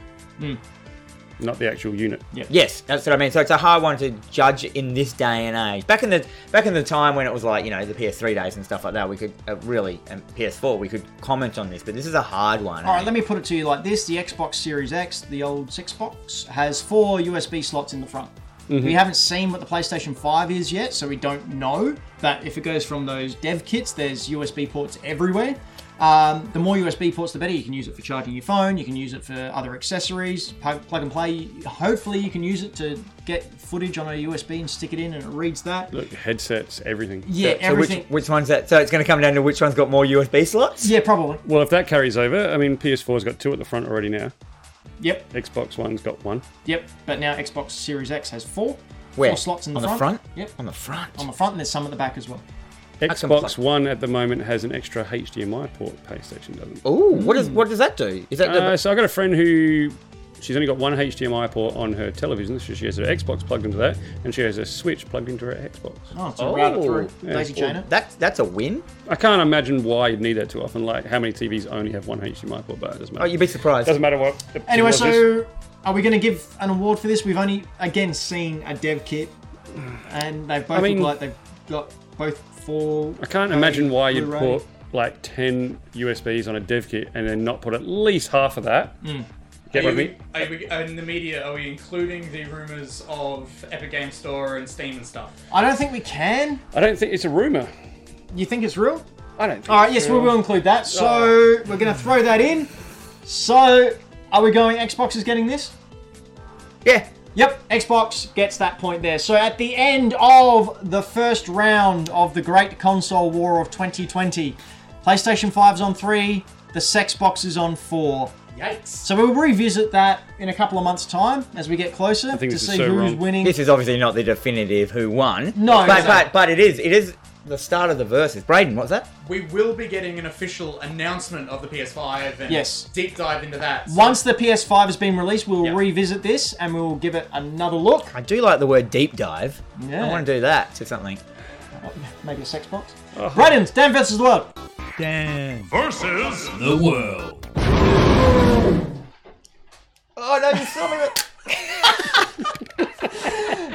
S3: not the actual unit.
S2: Yes, that's what I mean. So it's a hard one to judge in this day and age. Back in the back in the time when it was like you know the PS3 days and stuff like that, we could uh, really and PS4 we could comment on this, but this is a hard one.
S1: All right, let me put it to you like this: the Xbox Series X, the old six box, has four USB slots in the front.
S2: Mm-hmm.
S1: We haven't seen what the PlayStation 5 is yet, so we don't know. But if it goes from those dev kits, there's USB ports everywhere. Um, the more USB ports, the better. You can use it for charging your phone. You can use it for other accessories, plug, plug and play. Hopefully, you can use it to get footage on a USB and stick it in, and it reads that.
S3: Look, headsets, everything.
S1: Yeah,
S2: So which,
S1: everything.
S2: which one's that? So it's going to come down to which one's got more USB slots.
S1: yeah, probably.
S3: Well, if that carries over, I mean, PS4's got two at the front already now.
S1: Yep,
S3: Xbox One's got one.
S1: yep. But now Xbox Series X has four.
S2: Where?
S1: Four slots in the
S2: on the
S1: front?
S2: front.
S1: Yep.
S2: On the front.
S1: on the front, and there's some at the back as well.
S2: can plug-
S3: Xbox One at the moment has an extra HDMI port. PlayStation doesn't.
S2: Ooh, what is what does that do? Is that
S3: Uh, so I got a friend who she's only got one HDMI port on her television, so she has her Xbox plugged into that, and she has a Switch plugged into her Xbox.
S1: Oh, it's a
S2: Oh.
S1: router through
S2: Yeah,
S1: Daisy
S3: cool.
S1: chain it.
S2: that's that's a win?
S3: I can't imagine why you'd need that too often. Like how many TVs only have one HDMI port, but it doesn't matter.
S2: Oh, you'd be surprised.
S3: doesn't matter what. the-
S1: Anyway,
S3: what it is.
S1: so are we going to give an award for this? We've only again seen a dev kit, and they both
S3: mean-
S1: look like they've got both four.
S3: I can't imagine why you'd put like ten USBs on a dev kit and then not put at least half of that.
S1: Hmm.
S3: Get what
S5: Are
S3: I
S5: you,
S3: mean?
S5: are you, in the media, are we including the rumors of Epic Game Store and Steam and stuff?
S1: I don't think we can.
S3: I don't think it's a rumor.
S1: You think it's real?
S3: I don't. Think
S1: All right. Yes, we will include that. So we're going to throw that in. So are we going? Xbox is getting this.
S2: yeah.
S1: Yep, Xbox gets that point there. So at the end of the first round of the Great Console War of 2020, PlayStation 5's on three, the Sexbox is on four.
S5: Yikes.
S1: So we'll revisit that in a couple of months' time as we get closer
S3: think
S1: to
S3: this is
S1: see
S3: so
S1: who's
S3: wrong.
S1: winning.
S2: This is obviously not the definitive who won.
S1: No,
S2: but,
S1: exactly.
S2: but but it is it is the start of the verses. Braden, what's that?
S5: We will be getting an official announcement of the PS5 and
S1: Yes.
S5: deep dive into that. So-
S1: Once the PS5 has been released, we'll
S5: Yeah.
S1: revisit this and we'll give it another look.
S2: I do like the word deep dive.
S1: Yeah.
S2: I want to do that to something.
S1: Maybe a sex box.
S3: Uh-huh.
S1: Braden, Dan versus the world.
S4: Versus the world.
S2: Oh no, you saw me.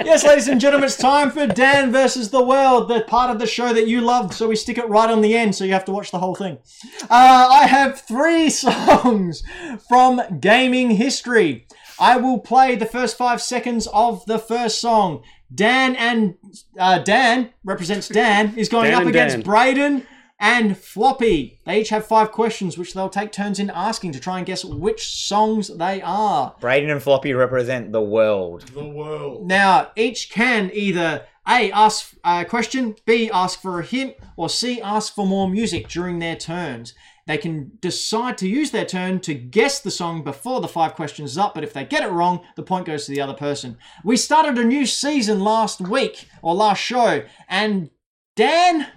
S1: Yes, ladies and gentlemen, it's time for Dan versus the world, the part of the show that you loved, so we stick it right on the end, so you have to watch the whole thing. Uh, I have three songs from gaming history. I will play the first five seconds of the first song. Dan and uh, Dan represents Dan is going
S3: Dan
S1: up
S3: and
S1: against
S3: Dan.
S1: Braden and Floppy. They each have five questions, which they'll take turns in asking to try and guess which songs they are.
S2: Braden and Floppy represent the world.
S5: the world.
S1: Now, each can either A, ask a question, B, ask for a hint, or C, ask for more music during their turns. They can decide to use their turn to guess the song before the five questions is up, but if they get it wrong, the point goes to the other person. We started a new season last week, or last show, and Dan,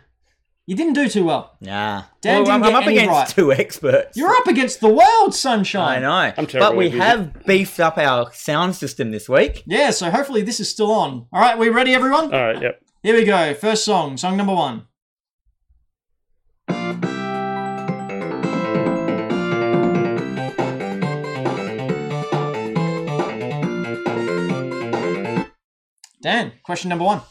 S1: you didn't do too well.
S2: Nah.
S1: Dan
S2: Well, I'm,
S1: didn't get
S2: I'm up
S1: any
S2: against
S1: right.
S2: two experts.
S1: You're up against the world,
S2: I
S1: sunshine.
S2: know.
S3: I'm terrible
S2: but we
S3: at music.
S2: have beefed up our sound system this week.
S1: Yeah, so hopefully this is still on. All right, we ready, everyone?
S3: All right, yep.
S1: Here we go. First song, song number one. Dan, question number one.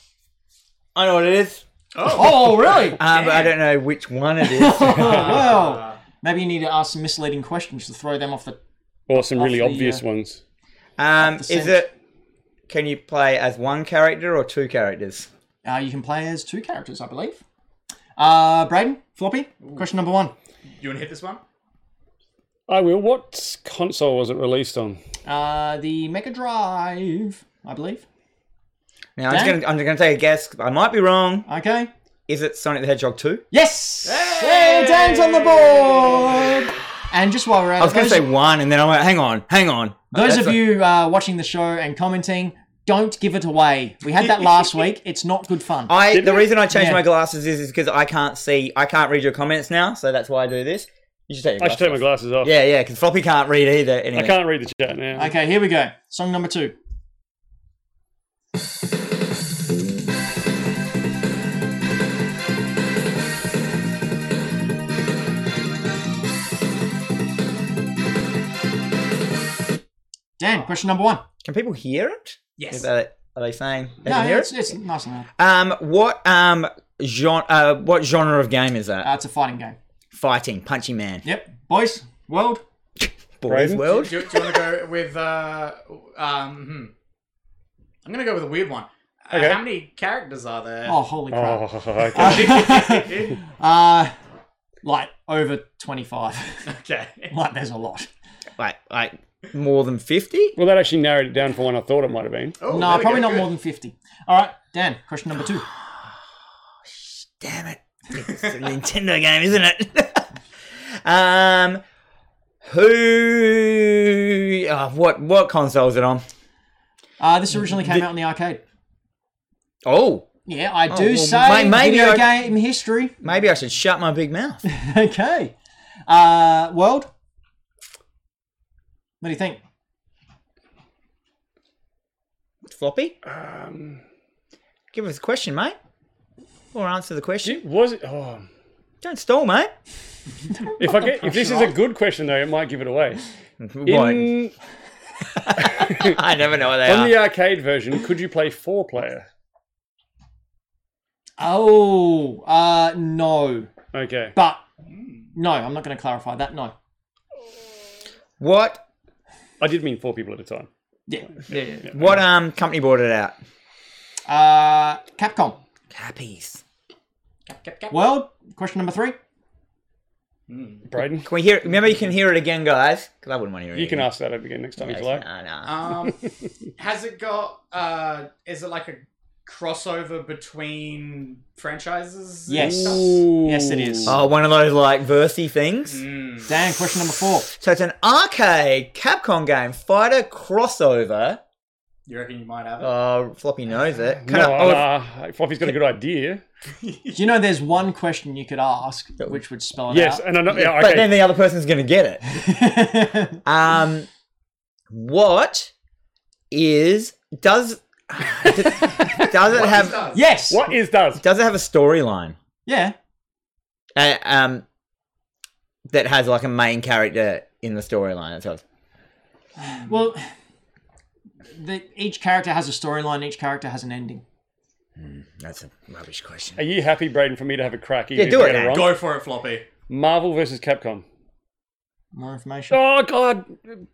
S2: I know what it is.
S1: Oh, really?
S2: Uh, but I don't know which one it is.
S1: well, maybe you need to ask some misleading questions to throw them off the.
S3: Or some really
S1: Off the,
S3: obvious
S1: uh,
S3: ones.
S2: um,
S1: the
S2: is
S1: scent.
S2: it? Can you play as one character or two characters?
S1: Uh, you can play as two characters, I believe. Uh, Braden, Floppy, question number one.
S5: You want to hit this one?
S3: I will. What console was it released on?
S1: Uh, the Mega Drive, I believe.
S2: Now I'm just,
S1: Dan?
S2: gonna, I'm just gonna take a guess. I might be wrong.
S1: Okay.
S2: Is it Sonic the Hedgehog 2?
S1: Yes! Hey, Dan's on the board! And just while we're at
S2: I was
S1: it,
S2: gonna
S1: those,
S2: say one, and then I went, hang on, hang on.
S1: those
S2: That's
S1: of
S2: a-
S1: you uh, watching the show and commenting, don't give it away. We had that last week. It's not good fun.
S2: I the reason I changed
S1: Yeah.
S2: my glasses is because I can't see, I can't read your comments now, so that's why I do this. You should take your
S3: I
S2: glasses.
S3: should take my glasses off.
S2: Yeah, yeah, because Floppy can't read either.
S3: I
S2: Anyway.
S3: can't read the chat now.
S1: Okay, here we go. Song number two. Dan,
S2: Oh.
S1: question number one.
S2: Can people hear it?
S5: Yes.
S2: Is that, are they saying they
S1: No,
S2: can hear
S1: it's,
S2: it?
S1: it's nice and loud.
S2: Um, what um genre? Uh, what genre of game is that?
S1: Uh, it's a fighting game.
S2: Fighting, punchy man,
S1: Yep. Boys, world.
S2: boys
S3: Raven?
S2: world.
S5: Do, do you want to go with? Uh, um, hmm. I'm gonna go with a weird one. Uh,
S3: Okay.
S5: how many characters are there?
S1: Oh, holy crap.
S3: Oh, okay.
S1: Uh, like over 25.
S5: okay.
S1: like there's a lot.
S2: Like, like more than fifty.
S3: well, that actually narrowed it down for one I thought it might have been.
S5: Oh,
S1: no,
S5: there we
S1: probably
S5: go,
S1: not
S5: good.
S1: more than 50. All right, Dan, question number two.
S2: Damn it! It's a Nintendo game, isn't it? um, who? Oh, what what console is it on?
S1: Uh, this originally came out in the arcade.
S2: Oh,
S1: Yeah, I do
S2: well,
S1: say
S2: may- maybe
S1: video
S2: I-
S1: game history.
S2: maybe I should shut my big mouth.
S1: okay. Uh, world? What do you think?
S2: Floppy,
S3: Um,
S2: give us a question, mate, or answer the question.
S3: it was it? Oh,
S2: Don't stall, mate.
S3: if I get, if this is a good question though, it might give it away.
S2: Why?
S3: In,
S2: I never know what they
S3: on
S2: are.
S3: the uh, arcade version, could you play four player?
S1: Oh, uh, no.
S3: Okay.
S1: But no, I'm not going to clarify that. No.
S2: What
S3: I did mean four people at a time.
S1: Yeah.
S2: What um company bought it out?
S1: Uh, Capcom.
S2: Cappies.
S5: Cap, cap.
S1: World? Question number three.
S3: Braden,
S2: Can we hear? it? Remember, you can hear it again, guys. Because I wouldn't want to hear it.
S3: you can
S2: again.
S3: ask that again next time if you like.
S2: Nah, nah.
S5: Um, has it got? Uh, is it like a crossover between franchises? and
S1: Yes.
S5: stuff?
S1: Yes, it is.
S2: Oh, one of those like versy things.
S3: Mm-hmm.
S5: Mm.
S1: Dan, question number four.
S2: So it's an arcade Capcom game, fighter crossover
S5: You reckon you might have it?
S2: Uh, Floppy knows it. Can
S3: no,
S2: I- oh,
S3: uh, Floppy's got a good idea.
S1: Do you know there's one question you could ask which would spell it
S3: Yes,
S1: out?
S3: and I know. Yeah,
S2: But
S3: okay.
S2: then the other person's going to get it. Um, what is does does it have
S5: Does.
S1: yes.
S3: what is does?
S2: does it have a storyline?
S1: Yeah.
S2: Uh, um, that has like a main character in the storyline. So it's-
S1: Well, the, each character has a storyline. Each character has an ending.
S2: that's a rubbish question.
S3: Are you happy, Braden, for me to have a crack? even
S2: Yeah,
S3: if
S2: do
S3: I
S2: it,
S3: get
S2: man.
S3: wrong?
S5: Go for it, Floppy.
S3: Marvel versus Capcom.
S1: More information.
S3: Oh God,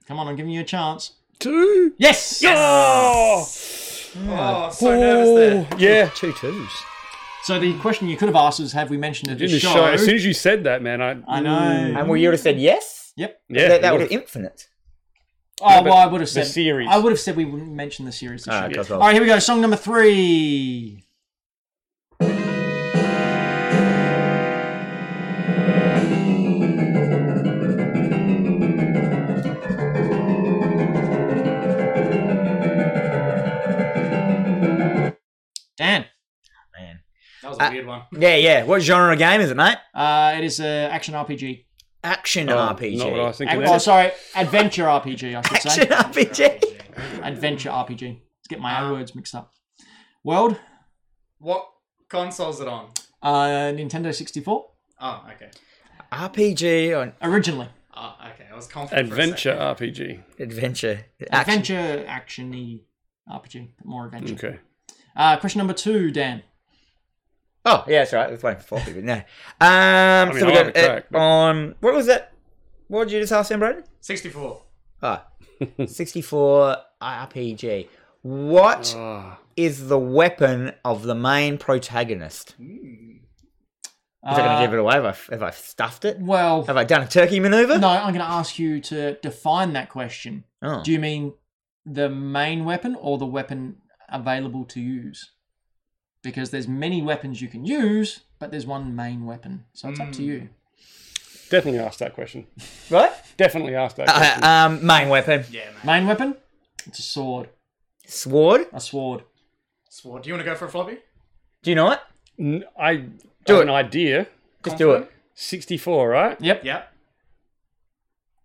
S1: Come on, I'm giving you a chance.
S3: two.
S1: Yes.
S3: Oh,
S5: Oh, so nervous there.
S3: yeah.
S2: Two twos.
S1: So the question you could have asked is, have we mentioned it
S3: In
S1: this
S3: the
S1: show?
S3: show, as soon as you said that, man, I,
S1: I know.
S2: And well, you would have said yes.
S1: Yep.
S3: yeah,
S2: that that was
S3: would've-
S2: infinite.
S1: Oh,
S3: but
S1: well, I would have
S3: the
S1: said
S3: series.
S1: I would have said we wouldn't mention the series. This
S2: Ah,
S1: show.
S2: because
S1: All
S2: of-
S1: right, here we go. Song number three. Dan.
S2: Man.
S5: That was a
S2: Uh,
S5: weird one.
S2: Yeah, yeah. What genre of game is it, mate?
S1: Uh, it is an action RPG.
S2: Action
S3: Oh,
S2: RPG.
S3: Not what I was
S1: Ac-
S3: thinking.
S1: oh, sorry, adventure RPG. I should
S2: action
S1: say
S2: RPG.
S1: adventure RPG. Let's get my own words mixed up. World,
S5: What console's it on?
S1: uh, Nintendo sixty four
S5: Oh, okay.
S2: RPG on
S1: originally.
S5: Oh, okay. I was confident. for a
S3: Adventure
S5: second.
S3: RPG.
S2: adventure. Action.
S1: Adventure, action y RPG, but more adventure.
S3: Okay.
S2: Hmm.
S1: Uh, question number two, Dan.
S2: Oh, yeah, that's right. That's waiting for floppy, but no. Um, so we
S3: I'll have
S2: got
S3: a
S2: it
S3: crack, but-
S2: on. What was that? What did you just ask him, Braden?
S5: 64.
S2: Ah, 64 RPG. What is
S3: Ah.
S2: the weapon of the main protagonist? I'm not going
S1: Uh,
S2: to give it away. Have I, have I stuffed it?
S1: Well,
S2: Have I done a turkey maneuver?
S1: no, I'm going to ask you to define that question.
S2: Oh.
S1: Do you mean the main weapon or the weapon available to use? Because there's many weapons you can use, but there's one main weapon. So it's up to
S2: Hmm.
S1: you.
S3: Definitely asked that question.
S2: What?
S3: Definitely asked that
S2: Uh,
S3: question.
S2: um, main weapon.
S5: Yeah, man.
S1: Main weapon? It's a sword.
S2: Sword.
S1: A sword.
S5: Sword. Do you want to go for a floppy?
S2: Do you know it?
S3: N- I
S2: Do
S3: have
S2: it.
S3: an idea.
S2: Just do it.
S3: Sixty-four, right?
S1: Yep.
S5: Yep.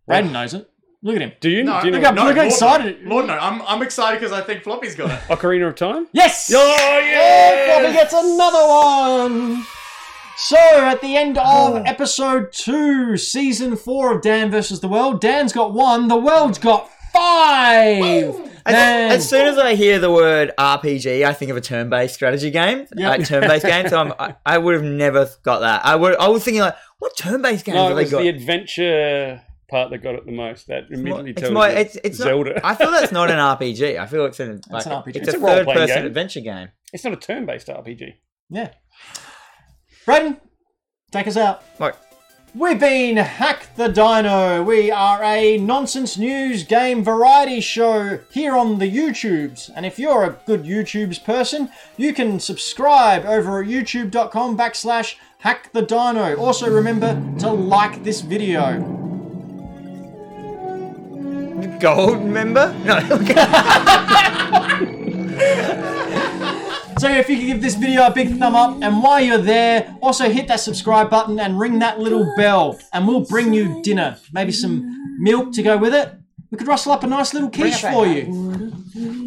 S1: Braden knows it. Look at him.
S3: Do you?
S5: No,
S3: do you
S5: look
S3: know
S1: up- look
S5: Lord,
S1: excited.
S5: No. Lord, no. I'm, I'm excited because I think Floppy's got it.
S3: Ocarina of Time?
S1: Yes!
S3: Oh
S1: Bobby
S3: yeah!
S1: gets another one. So at the end of episode two, season four of Dan versus the World, Dan's got one. The World's got five. Dan.
S2: As soon as I hear the word RPG, I think of a turn-based strategy game,
S1: Yeah.
S2: like turn-based game. So I'm, I, I would have never got that. I would. I was thinking like, what turn-based games
S3: No, it
S2: have they
S3: was
S2: got?
S3: the adventure part that got it the most. That
S2: Well,
S3: immediately
S2: it's
S3: tells
S2: more-
S3: you
S2: it's, it's not-
S3: Zelda.
S2: I feel that's not an RPG. I feel it's an, like,
S1: an RPG.
S2: It's,
S1: It's
S2: a,
S3: a
S2: third
S3: role-playing
S2: person
S3: game.
S2: adventure game.
S3: It's not a turn-based RPG.
S1: yeah. Braden, take us out.
S2: Like,
S1: We've been Hack the Dino. We are a nonsense news game variety show here on the YouTubes. And if you're a good YouTubes person, you can subscribe over at youtube.com backslash hack the dino. Also remember to like this video.
S2: gold member? No.
S1: So if you could give this video a big thumb up, and while you're there, also hit that subscribe button and ring that little bell, and we'll bring you dinner. Maybe some milk to go with it. We could rustle up a nice little quiche for you.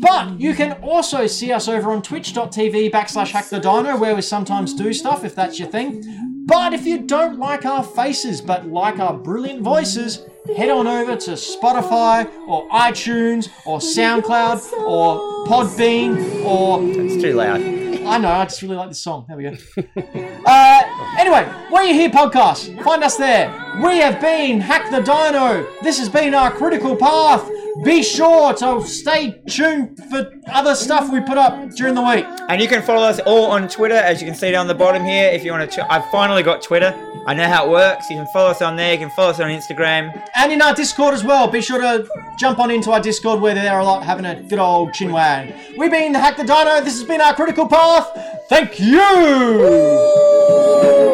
S1: But you can also see us over on twitch.tv backslash hack the dino, where we sometimes do stuff if that's your thing. But if you don't like our faces but like our brilliant voices, head on over to Spotify or iTunes or SoundCloud or Podbean or
S2: it's too loud.
S1: I know, I just really like this song. There we go. uh, anyway, Where You Hear Podcast, find us there. We have been Hack the Dino. This has been our critical path. Be sure to stay tuned for other stuff we put up during the week.
S2: And you can follow us all on Twitter, as you can see down the bottom here. If you want to, ch- I've finally got Twitter. I know how it works. You can follow us on there. You can follow us on Instagram.
S1: And in our Discord as well. Be sure to jump on into our Discord where they're a lot having a good old chin wag. We've been Hack the Dino. This has been our critical path. Thank you.